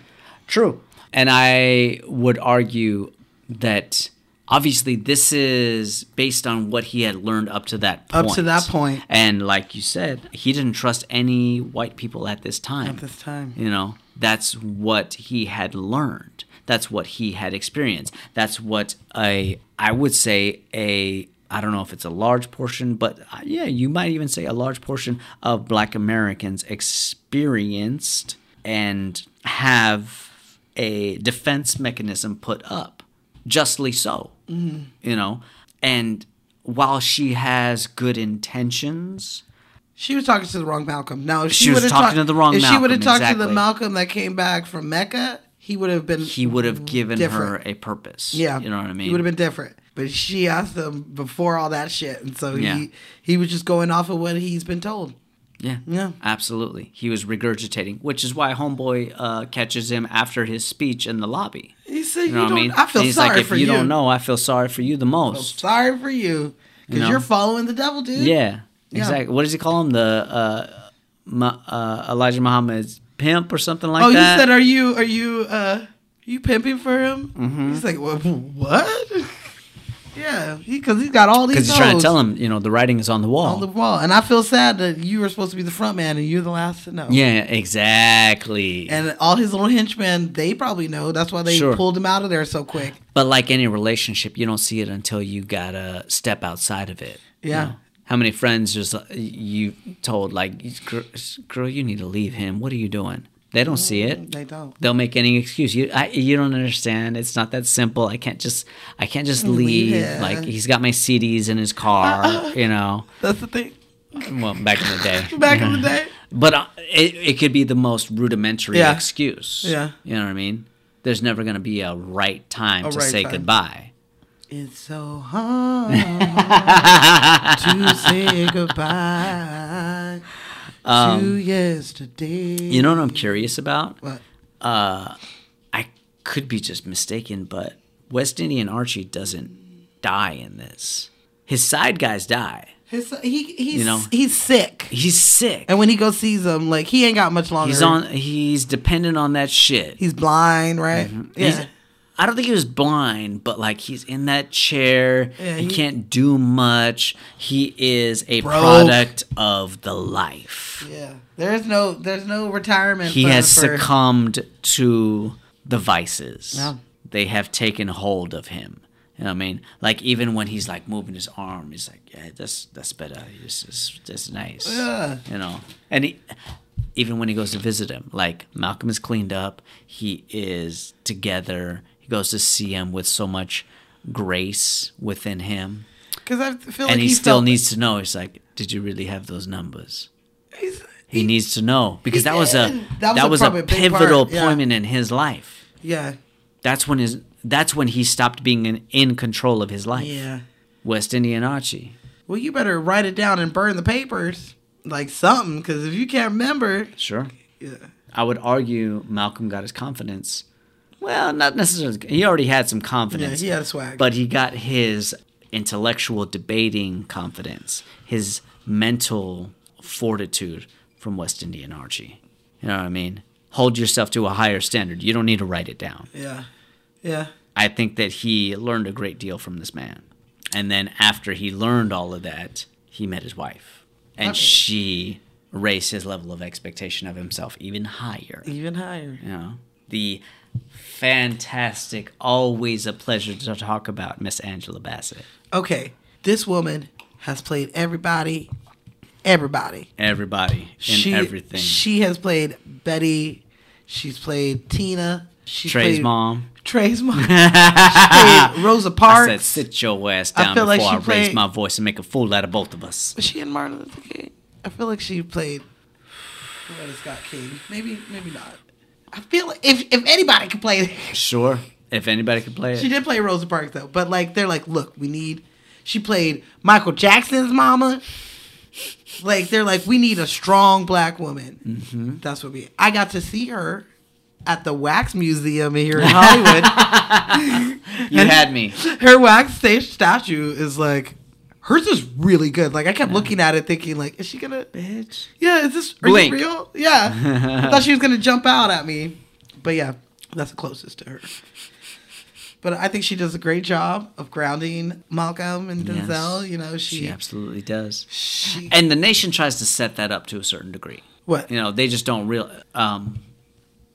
[SPEAKER 2] True. And I would argue that obviously this is based on what he had learned up to that
[SPEAKER 1] Up
[SPEAKER 2] point.
[SPEAKER 1] to that point.
[SPEAKER 2] And like you said, he didn't trust any white people at this time.
[SPEAKER 1] At this time.
[SPEAKER 2] You know, that's what he had learned. That's what he had experienced. That's what a I would say a I don't know if it's a large portion, but uh, yeah, you might even say a large portion of black Americans experienced and have a defense mechanism put up, justly so
[SPEAKER 13] Mhm.
[SPEAKER 2] you know and while she has good intentions
[SPEAKER 1] She was talking to the wrong Malcolm. Now, if
[SPEAKER 2] She
[SPEAKER 1] she,
[SPEAKER 2] was
[SPEAKER 1] would have
[SPEAKER 2] talking
[SPEAKER 1] talked
[SPEAKER 2] to the wrong
[SPEAKER 1] If she would have
[SPEAKER 2] Malcolm,
[SPEAKER 1] talked to the
[SPEAKER 2] exactly.
[SPEAKER 1] Malcolm that came back from Mecca, he would have been.
[SPEAKER 2] he would have given
[SPEAKER 1] different.
[SPEAKER 2] her a purpose
[SPEAKER 1] Yeah,
[SPEAKER 2] you know what i mean
[SPEAKER 1] He would have been different. But she asked him before all that shit, and so
[SPEAKER 2] Yeah.
[SPEAKER 1] he he was just going off of what he's been told.
[SPEAKER 2] yeah
[SPEAKER 1] Yeah.
[SPEAKER 2] absolutely he was regurgitating which is why homeboy uh, catches him after his speech in the lobby
[SPEAKER 1] He said, "You, don't. I, feel
[SPEAKER 2] And he's
[SPEAKER 1] sorry
[SPEAKER 2] like if
[SPEAKER 1] for
[SPEAKER 2] you,
[SPEAKER 1] you.
[SPEAKER 2] don't know i feel sorry for you the
[SPEAKER 1] I feel
[SPEAKER 2] most
[SPEAKER 1] sorry for you because
[SPEAKER 2] You know?
[SPEAKER 1] you are following the devil, dude.
[SPEAKER 2] yeah
[SPEAKER 1] Yeah.
[SPEAKER 2] exactly what does he call him the uh, Ma- uh, elijah muhammad's pimp or something like
[SPEAKER 1] oh,
[SPEAKER 2] that
[SPEAKER 1] you said, are you are you uh you pimping for him?
[SPEAKER 2] Mhm.
[SPEAKER 1] He's like, well, what? yeah, because he, has got all these.
[SPEAKER 2] because he's trying to
[SPEAKER 1] hoes
[SPEAKER 2] tell him you know the writing is on the wall
[SPEAKER 1] on the wall, and I feel sad that you were supposed to be the front man and you're the last to know.
[SPEAKER 2] yeah exactly
[SPEAKER 1] And all his little henchmen, they probably know. That's why they
[SPEAKER 2] Sure.
[SPEAKER 1] pulled him out of there so quick.
[SPEAKER 2] But like any relationship, you don't see it until you gotta step outside of it. you
[SPEAKER 1] Yeah.
[SPEAKER 2] know? How many friends just uh, you told like, "Gir- girl, you need to leave him. What are you doing? They don't see it.
[SPEAKER 1] They don't.
[SPEAKER 2] They'll make any excuse. You, I, you don't understand. It's not that simple. I can't just, I can't just
[SPEAKER 1] Leave
[SPEAKER 2] leave.
[SPEAKER 1] him.
[SPEAKER 2] Like he's got my CDs in his car. you know.
[SPEAKER 1] That's the thing.
[SPEAKER 2] Well, back in the day.
[SPEAKER 1] Back in the day.
[SPEAKER 2] But uh, it, it could be the most rudimentary
[SPEAKER 1] Yeah.
[SPEAKER 2] excuse.
[SPEAKER 1] Yeah.
[SPEAKER 2] You know what I mean? There's never going to be a right time
[SPEAKER 1] A
[SPEAKER 2] to
[SPEAKER 1] right
[SPEAKER 2] say
[SPEAKER 1] time.
[SPEAKER 2] goodbye.
[SPEAKER 1] It's so hard to say goodbye to
[SPEAKER 2] Um,
[SPEAKER 1] yesterday.
[SPEAKER 2] You know what I'm curious about?
[SPEAKER 1] What?
[SPEAKER 2] Uh, I could be just mistaken, but West Indian Archie doesn't die in this. His side guys die.
[SPEAKER 1] His, he he's
[SPEAKER 2] You know?
[SPEAKER 1] he's sick.
[SPEAKER 2] He's sick.
[SPEAKER 1] And when he goes sees him, like he ain't got much longer.
[SPEAKER 2] He's on. He's dependent on that shit.
[SPEAKER 1] He's blind, right? Yeah.
[SPEAKER 2] Mm-hmm. He's- I don't think he was blind, but like he's in that chair.
[SPEAKER 1] Yeah,
[SPEAKER 2] he,
[SPEAKER 1] he-
[SPEAKER 2] can't do much. He is a
[SPEAKER 1] Broke.
[SPEAKER 2] product of the life.
[SPEAKER 1] yeah. There's no there's no retirement.
[SPEAKER 2] He
[SPEAKER 1] fund
[SPEAKER 2] has
[SPEAKER 1] for-
[SPEAKER 2] succumbed to the vices.
[SPEAKER 1] Yeah.
[SPEAKER 2] They have taken hold of him. You know what I mean? Like even when he's like moving his arm, he's like, "Yeah, that's that's better. This is that's nice."
[SPEAKER 1] Yeah.
[SPEAKER 2] You know, and he, even when he goes to visit him, like Malcolm is cleaned up. He is together. He goes to see him with so much grace within him,
[SPEAKER 1] 'Cause I feel like
[SPEAKER 2] and he,
[SPEAKER 1] he
[SPEAKER 2] still
[SPEAKER 1] felt-
[SPEAKER 2] needs to know. He's like, "Did you really have those numbers?" he, needs to know because that was a that was, a,
[SPEAKER 1] probably a big
[SPEAKER 2] pivotal
[SPEAKER 1] part, yeah.
[SPEAKER 2] appointment in his life.
[SPEAKER 1] Yeah.
[SPEAKER 2] That's when his that's when he stopped being in, in control of his life.
[SPEAKER 1] Yeah.
[SPEAKER 2] West Indian Archie.
[SPEAKER 1] Well, you better write it down and burn the papers, like something, because if you can't remember,
[SPEAKER 2] Sure.
[SPEAKER 1] yeah.
[SPEAKER 2] I would argue Malcolm got his confidence. Well, not necessarily. He already had some confidence.
[SPEAKER 1] Yeah, he had swag.
[SPEAKER 2] But he got his intellectual debating confidence, his mental fortitude from West Indian Archie. You know what I mean? Hold yourself to a higher standard. You don't need to write it down.
[SPEAKER 1] Yeah. Yeah.
[SPEAKER 2] I think that he learned a great deal from this man. And then after he learned all of that, he met his wife. And
[SPEAKER 1] Okay.
[SPEAKER 2] she raised his level of expectation of himself even higher.
[SPEAKER 1] Even higher.
[SPEAKER 2] You know, the fantastic, always a pleasure to talk about Miss Angela Bassett.
[SPEAKER 1] Okay. This woman has played everybody, everybody.
[SPEAKER 2] Everybody in everything.
[SPEAKER 1] She has played Betty. She's played Tina. She's
[SPEAKER 2] Trey's
[SPEAKER 1] played
[SPEAKER 2] mom.
[SPEAKER 1] Trey's mom. she played Rosa Parks.
[SPEAKER 2] I said, sit your ass
[SPEAKER 1] I
[SPEAKER 2] down
[SPEAKER 1] feel
[SPEAKER 2] before
[SPEAKER 1] like
[SPEAKER 2] I
[SPEAKER 1] she
[SPEAKER 2] raise
[SPEAKER 1] played-
[SPEAKER 2] my voice and make a fool out of both of us.
[SPEAKER 1] Was she in Martin Luther King? I feel like she played Loretta Scott King. Maybe, maybe not. I feel like if if anybody could play,
[SPEAKER 2] Sure. If anybody could play it.
[SPEAKER 1] she did play Rosa Parks though. But like they're like, look, we need. She played Michael Jackson's mama. Like they're like, we need a strong black woman.
[SPEAKER 2] Mhm.
[SPEAKER 1] That's what we. I got to see her at the Wax Museum here in Hollywood.
[SPEAKER 2] You had me.
[SPEAKER 1] Her wax sta- statue is like Hers is really good. Like I kept looking at it, thinking like, is she gonna? eh,
[SPEAKER 2] Bitch.
[SPEAKER 1] Yeah, is this are you
[SPEAKER 2] Blink.
[SPEAKER 1] real? Yeah, I thought she was gonna jump out at me, but yeah, that's the closest to her. But I think she does a great job of grounding Malcolm and
[SPEAKER 2] Yes.
[SPEAKER 1] Denzel. You know, she,
[SPEAKER 2] She absolutely does. and the nation tries to set that up to a certain degree.
[SPEAKER 1] What?
[SPEAKER 2] You know, they just don't real um,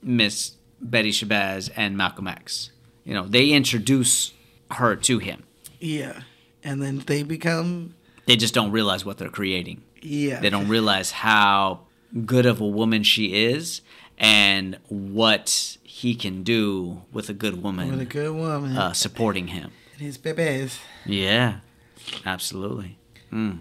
[SPEAKER 2] miss Betty Shabazz and Malcolm X. You know, they introduce her to him.
[SPEAKER 1] yeah, and then they become
[SPEAKER 2] They just don't realize what they're creating.
[SPEAKER 1] yeah.
[SPEAKER 2] They don't realize how good of a woman she is and what he can do with a good woman
[SPEAKER 1] With a good woman
[SPEAKER 2] uh, supporting him.
[SPEAKER 1] and his babies.
[SPEAKER 2] Yeah, absolutely. Mm.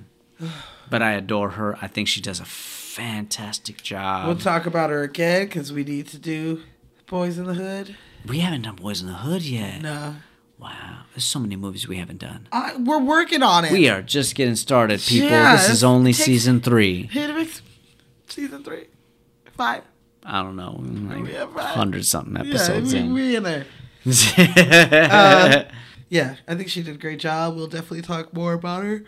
[SPEAKER 2] But I adore her. I think she does a fantastic job.
[SPEAKER 1] we'll talk about her again because we need to do Boys in the Hood.
[SPEAKER 2] we haven't done Boys in the Hood yet.
[SPEAKER 1] No,
[SPEAKER 2] Wow, there's so many movies we haven't done.
[SPEAKER 1] I, we're working on it.
[SPEAKER 2] We are just getting started, people.
[SPEAKER 1] Yeah,
[SPEAKER 2] this
[SPEAKER 1] it's-
[SPEAKER 2] is only
[SPEAKER 1] it takes-
[SPEAKER 2] season three.
[SPEAKER 1] Hit Mix season three, five.
[SPEAKER 2] I don't know,
[SPEAKER 1] Yeah,
[SPEAKER 2] like
[SPEAKER 1] right.
[SPEAKER 2] hundred something episodes
[SPEAKER 1] yeah, we,
[SPEAKER 2] in.
[SPEAKER 1] we in there. Uh, yeah, I think she did a great job. We'll definitely talk more about her.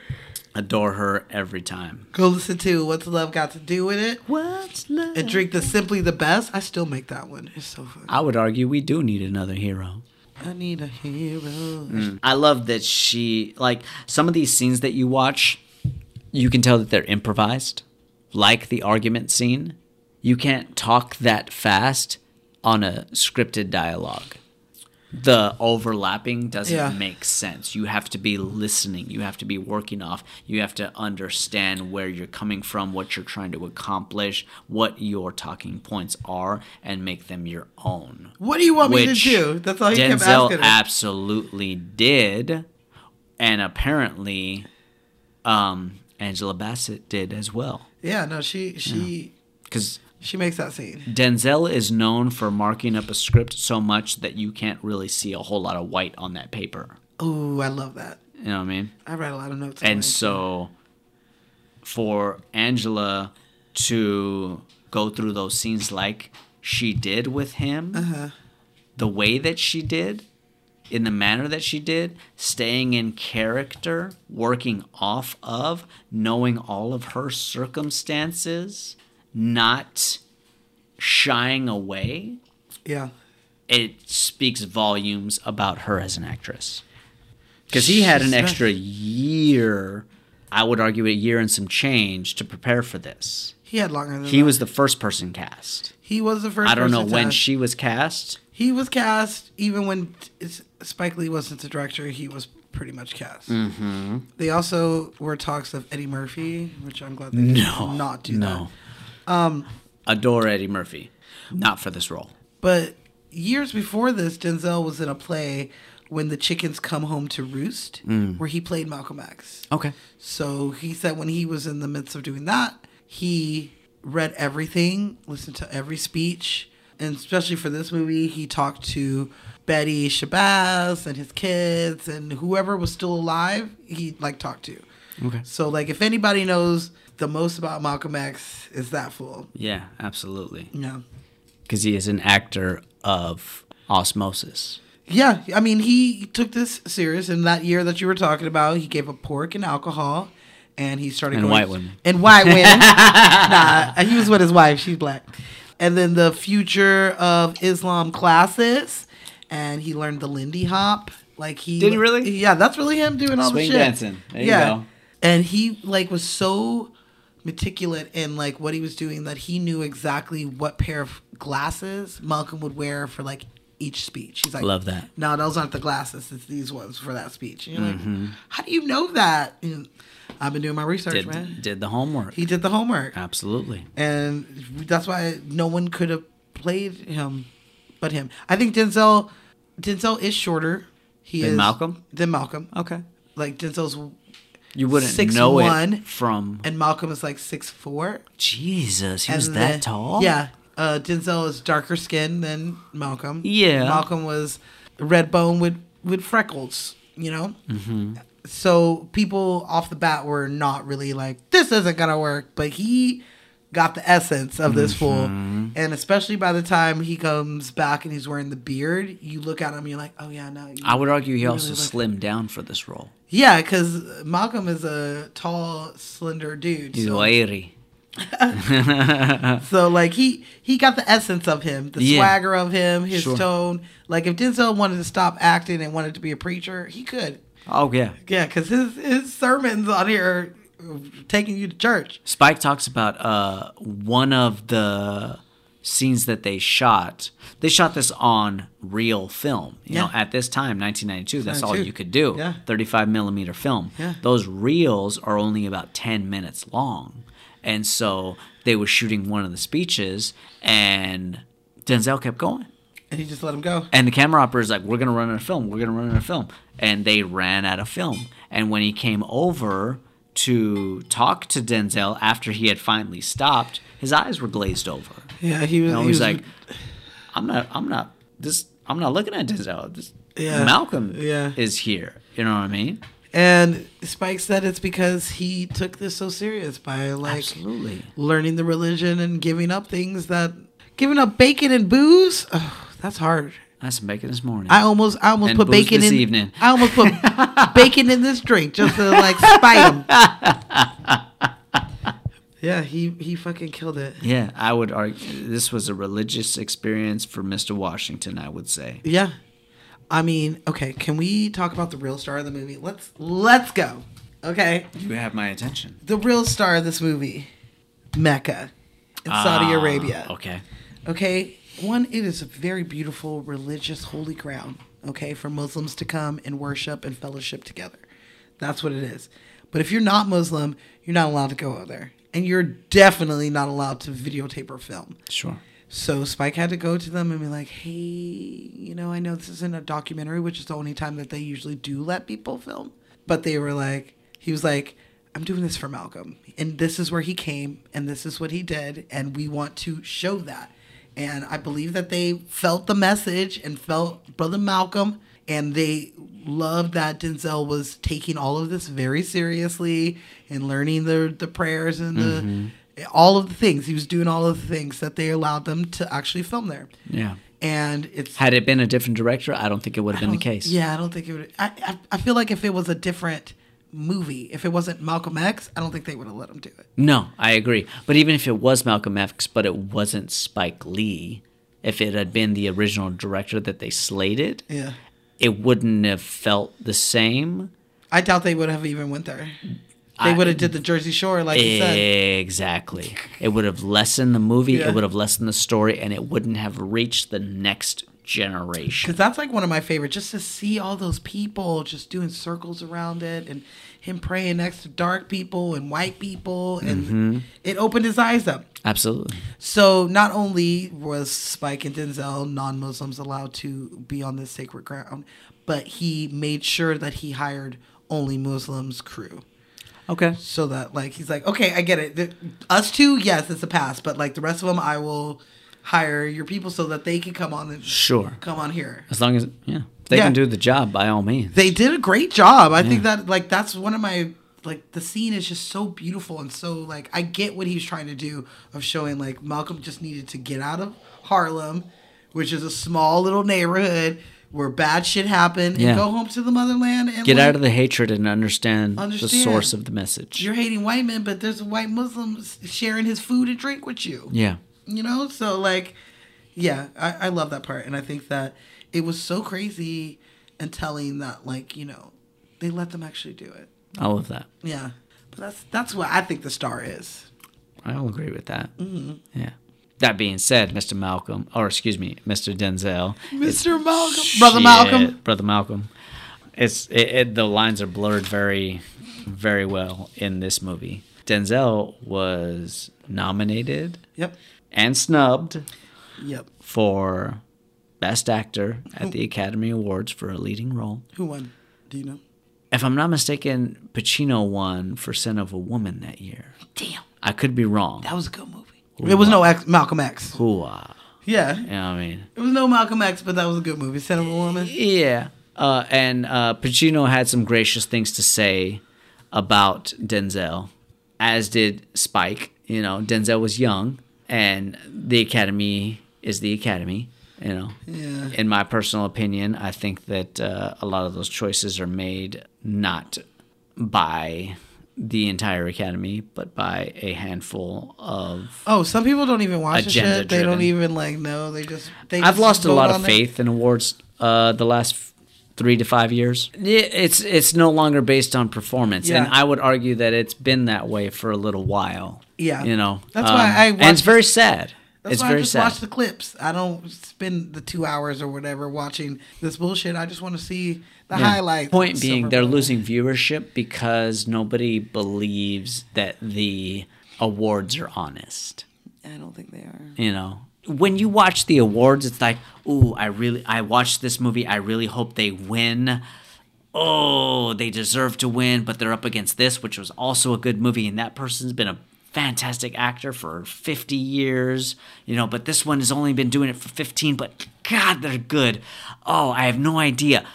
[SPEAKER 2] adore her every time.
[SPEAKER 1] Go listen to What's Love Got to Do with It.
[SPEAKER 2] What's love?
[SPEAKER 1] And drink the Simply the Best. I still make that one. It's so fun.
[SPEAKER 2] I would argue we do need another hero.
[SPEAKER 1] I need a hero. Mm.
[SPEAKER 2] I love that she like some of these scenes that you watch, you can tell that they're improvised. Like the argument scene, you can't talk that fast on a scripted dialogue. The overlapping doesn't
[SPEAKER 1] Yeah.
[SPEAKER 2] make sense. You have to be listening. You have to be working off. You have to understand where you're coming from, what you're trying to accomplish, what your talking points are, and make them your own.
[SPEAKER 1] What do you want me to
[SPEAKER 2] Which
[SPEAKER 1] do? That's all he kept
[SPEAKER 2] Denzel
[SPEAKER 1] asking her.
[SPEAKER 2] absolutely did, and apparently, um, Angela Bassett did as well.
[SPEAKER 1] Yeah, no, she she
[SPEAKER 2] Because
[SPEAKER 1] she makes that scene.
[SPEAKER 2] Denzel is known for marking up a script so much that you can't really see a whole lot of white on that paper.
[SPEAKER 1] Ooh, I love that.
[SPEAKER 2] You know what I mean?
[SPEAKER 1] I write a lot of notes.
[SPEAKER 2] And so, for Angela to go through those scenes like she did with him,
[SPEAKER 1] uh
[SPEAKER 2] the way that she did, in the manner that she did, staying in character, working off of, knowing all of her circumstances, not shying away,
[SPEAKER 1] yeah,
[SPEAKER 2] it speaks volumes about her as an actress. Because he had an
[SPEAKER 1] She's not-
[SPEAKER 2] extra year, I would argue a year and some change to prepare for this.
[SPEAKER 1] he had longer than
[SPEAKER 2] He
[SPEAKER 1] that.
[SPEAKER 2] was the first person cast.
[SPEAKER 1] he was the first.
[SPEAKER 2] I don't know
[SPEAKER 1] person
[SPEAKER 2] when
[SPEAKER 1] to-
[SPEAKER 2] she was cast.
[SPEAKER 1] he was cast. Even when it's, Spike Lee wasn't the director, he was pretty much cast.
[SPEAKER 2] Mm-hmm.
[SPEAKER 1] They also were talks of Eddie Murphy, which I'm glad they
[SPEAKER 2] No,
[SPEAKER 1] did not do
[SPEAKER 2] no.
[SPEAKER 1] that. Um,
[SPEAKER 2] Adore Eddie Murphy, not for this role.
[SPEAKER 1] but years before this, Denzel was in a play when the chickens come home to roost,
[SPEAKER 2] Mm.
[SPEAKER 1] where he played Malcolm X.
[SPEAKER 2] Okay.
[SPEAKER 1] So he said when he was in the midst of doing that, he read everything, listened to every speech, and especially for this movie, he talked to Betty Shabazz and his kids and whoever was still alive. He like talked to.
[SPEAKER 2] Okay.
[SPEAKER 1] So like, if anybody knows the most about Malcolm X, is that fool?
[SPEAKER 2] Yeah, absolutely.
[SPEAKER 1] No.
[SPEAKER 2] Because he is an actor of osmosis.
[SPEAKER 1] Yeah, I mean, he took this serious, and that year that you were talking about, he gave up pork and alcohol, and he started
[SPEAKER 2] And
[SPEAKER 1] going-
[SPEAKER 2] white women.
[SPEAKER 1] and white women. nah, and he was with his wife; she's black. And then the future of Islam classes, and he learned the Lindy Hop. Like he
[SPEAKER 2] Did he really?
[SPEAKER 1] Yeah, that's really him doing all
[SPEAKER 2] Swing
[SPEAKER 1] the shit.
[SPEAKER 2] dancing. There you go.
[SPEAKER 1] and he like was so meticulous in like what he was doing that he knew exactly what pair of glasses Malcolm would wear for like each speech. He's like,
[SPEAKER 2] Love that.
[SPEAKER 1] no, those aren't the glasses. It's these ones for that speech. And you're
[SPEAKER 2] Mhm.
[SPEAKER 1] like, how do you know that? And I've been doing my research,
[SPEAKER 2] Did, Uh.
[SPEAKER 1] man.
[SPEAKER 2] did the homework.
[SPEAKER 1] He did the homework,
[SPEAKER 2] Absolutely.
[SPEAKER 1] and that's why no one could have played him, but him. I think Denzel, Denzel is shorter. He
[SPEAKER 2] Than
[SPEAKER 1] is
[SPEAKER 2] Malcolm?
[SPEAKER 1] Than Malcolm.
[SPEAKER 2] Okay.
[SPEAKER 1] Like Denzel's,
[SPEAKER 2] You wouldn't
[SPEAKER 1] Six
[SPEAKER 2] know
[SPEAKER 1] one.
[SPEAKER 2] it from
[SPEAKER 1] and Malcolm is like six four.
[SPEAKER 2] Jesus. He
[SPEAKER 1] And
[SPEAKER 2] was
[SPEAKER 1] the-
[SPEAKER 2] that tall.
[SPEAKER 1] Yeah. Uh, Denzel is darker skinned than Malcolm.
[SPEAKER 2] Yeah.
[SPEAKER 1] Malcolm was red bone with, with freckles, you know?
[SPEAKER 2] hmm
[SPEAKER 1] So people off the bat were
[SPEAKER 2] Mm-hmm.
[SPEAKER 1] not really like, this isn't going to work. But he got the essence of this fool. And especially by the time he comes back and he's wearing the beard, you look at him, you're like, oh yeah, no. you-
[SPEAKER 2] I would argue he
[SPEAKER 1] you
[SPEAKER 2] also
[SPEAKER 1] really look-
[SPEAKER 2] slimmed down for this role.
[SPEAKER 1] Yeah, because Malcolm is a tall, slender dude.
[SPEAKER 2] He's
[SPEAKER 1] so-
[SPEAKER 2] wiry.
[SPEAKER 1] so like he he got the essence of him, the
[SPEAKER 2] Yeah.
[SPEAKER 1] swagger of him, his
[SPEAKER 2] Sure.
[SPEAKER 1] tone. Like if Denzel wanted to stop acting and wanted to be a preacher, he could.
[SPEAKER 2] Oh yeah.
[SPEAKER 1] Yeah, because his his sermons on here are taking you to church.
[SPEAKER 2] Spike talks about uh, one of the scenes that they shot. They shot this on real film. You know,
[SPEAKER 14] Yeah.
[SPEAKER 2] at this time, 1992, that's all
[SPEAKER 14] 92.
[SPEAKER 2] you could do.
[SPEAKER 14] Yeah.
[SPEAKER 2] 35 millimeter film.
[SPEAKER 14] Yeah.
[SPEAKER 2] Those reels are only about 10 minutes long. And so they were shooting one of the speeches, and Denzel kept going.
[SPEAKER 1] And he just let him go.
[SPEAKER 2] And the camera operator's like, "We're gonna run out of film. We're gonna run out of film." And they ran out of film. And when he came over to talk to Denzel after he had finally stopped, his eyes were glazed over.
[SPEAKER 1] Yeah, he was-
[SPEAKER 2] And
[SPEAKER 1] he
[SPEAKER 2] he's
[SPEAKER 1] was-
[SPEAKER 2] like, "I'm not. I'm not. This. I'm not looking at Denzel. This,
[SPEAKER 1] Yeah.
[SPEAKER 2] Malcolm.
[SPEAKER 1] Yeah.
[SPEAKER 2] is here. You know what I mean?
[SPEAKER 1] And Spike said it's because he took this so serious by like
[SPEAKER 2] Absolutely.
[SPEAKER 1] learning the religion and giving up things that giving up bacon and booze. Ugh, that's hard.
[SPEAKER 2] I had some bacon this morning.
[SPEAKER 1] I almost I almost
[SPEAKER 2] And
[SPEAKER 1] put
[SPEAKER 2] booze
[SPEAKER 1] bacon
[SPEAKER 2] this
[SPEAKER 1] in
[SPEAKER 2] evening.
[SPEAKER 1] I almost put bacon in this drink just to like spite him. yeah, he he fucking killed it.
[SPEAKER 2] Yeah, I would argue this was a religious experience for Mr. Washington. I would say.
[SPEAKER 1] Yeah. I mean, okay, can we talk about the real star of the movie? Let's let's go. Okay.
[SPEAKER 2] You have my attention.
[SPEAKER 1] The real star of this movie, Mecca. It's Saudi
[SPEAKER 2] Ah,
[SPEAKER 1] Arabia.
[SPEAKER 2] Okay.
[SPEAKER 1] Okay. One, it is a very beautiful religious holy ground, okay, for Muslims to come and worship and fellowship together. That's what it is. But if you're not Muslim, you're not allowed to go over there. And you're definitely not allowed to videotape or film.
[SPEAKER 2] Sure.
[SPEAKER 1] So Spike had to go to them and be like, hey, you know, I know this isn't a documentary, which is the only time that they usually do let people film. But they were like, he was like, I'm doing this for Malcolm. And this is where he came and this is what he did. And we want to show that. And I believe that they felt the message and felt Brother Malcolm. And they loved that Denzel was taking all of this very seriously and learning the, the prayers and the
[SPEAKER 2] Mhm.
[SPEAKER 1] all of the things. He was doing all of the things that they allowed them to actually film there.
[SPEAKER 2] Yeah.
[SPEAKER 1] And it's
[SPEAKER 2] Had it been a different director, I don't think it would have been the case.
[SPEAKER 1] yeah, I don't think it would. I, I I feel like if it was a different movie, if it wasn't Malcolm X, I don't think they would have let him do it.
[SPEAKER 2] No, I agree. But even if it was Malcolm X, but it wasn't Spike Lee, if it had been the original director that they slated,
[SPEAKER 1] Yeah.
[SPEAKER 2] it wouldn't have felt the same.
[SPEAKER 1] I doubt they would have even went there. They
[SPEAKER 2] I-
[SPEAKER 1] would have did the Jersey Shore like you said.
[SPEAKER 2] exactly. It would have lessened the movie.
[SPEAKER 1] Yeah.
[SPEAKER 2] It would have lessened the story, and it wouldn't have reached the next generation.
[SPEAKER 1] Because that's like one of my favorite, just to see all those people just doing circles around it and him praying next to dark people and white people. And
[SPEAKER 2] Mhm.
[SPEAKER 1] it opened his eyes up.
[SPEAKER 2] Absolutely.
[SPEAKER 1] So not only was Spike and Denzel non-Muslims allowed to be on this sacred ground, but he made sure that he hired only Muslims crew.
[SPEAKER 2] Okay.
[SPEAKER 1] So that like he's like, okay, I get it. The- us two, yes, it's a pass, but like the rest of them, I will hire your people so that they can come on and
[SPEAKER 2] Sure.
[SPEAKER 1] come on here.
[SPEAKER 2] As long as yeah, if they
[SPEAKER 1] Yeah.
[SPEAKER 2] can do the job by all means.
[SPEAKER 1] They did a great job. I think
[SPEAKER 2] Yeah.
[SPEAKER 1] that like that's one of my like the scene is just so beautiful and so like I get what he's trying to do of showing like Malcolm just needed to get out of Harlem, which is a small little neighborhood where bad shit happened
[SPEAKER 2] Yeah.
[SPEAKER 1] and go home to the motherland and
[SPEAKER 2] Get
[SPEAKER 1] like,
[SPEAKER 2] out of the hatred and understand, the
[SPEAKER 1] Understand.
[SPEAKER 2] source of the message.
[SPEAKER 1] you're hating white men, but there's a white Muslim sharing his food and drink with you.
[SPEAKER 2] Yeah.
[SPEAKER 1] You know, so like, yeah, I, I love that part, and I think that it was so crazy and telling that like you know they let them actually do it.
[SPEAKER 2] I love that.
[SPEAKER 1] Yeah, but that's that's what I think the star is.
[SPEAKER 2] I'll agree with that.
[SPEAKER 1] Mhm.
[SPEAKER 2] Yeah. That being said, Mr. Malcolm, or excuse me, Mr. Denzel, it's-
[SPEAKER 1] Mr. Malcolm, brother Malcolm.
[SPEAKER 2] Shit, brother Malcolm. It's it, it, the lines are blurred very, very well in this movie. Denzel was nominated,
[SPEAKER 1] Yep.
[SPEAKER 2] and snubbed
[SPEAKER 1] Yep.
[SPEAKER 2] for best actor at the Academy Awards for a leading role.
[SPEAKER 1] Who won? Do you know?
[SPEAKER 2] If I'm not mistaken, Pacino won for Sin of a Woman that year.
[SPEAKER 1] Damn.
[SPEAKER 2] I could be wrong.
[SPEAKER 1] That was a good movie. It was no X, Malcolm X.
[SPEAKER 2] Hooah.
[SPEAKER 1] Yeah.
[SPEAKER 2] You know what I mean?
[SPEAKER 1] It was no Malcolm X, but that was a good movie. Son of a Woman.
[SPEAKER 2] Yeah. Uh, and uh, Pacino had some gracious things to say about Denzel, as did Spike. You know, Denzel was young and the academy is the academy you know
[SPEAKER 1] Yeah.
[SPEAKER 2] in my personal opinion i think that uh, a lot of those choices are made not by the entire academy but by a handful of
[SPEAKER 1] Oh, some people don't even watch the
[SPEAKER 2] Agenda
[SPEAKER 1] shit. They don't
[SPEAKER 2] driven.
[SPEAKER 1] even like know. They just. They
[SPEAKER 2] i've
[SPEAKER 1] just
[SPEAKER 2] lost a
[SPEAKER 1] vote
[SPEAKER 2] lot
[SPEAKER 1] on
[SPEAKER 2] of
[SPEAKER 1] it.
[SPEAKER 2] faith in awards uh, the last f- three to five years Yeah, it's it's no longer based on performance and
[SPEAKER 1] Yeah.
[SPEAKER 2] i would argue that it's been that way for a little while
[SPEAKER 1] Yeah.
[SPEAKER 2] you know Um,
[SPEAKER 1] That's why I
[SPEAKER 2] and
[SPEAKER 1] watch-
[SPEAKER 2] it's very sad
[SPEAKER 1] That's
[SPEAKER 2] it's
[SPEAKER 1] why I
[SPEAKER 2] very
[SPEAKER 1] just
[SPEAKER 2] sad
[SPEAKER 1] watch the clips. I don't spend the two hours or whatever watching this bullshit. I just want to see the
[SPEAKER 2] Yeah.
[SPEAKER 1] highlight.
[SPEAKER 2] Point being, they're losing viewership because nobody believes that the awards are honest.
[SPEAKER 1] I don't think they are.
[SPEAKER 2] You know, when you watch the awards, it's like, ooh, I really, I watched this movie. I really hope they win. Oh, they deserve to win, but they're up against this, which was also a good movie, and that person's been a fantastic actor for 50 years, you know, but this one has only been doing it for 15, but God, they're good. Oh, I have no idea.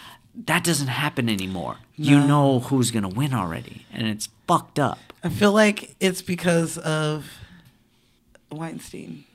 [SPEAKER 2] That doesn't happen anymore. You
[SPEAKER 1] No.
[SPEAKER 2] know who's going to win already, and it's fucked up.
[SPEAKER 1] I feel like it's because of Weinstein.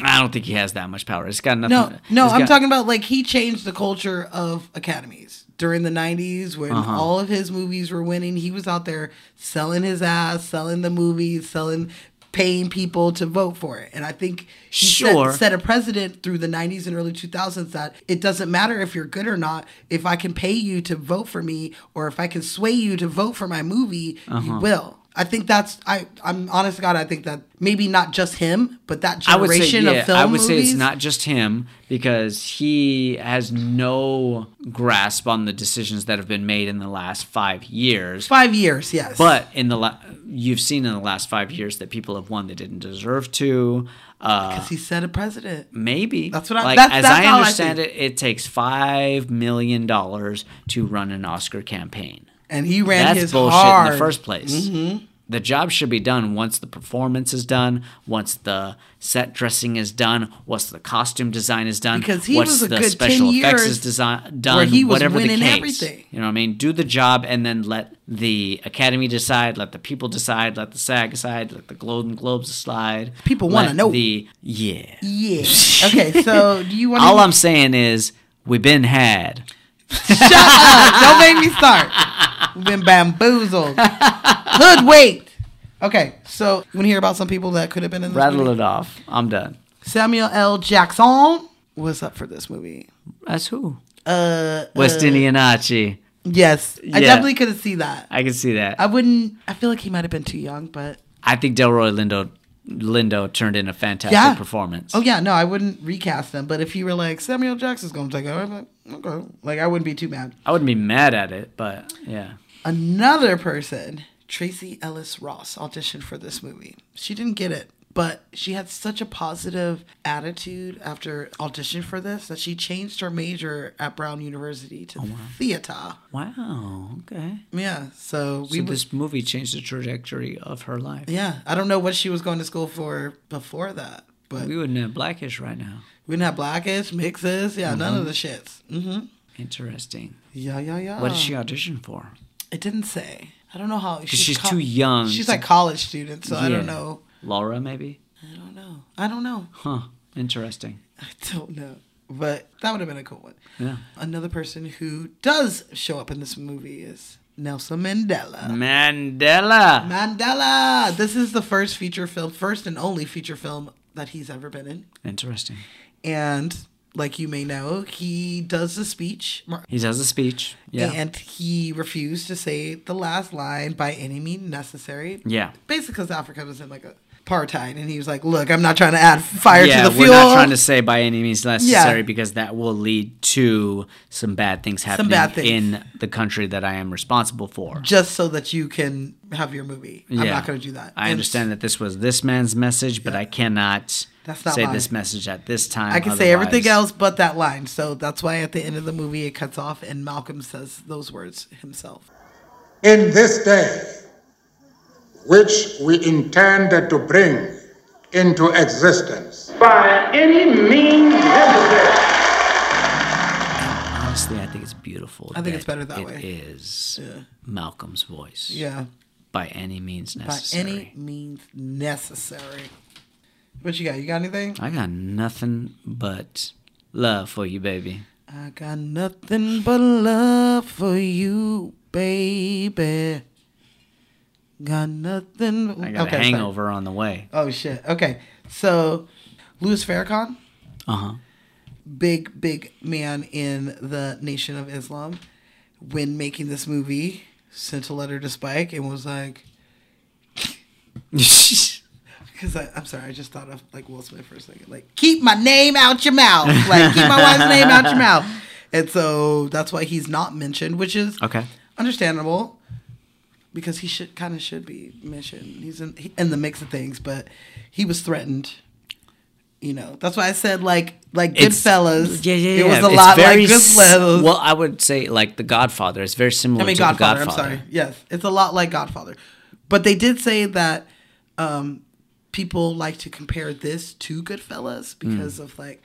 [SPEAKER 2] I don't think he has that much power. It's got nothing.
[SPEAKER 1] No, no,
[SPEAKER 2] it's
[SPEAKER 1] I'm
[SPEAKER 2] got-
[SPEAKER 1] talking about like he changed the culture of academies during the 90s when
[SPEAKER 2] Uh-huh.
[SPEAKER 1] all of his movies were winning. He was out there selling his ass, selling the movies, selling paying people to vote for it. And I think he set-
[SPEAKER 2] Sure.
[SPEAKER 1] set, a precedent through the 90s and early 2000s that it doesn't matter if you're good or not. If I can pay you to vote for me or if I can sway you to vote for my movie, you
[SPEAKER 2] Uh-huh.
[SPEAKER 1] will. I think that's I. I'm honest to God. I think that maybe not just him, but that generation of film
[SPEAKER 2] I would say
[SPEAKER 1] movies-
[SPEAKER 2] it's not just him because he has no grasp on the decisions that have been made in the last five years.
[SPEAKER 1] Five years, yes.
[SPEAKER 2] But in the la- you've seen in the last five years that people have won that didn't deserve to. Uh,
[SPEAKER 1] he said a president.
[SPEAKER 2] maybe
[SPEAKER 1] That's what I-
[SPEAKER 2] like.
[SPEAKER 1] that's-
[SPEAKER 2] as
[SPEAKER 1] that's
[SPEAKER 2] I
[SPEAKER 1] how I
[SPEAKER 2] understand
[SPEAKER 1] see
[SPEAKER 2] it, it takes five million dollars to run an Oscar campaign.
[SPEAKER 1] And he ran
[SPEAKER 2] That's
[SPEAKER 1] his
[SPEAKER 2] bullshit
[SPEAKER 1] hard.
[SPEAKER 2] in the first place.
[SPEAKER 1] Mhm.
[SPEAKER 2] The job should be done once the performance is done, once the set dressing is done, once the costume design is done,
[SPEAKER 1] Because he
[SPEAKER 2] once
[SPEAKER 1] was a
[SPEAKER 2] the
[SPEAKER 1] good
[SPEAKER 2] special
[SPEAKER 1] 10
[SPEAKER 2] effects
[SPEAKER 1] years
[SPEAKER 2] is design, done,
[SPEAKER 1] where he was
[SPEAKER 2] whatever
[SPEAKER 1] winning
[SPEAKER 2] the case.
[SPEAKER 1] everything.
[SPEAKER 2] You know what I mean? Do the job and then let the academy decide, let the people decide, let the SAG decide, let the Golden Globes decide.
[SPEAKER 1] People wanna
[SPEAKER 2] let
[SPEAKER 1] know.
[SPEAKER 2] The yeah.
[SPEAKER 1] Yeah. Okay, so do you want
[SPEAKER 2] All I'm saying is we've been had.
[SPEAKER 1] Don't make me start. We've been bamboozled. Hoodwinked. Okay, so you want to hear about some people that could have been in this
[SPEAKER 2] Rattle
[SPEAKER 1] movie?
[SPEAKER 2] it off. I'm done.
[SPEAKER 1] Samuel L. Jackson was up for this movie.
[SPEAKER 2] That's who.
[SPEAKER 1] Uh,
[SPEAKER 2] West
[SPEAKER 1] uh,
[SPEAKER 2] Indian Archie.
[SPEAKER 1] Yes, I
[SPEAKER 2] Yeah.
[SPEAKER 1] definitely could have seen that.
[SPEAKER 2] I can see that.
[SPEAKER 1] I wouldn't. I feel like he might have been too young, but
[SPEAKER 2] I think Delroy Lindo Lindo turned in a fantastic
[SPEAKER 1] Yeah.
[SPEAKER 2] performance.
[SPEAKER 1] oh yeah, no, I wouldn't recast them. But if you were like Samuel Jackson's going to take it, I'd be like, okay, like I wouldn't be too mad.
[SPEAKER 2] I wouldn't be mad at it, but yeah.
[SPEAKER 1] another person, Tracy Ellis Ross, auditioned for this movie. She didn't get it, but she had such a positive attitude after audition for this that she changed her major at Brown University
[SPEAKER 2] Oh,
[SPEAKER 1] to theater.
[SPEAKER 2] Wow. Okay.
[SPEAKER 1] Yeah, so we
[SPEAKER 2] so
[SPEAKER 1] would-
[SPEAKER 2] this movie changed the trajectory of her life.
[SPEAKER 1] yeah, I don't know what she was going to school for before that, but
[SPEAKER 2] We wouldn't have Blackish right now.
[SPEAKER 1] we didn't have blackish mixes, yeah, none of
[SPEAKER 2] Mhm.
[SPEAKER 1] the shits. hmm
[SPEAKER 2] Interesting.
[SPEAKER 1] Yeah, yeah, yeah.
[SPEAKER 2] What did she audition for?
[SPEAKER 1] It didn't say. I don't know how.
[SPEAKER 2] she's too young
[SPEAKER 1] She's
[SPEAKER 2] to-
[SPEAKER 1] like college student, so I
[SPEAKER 2] Yeah.
[SPEAKER 1] don't know.
[SPEAKER 2] Laura, maybe?
[SPEAKER 1] I don't know. I don't know.
[SPEAKER 2] Huh. Interesting.
[SPEAKER 1] I don't know. But that would have been a cool one.
[SPEAKER 2] Yeah.
[SPEAKER 1] Another person who does show up in this movie is Nelson Mandela.
[SPEAKER 2] Mandela.
[SPEAKER 1] Mandela! This is the first feature film, first and only feature film that he's ever been in.
[SPEAKER 2] Interesting.
[SPEAKER 1] And like you may know, he does the speech. Mar-
[SPEAKER 2] He does a speech. Yeah.
[SPEAKER 1] And he refused to say the last line by any means necessary.
[SPEAKER 2] yeah.
[SPEAKER 1] Basically, because Africa was in like a apartheid, and he was like, "Look, I'm not trying to add fire
[SPEAKER 2] yeah,
[SPEAKER 1] to the
[SPEAKER 2] we're
[SPEAKER 1] fuel."
[SPEAKER 2] not trying to say by any means necessary
[SPEAKER 1] Yeah.
[SPEAKER 2] because that will lead to some bad things happening
[SPEAKER 1] bad things.
[SPEAKER 2] in the country that I am responsible for.
[SPEAKER 1] just so that you can have your movie. I'm not going to do that.
[SPEAKER 2] I
[SPEAKER 1] And
[SPEAKER 2] understand that this was this man's message, but I cannot
[SPEAKER 1] That's not
[SPEAKER 2] say
[SPEAKER 1] mine.
[SPEAKER 2] this message at this time.
[SPEAKER 1] I can say everything
[SPEAKER 2] otherwise-
[SPEAKER 1] else but that line. So that's why at the end of the movie it cuts off and Malcolm says those words himself.
[SPEAKER 4] In this day, which we intended to bring into existence.
[SPEAKER 12] By any means necessary.
[SPEAKER 2] Honestly, I think it's beautiful.
[SPEAKER 1] I think it's better that
[SPEAKER 2] it
[SPEAKER 1] way.
[SPEAKER 2] It is Malcolm's voice.
[SPEAKER 1] Yeah.
[SPEAKER 2] By any means necessary.
[SPEAKER 1] By any means necessary. What you got? You got anything?
[SPEAKER 2] I got nothing but love for you, baby.
[SPEAKER 1] I got nothing but love for you, baby. Got nothing.
[SPEAKER 2] I got
[SPEAKER 1] okay,
[SPEAKER 2] a hangover on the way.
[SPEAKER 1] Oh shit. Okay. So, Louis Farrakhan,
[SPEAKER 2] Uh huh.
[SPEAKER 1] big big man in the Nation of Islam, when making this movie, sent a letter to Spike and was like, because I'm sorry, I just thought of like Will Smith for a second, like keep my name out your mouth, like keep my wife's name out your mouth, and so that's why he's not mentioned, which is
[SPEAKER 2] Okay.
[SPEAKER 1] understandable because he should kind of should be mentioned. He's in he, in the mix of things, but he was threatened. You know, that's why I said like like Goodfellas.
[SPEAKER 2] Yeah, yeah, yeah.
[SPEAKER 1] It was a
[SPEAKER 2] It's
[SPEAKER 1] lot like
[SPEAKER 2] very s-
[SPEAKER 1] Goodfellas.
[SPEAKER 2] Well, I would say like The Godfather. It's very similar
[SPEAKER 1] I mean
[SPEAKER 2] to
[SPEAKER 1] Godfather,
[SPEAKER 2] The Godfather.
[SPEAKER 1] I'm sorry. Yes, it's a lot like Godfather, but they did say that um, people like to compare this to Goodfellas
[SPEAKER 2] Hmm.
[SPEAKER 1] because of like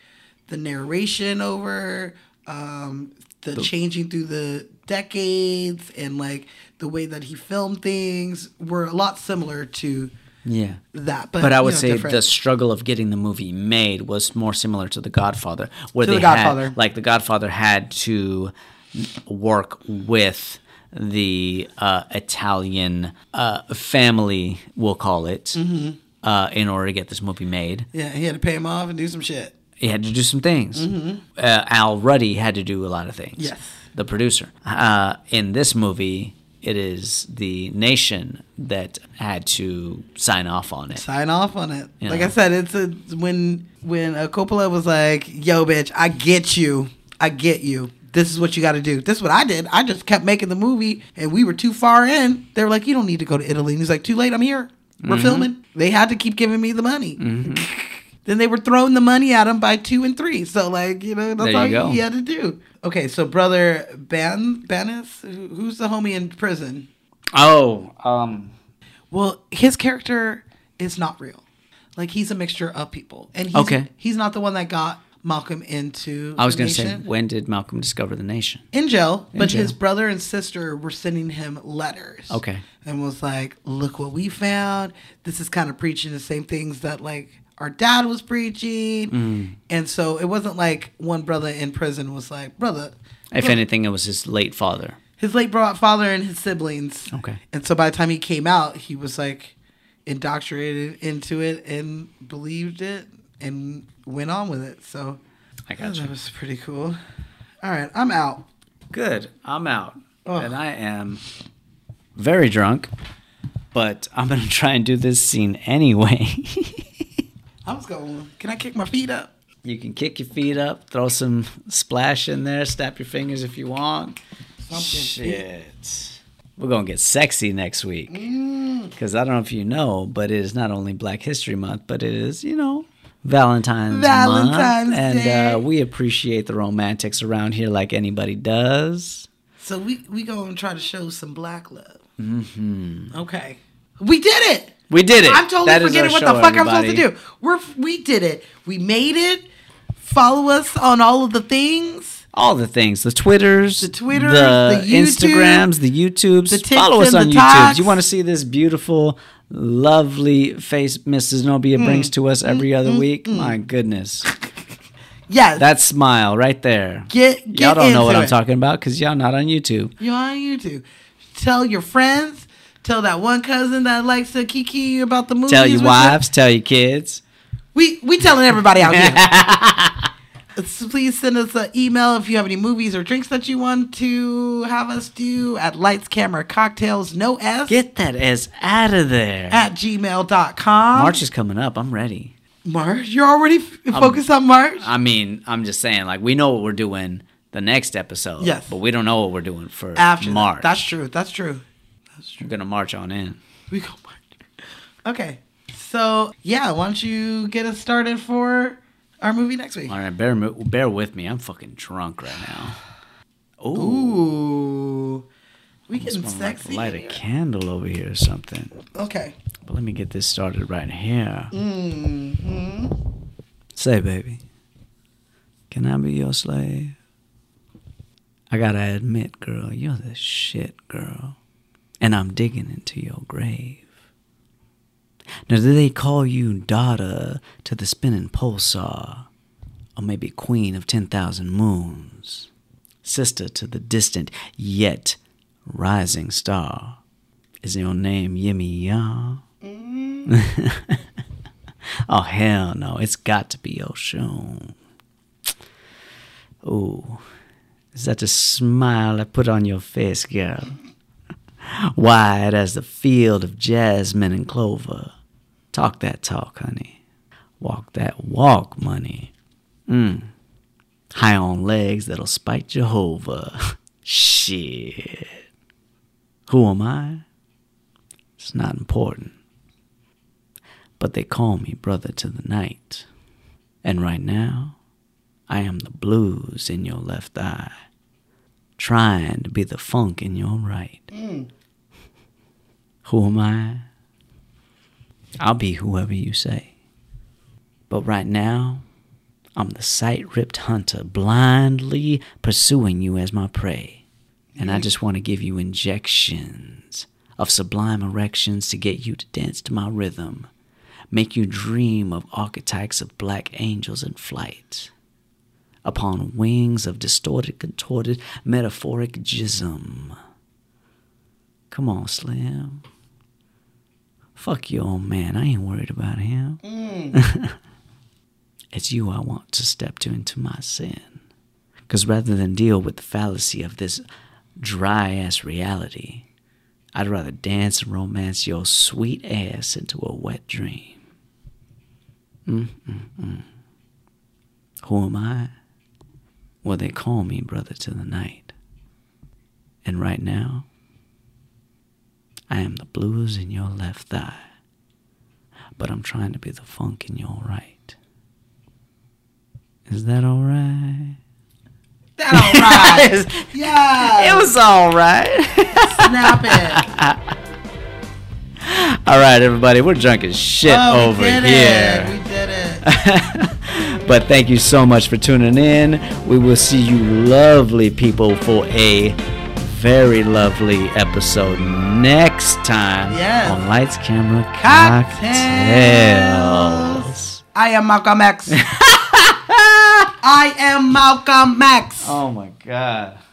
[SPEAKER 1] the narration over um, the, changing through the decades and like the way that he filmed things were a lot similar to
[SPEAKER 2] Yeah.
[SPEAKER 1] that. But,
[SPEAKER 2] But, I
[SPEAKER 1] you
[SPEAKER 2] would
[SPEAKER 1] know,
[SPEAKER 2] say
[SPEAKER 1] different.
[SPEAKER 2] the struggle of getting the movie made was more similar to The Godfather, where
[SPEAKER 1] To
[SPEAKER 2] they
[SPEAKER 1] The Godfather.
[SPEAKER 2] had like The Godfather had to work with the uh, Italian uh, family, we'll call it,
[SPEAKER 1] Mm-hmm.
[SPEAKER 2] uh, in order to get this movie made.
[SPEAKER 1] yeah, he had to pay him off and do some shit.
[SPEAKER 2] he had to do some things. Uh, Al Ruddy had to do a lot of things.
[SPEAKER 1] Yes.
[SPEAKER 2] The producer. Uh, in this movie, it is the nation that had to sign off on it.
[SPEAKER 1] Sign off on it.
[SPEAKER 2] Yeah.
[SPEAKER 1] Like I said, it's a, when when uh, Coppola was like, "Yo, bitch, I get you, I get you. This is what you got to do. This is what I did. I just kept making the movie, and we were too far in. They were like, "You don't need to go to Italy." And he's like, "Too late. I'm here. We're
[SPEAKER 2] Mhm.
[SPEAKER 1] filming." They had to keep giving me the money.
[SPEAKER 2] Mm-hmm.
[SPEAKER 1] Then they were throwing the money at him by two and three. So like you know that's
[SPEAKER 2] There you
[SPEAKER 1] all
[SPEAKER 2] go.
[SPEAKER 1] he had to do. Okay, so brother Ban Banis, who- who's the homie in prison?
[SPEAKER 2] Oh, um,
[SPEAKER 1] Well, his character is not real. Like he's a mixture of people, and he's,
[SPEAKER 2] Okay.
[SPEAKER 1] he's not the one that got Malcolm into.
[SPEAKER 2] I was
[SPEAKER 1] the
[SPEAKER 2] going to say,
[SPEAKER 1] nation.
[SPEAKER 2] when did Malcolm discover the nation?
[SPEAKER 1] in jail,
[SPEAKER 2] In
[SPEAKER 1] but
[SPEAKER 2] jail.
[SPEAKER 1] his brother and sister were sending him letters.
[SPEAKER 2] Okay.
[SPEAKER 1] and was like, "Look what we found. This is kind of preaching the same things that like our dad was preaching."
[SPEAKER 2] Mm.
[SPEAKER 1] And so it wasn't like one brother in prison was like, "Brother."
[SPEAKER 2] If
[SPEAKER 1] look,
[SPEAKER 2] anything, it was his late father.
[SPEAKER 1] his late bro- father and his siblings.
[SPEAKER 2] Okay.
[SPEAKER 1] And so by the time he came out, he was like indoctrinated into it and believed it and went on with it. So
[SPEAKER 2] I got
[SPEAKER 1] that was pretty cool. All right, I'm out.
[SPEAKER 2] Good. I'm out.
[SPEAKER 1] Ugh.
[SPEAKER 2] And I am very drunk, but I'm going to try and do this scene anyway.
[SPEAKER 1] I was going. Can I kick my feet up?
[SPEAKER 2] You can kick your feet up, throw some splash in there, snap your fingers if you want. Shit. We're going to get sexy next week.
[SPEAKER 1] Mm.
[SPEAKER 2] Because I don't know if you know, but it is not only Black History Month, but it is, you know, Valentine's,
[SPEAKER 1] Valentine's
[SPEAKER 2] Month.
[SPEAKER 1] Day.
[SPEAKER 2] And uh, we appreciate the romantics around here like anybody does.
[SPEAKER 1] So we we going to try to show some black love.
[SPEAKER 2] hmm
[SPEAKER 1] Okay. We did it.
[SPEAKER 2] We did it.
[SPEAKER 1] I'm totally
[SPEAKER 2] That is
[SPEAKER 1] forgetting
[SPEAKER 2] our
[SPEAKER 1] what the
[SPEAKER 2] show,
[SPEAKER 1] fuck I'm supposed
[SPEAKER 2] everybody.
[SPEAKER 1] to do. We're we did it. We made it. Follow us on all of the things.
[SPEAKER 2] All the things the Twitters, the
[SPEAKER 1] Twitters, the YouTube,
[SPEAKER 2] Instagrams, the YouTubes.
[SPEAKER 1] the tics
[SPEAKER 2] Follow us
[SPEAKER 1] and
[SPEAKER 2] on
[SPEAKER 1] the
[SPEAKER 2] YouTube.
[SPEAKER 1] tocs.
[SPEAKER 2] You want to see this beautiful, lovely face Mrs. Nobia
[SPEAKER 1] Mm.
[SPEAKER 2] brings to us every other week? My goodness.
[SPEAKER 1] Yes.
[SPEAKER 2] That smile right there.
[SPEAKER 1] Get-
[SPEAKER 2] y'all
[SPEAKER 1] get
[SPEAKER 2] don't know what
[SPEAKER 1] into
[SPEAKER 2] I'm
[SPEAKER 1] it.
[SPEAKER 2] talking about because y'all not on YouTube.
[SPEAKER 1] You're on YouTube. Tell your friends. Tell that one cousin that likes to kiki you about the movies.
[SPEAKER 2] Tell your
[SPEAKER 1] with
[SPEAKER 2] wives, tell your kids.
[SPEAKER 1] We we telling everybody out here. So Please send us an email if you have any movies or drinks that you want to have us do at lights, camera, cocktails, no S,
[SPEAKER 2] Get that ass out of there.
[SPEAKER 1] at gmail.com.
[SPEAKER 2] March is coming up. I'm ready.
[SPEAKER 1] March? You're already f-
[SPEAKER 2] I'm-
[SPEAKER 1] focused on March?
[SPEAKER 2] I mean, I'm just saying, like, we know what we're doing the next episode.
[SPEAKER 1] Yes.
[SPEAKER 2] But we don't know what we're doing for
[SPEAKER 1] After. that.
[SPEAKER 2] March.
[SPEAKER 1] That's true. That's true.
[SPEAKER 2] We're going to march on in.
[SPEAKER 1] We go March. Okay. So, yeah, why don't you get us started for our movie next week?
[SPEAKER 2] All right, bear mo- bear with me. I'm fucking drunk right now. Ooh,
[SPEAKER 1] Ooh. We getting
[SPEAKER 2] Wanna, like,
[SPEAKER 1] sexy.
[SPEAKER 2] light a candle over here or something.
[SPEAKER 1] Okay.
[SPEAKER 2] But let me get this started right here.
[SPEAKER 1] hmm
[SPEAKER 2] Say, baby, can I be your slave? I gotta admit, girl, you're the shit, girl, and I'm digging into your grave. Now, do they call you daughter to the spinning pulsar? Or maybe queen of 10,000 moons? Sister to the distant yet rising star? Is your name Yimmy Ya? Mm. oh, hell no. It's got to be Oshun. Oh, is that the smile I put on your face, girl? Wide as the field of jasmine and clover. Talk that talk, honey. Walk that walk, money. Mm. High on legs that'll spite Jehovah. Shit. Who am I? It's not important. But they call me brother to the night. And right now, I am the blues in your left eye, trying to be the funk in your right. Mm. Who am I? I'll be whoever you say. But right now, I'm the sight ripped hunter blindly pursuing you as my prey. And I just want to give you injections of sublime erections to get you to dance to my rhythm, make you dream of archetypes of black angels in flight upon wings of distorted, contorted, metaphoric jism. Come on, Slim. Fuck your old man. I ain't worried about him. Mm. it's you I want to step to into my sin. Because rather than deal with the fallacy of this dry ass reality, I'd rather dance and romance your sweet ass into a wet dream. Mm-mm-mm. Who am I? Well, they call me brother to the night. And right now, I am the blues in your left thigh, but I'm trying to be the funk in your right. Is that all right?
[SPEAKER 1] That all right? yeah.
[SPEAKER 2] It was all right.
[SPEAKER 1] Snap it.
[SPEAKER 2] all right, everybody, we're drunk as shit
[SPEAKER 1] Oh,
[SPEAKER 2] over
[SPEAKER 1] we did
[SPEAKER 2] here.
[SPEAKER 1] It. We did it.
[SPEAKER 2] But thank you so much for tuning in. We will see you, lovely people, for a very lovely episode next time
[SPEAKER 1] Yes.
[SPEAKER 2] on Lights Camera
[SPEAKER 1] Cocktails.
[SPEAKER 2] Cocktails.
[SPEAKER 1] I am Malcolm X. I am Malcolm X.
[SPEAKER 2] Oh my God.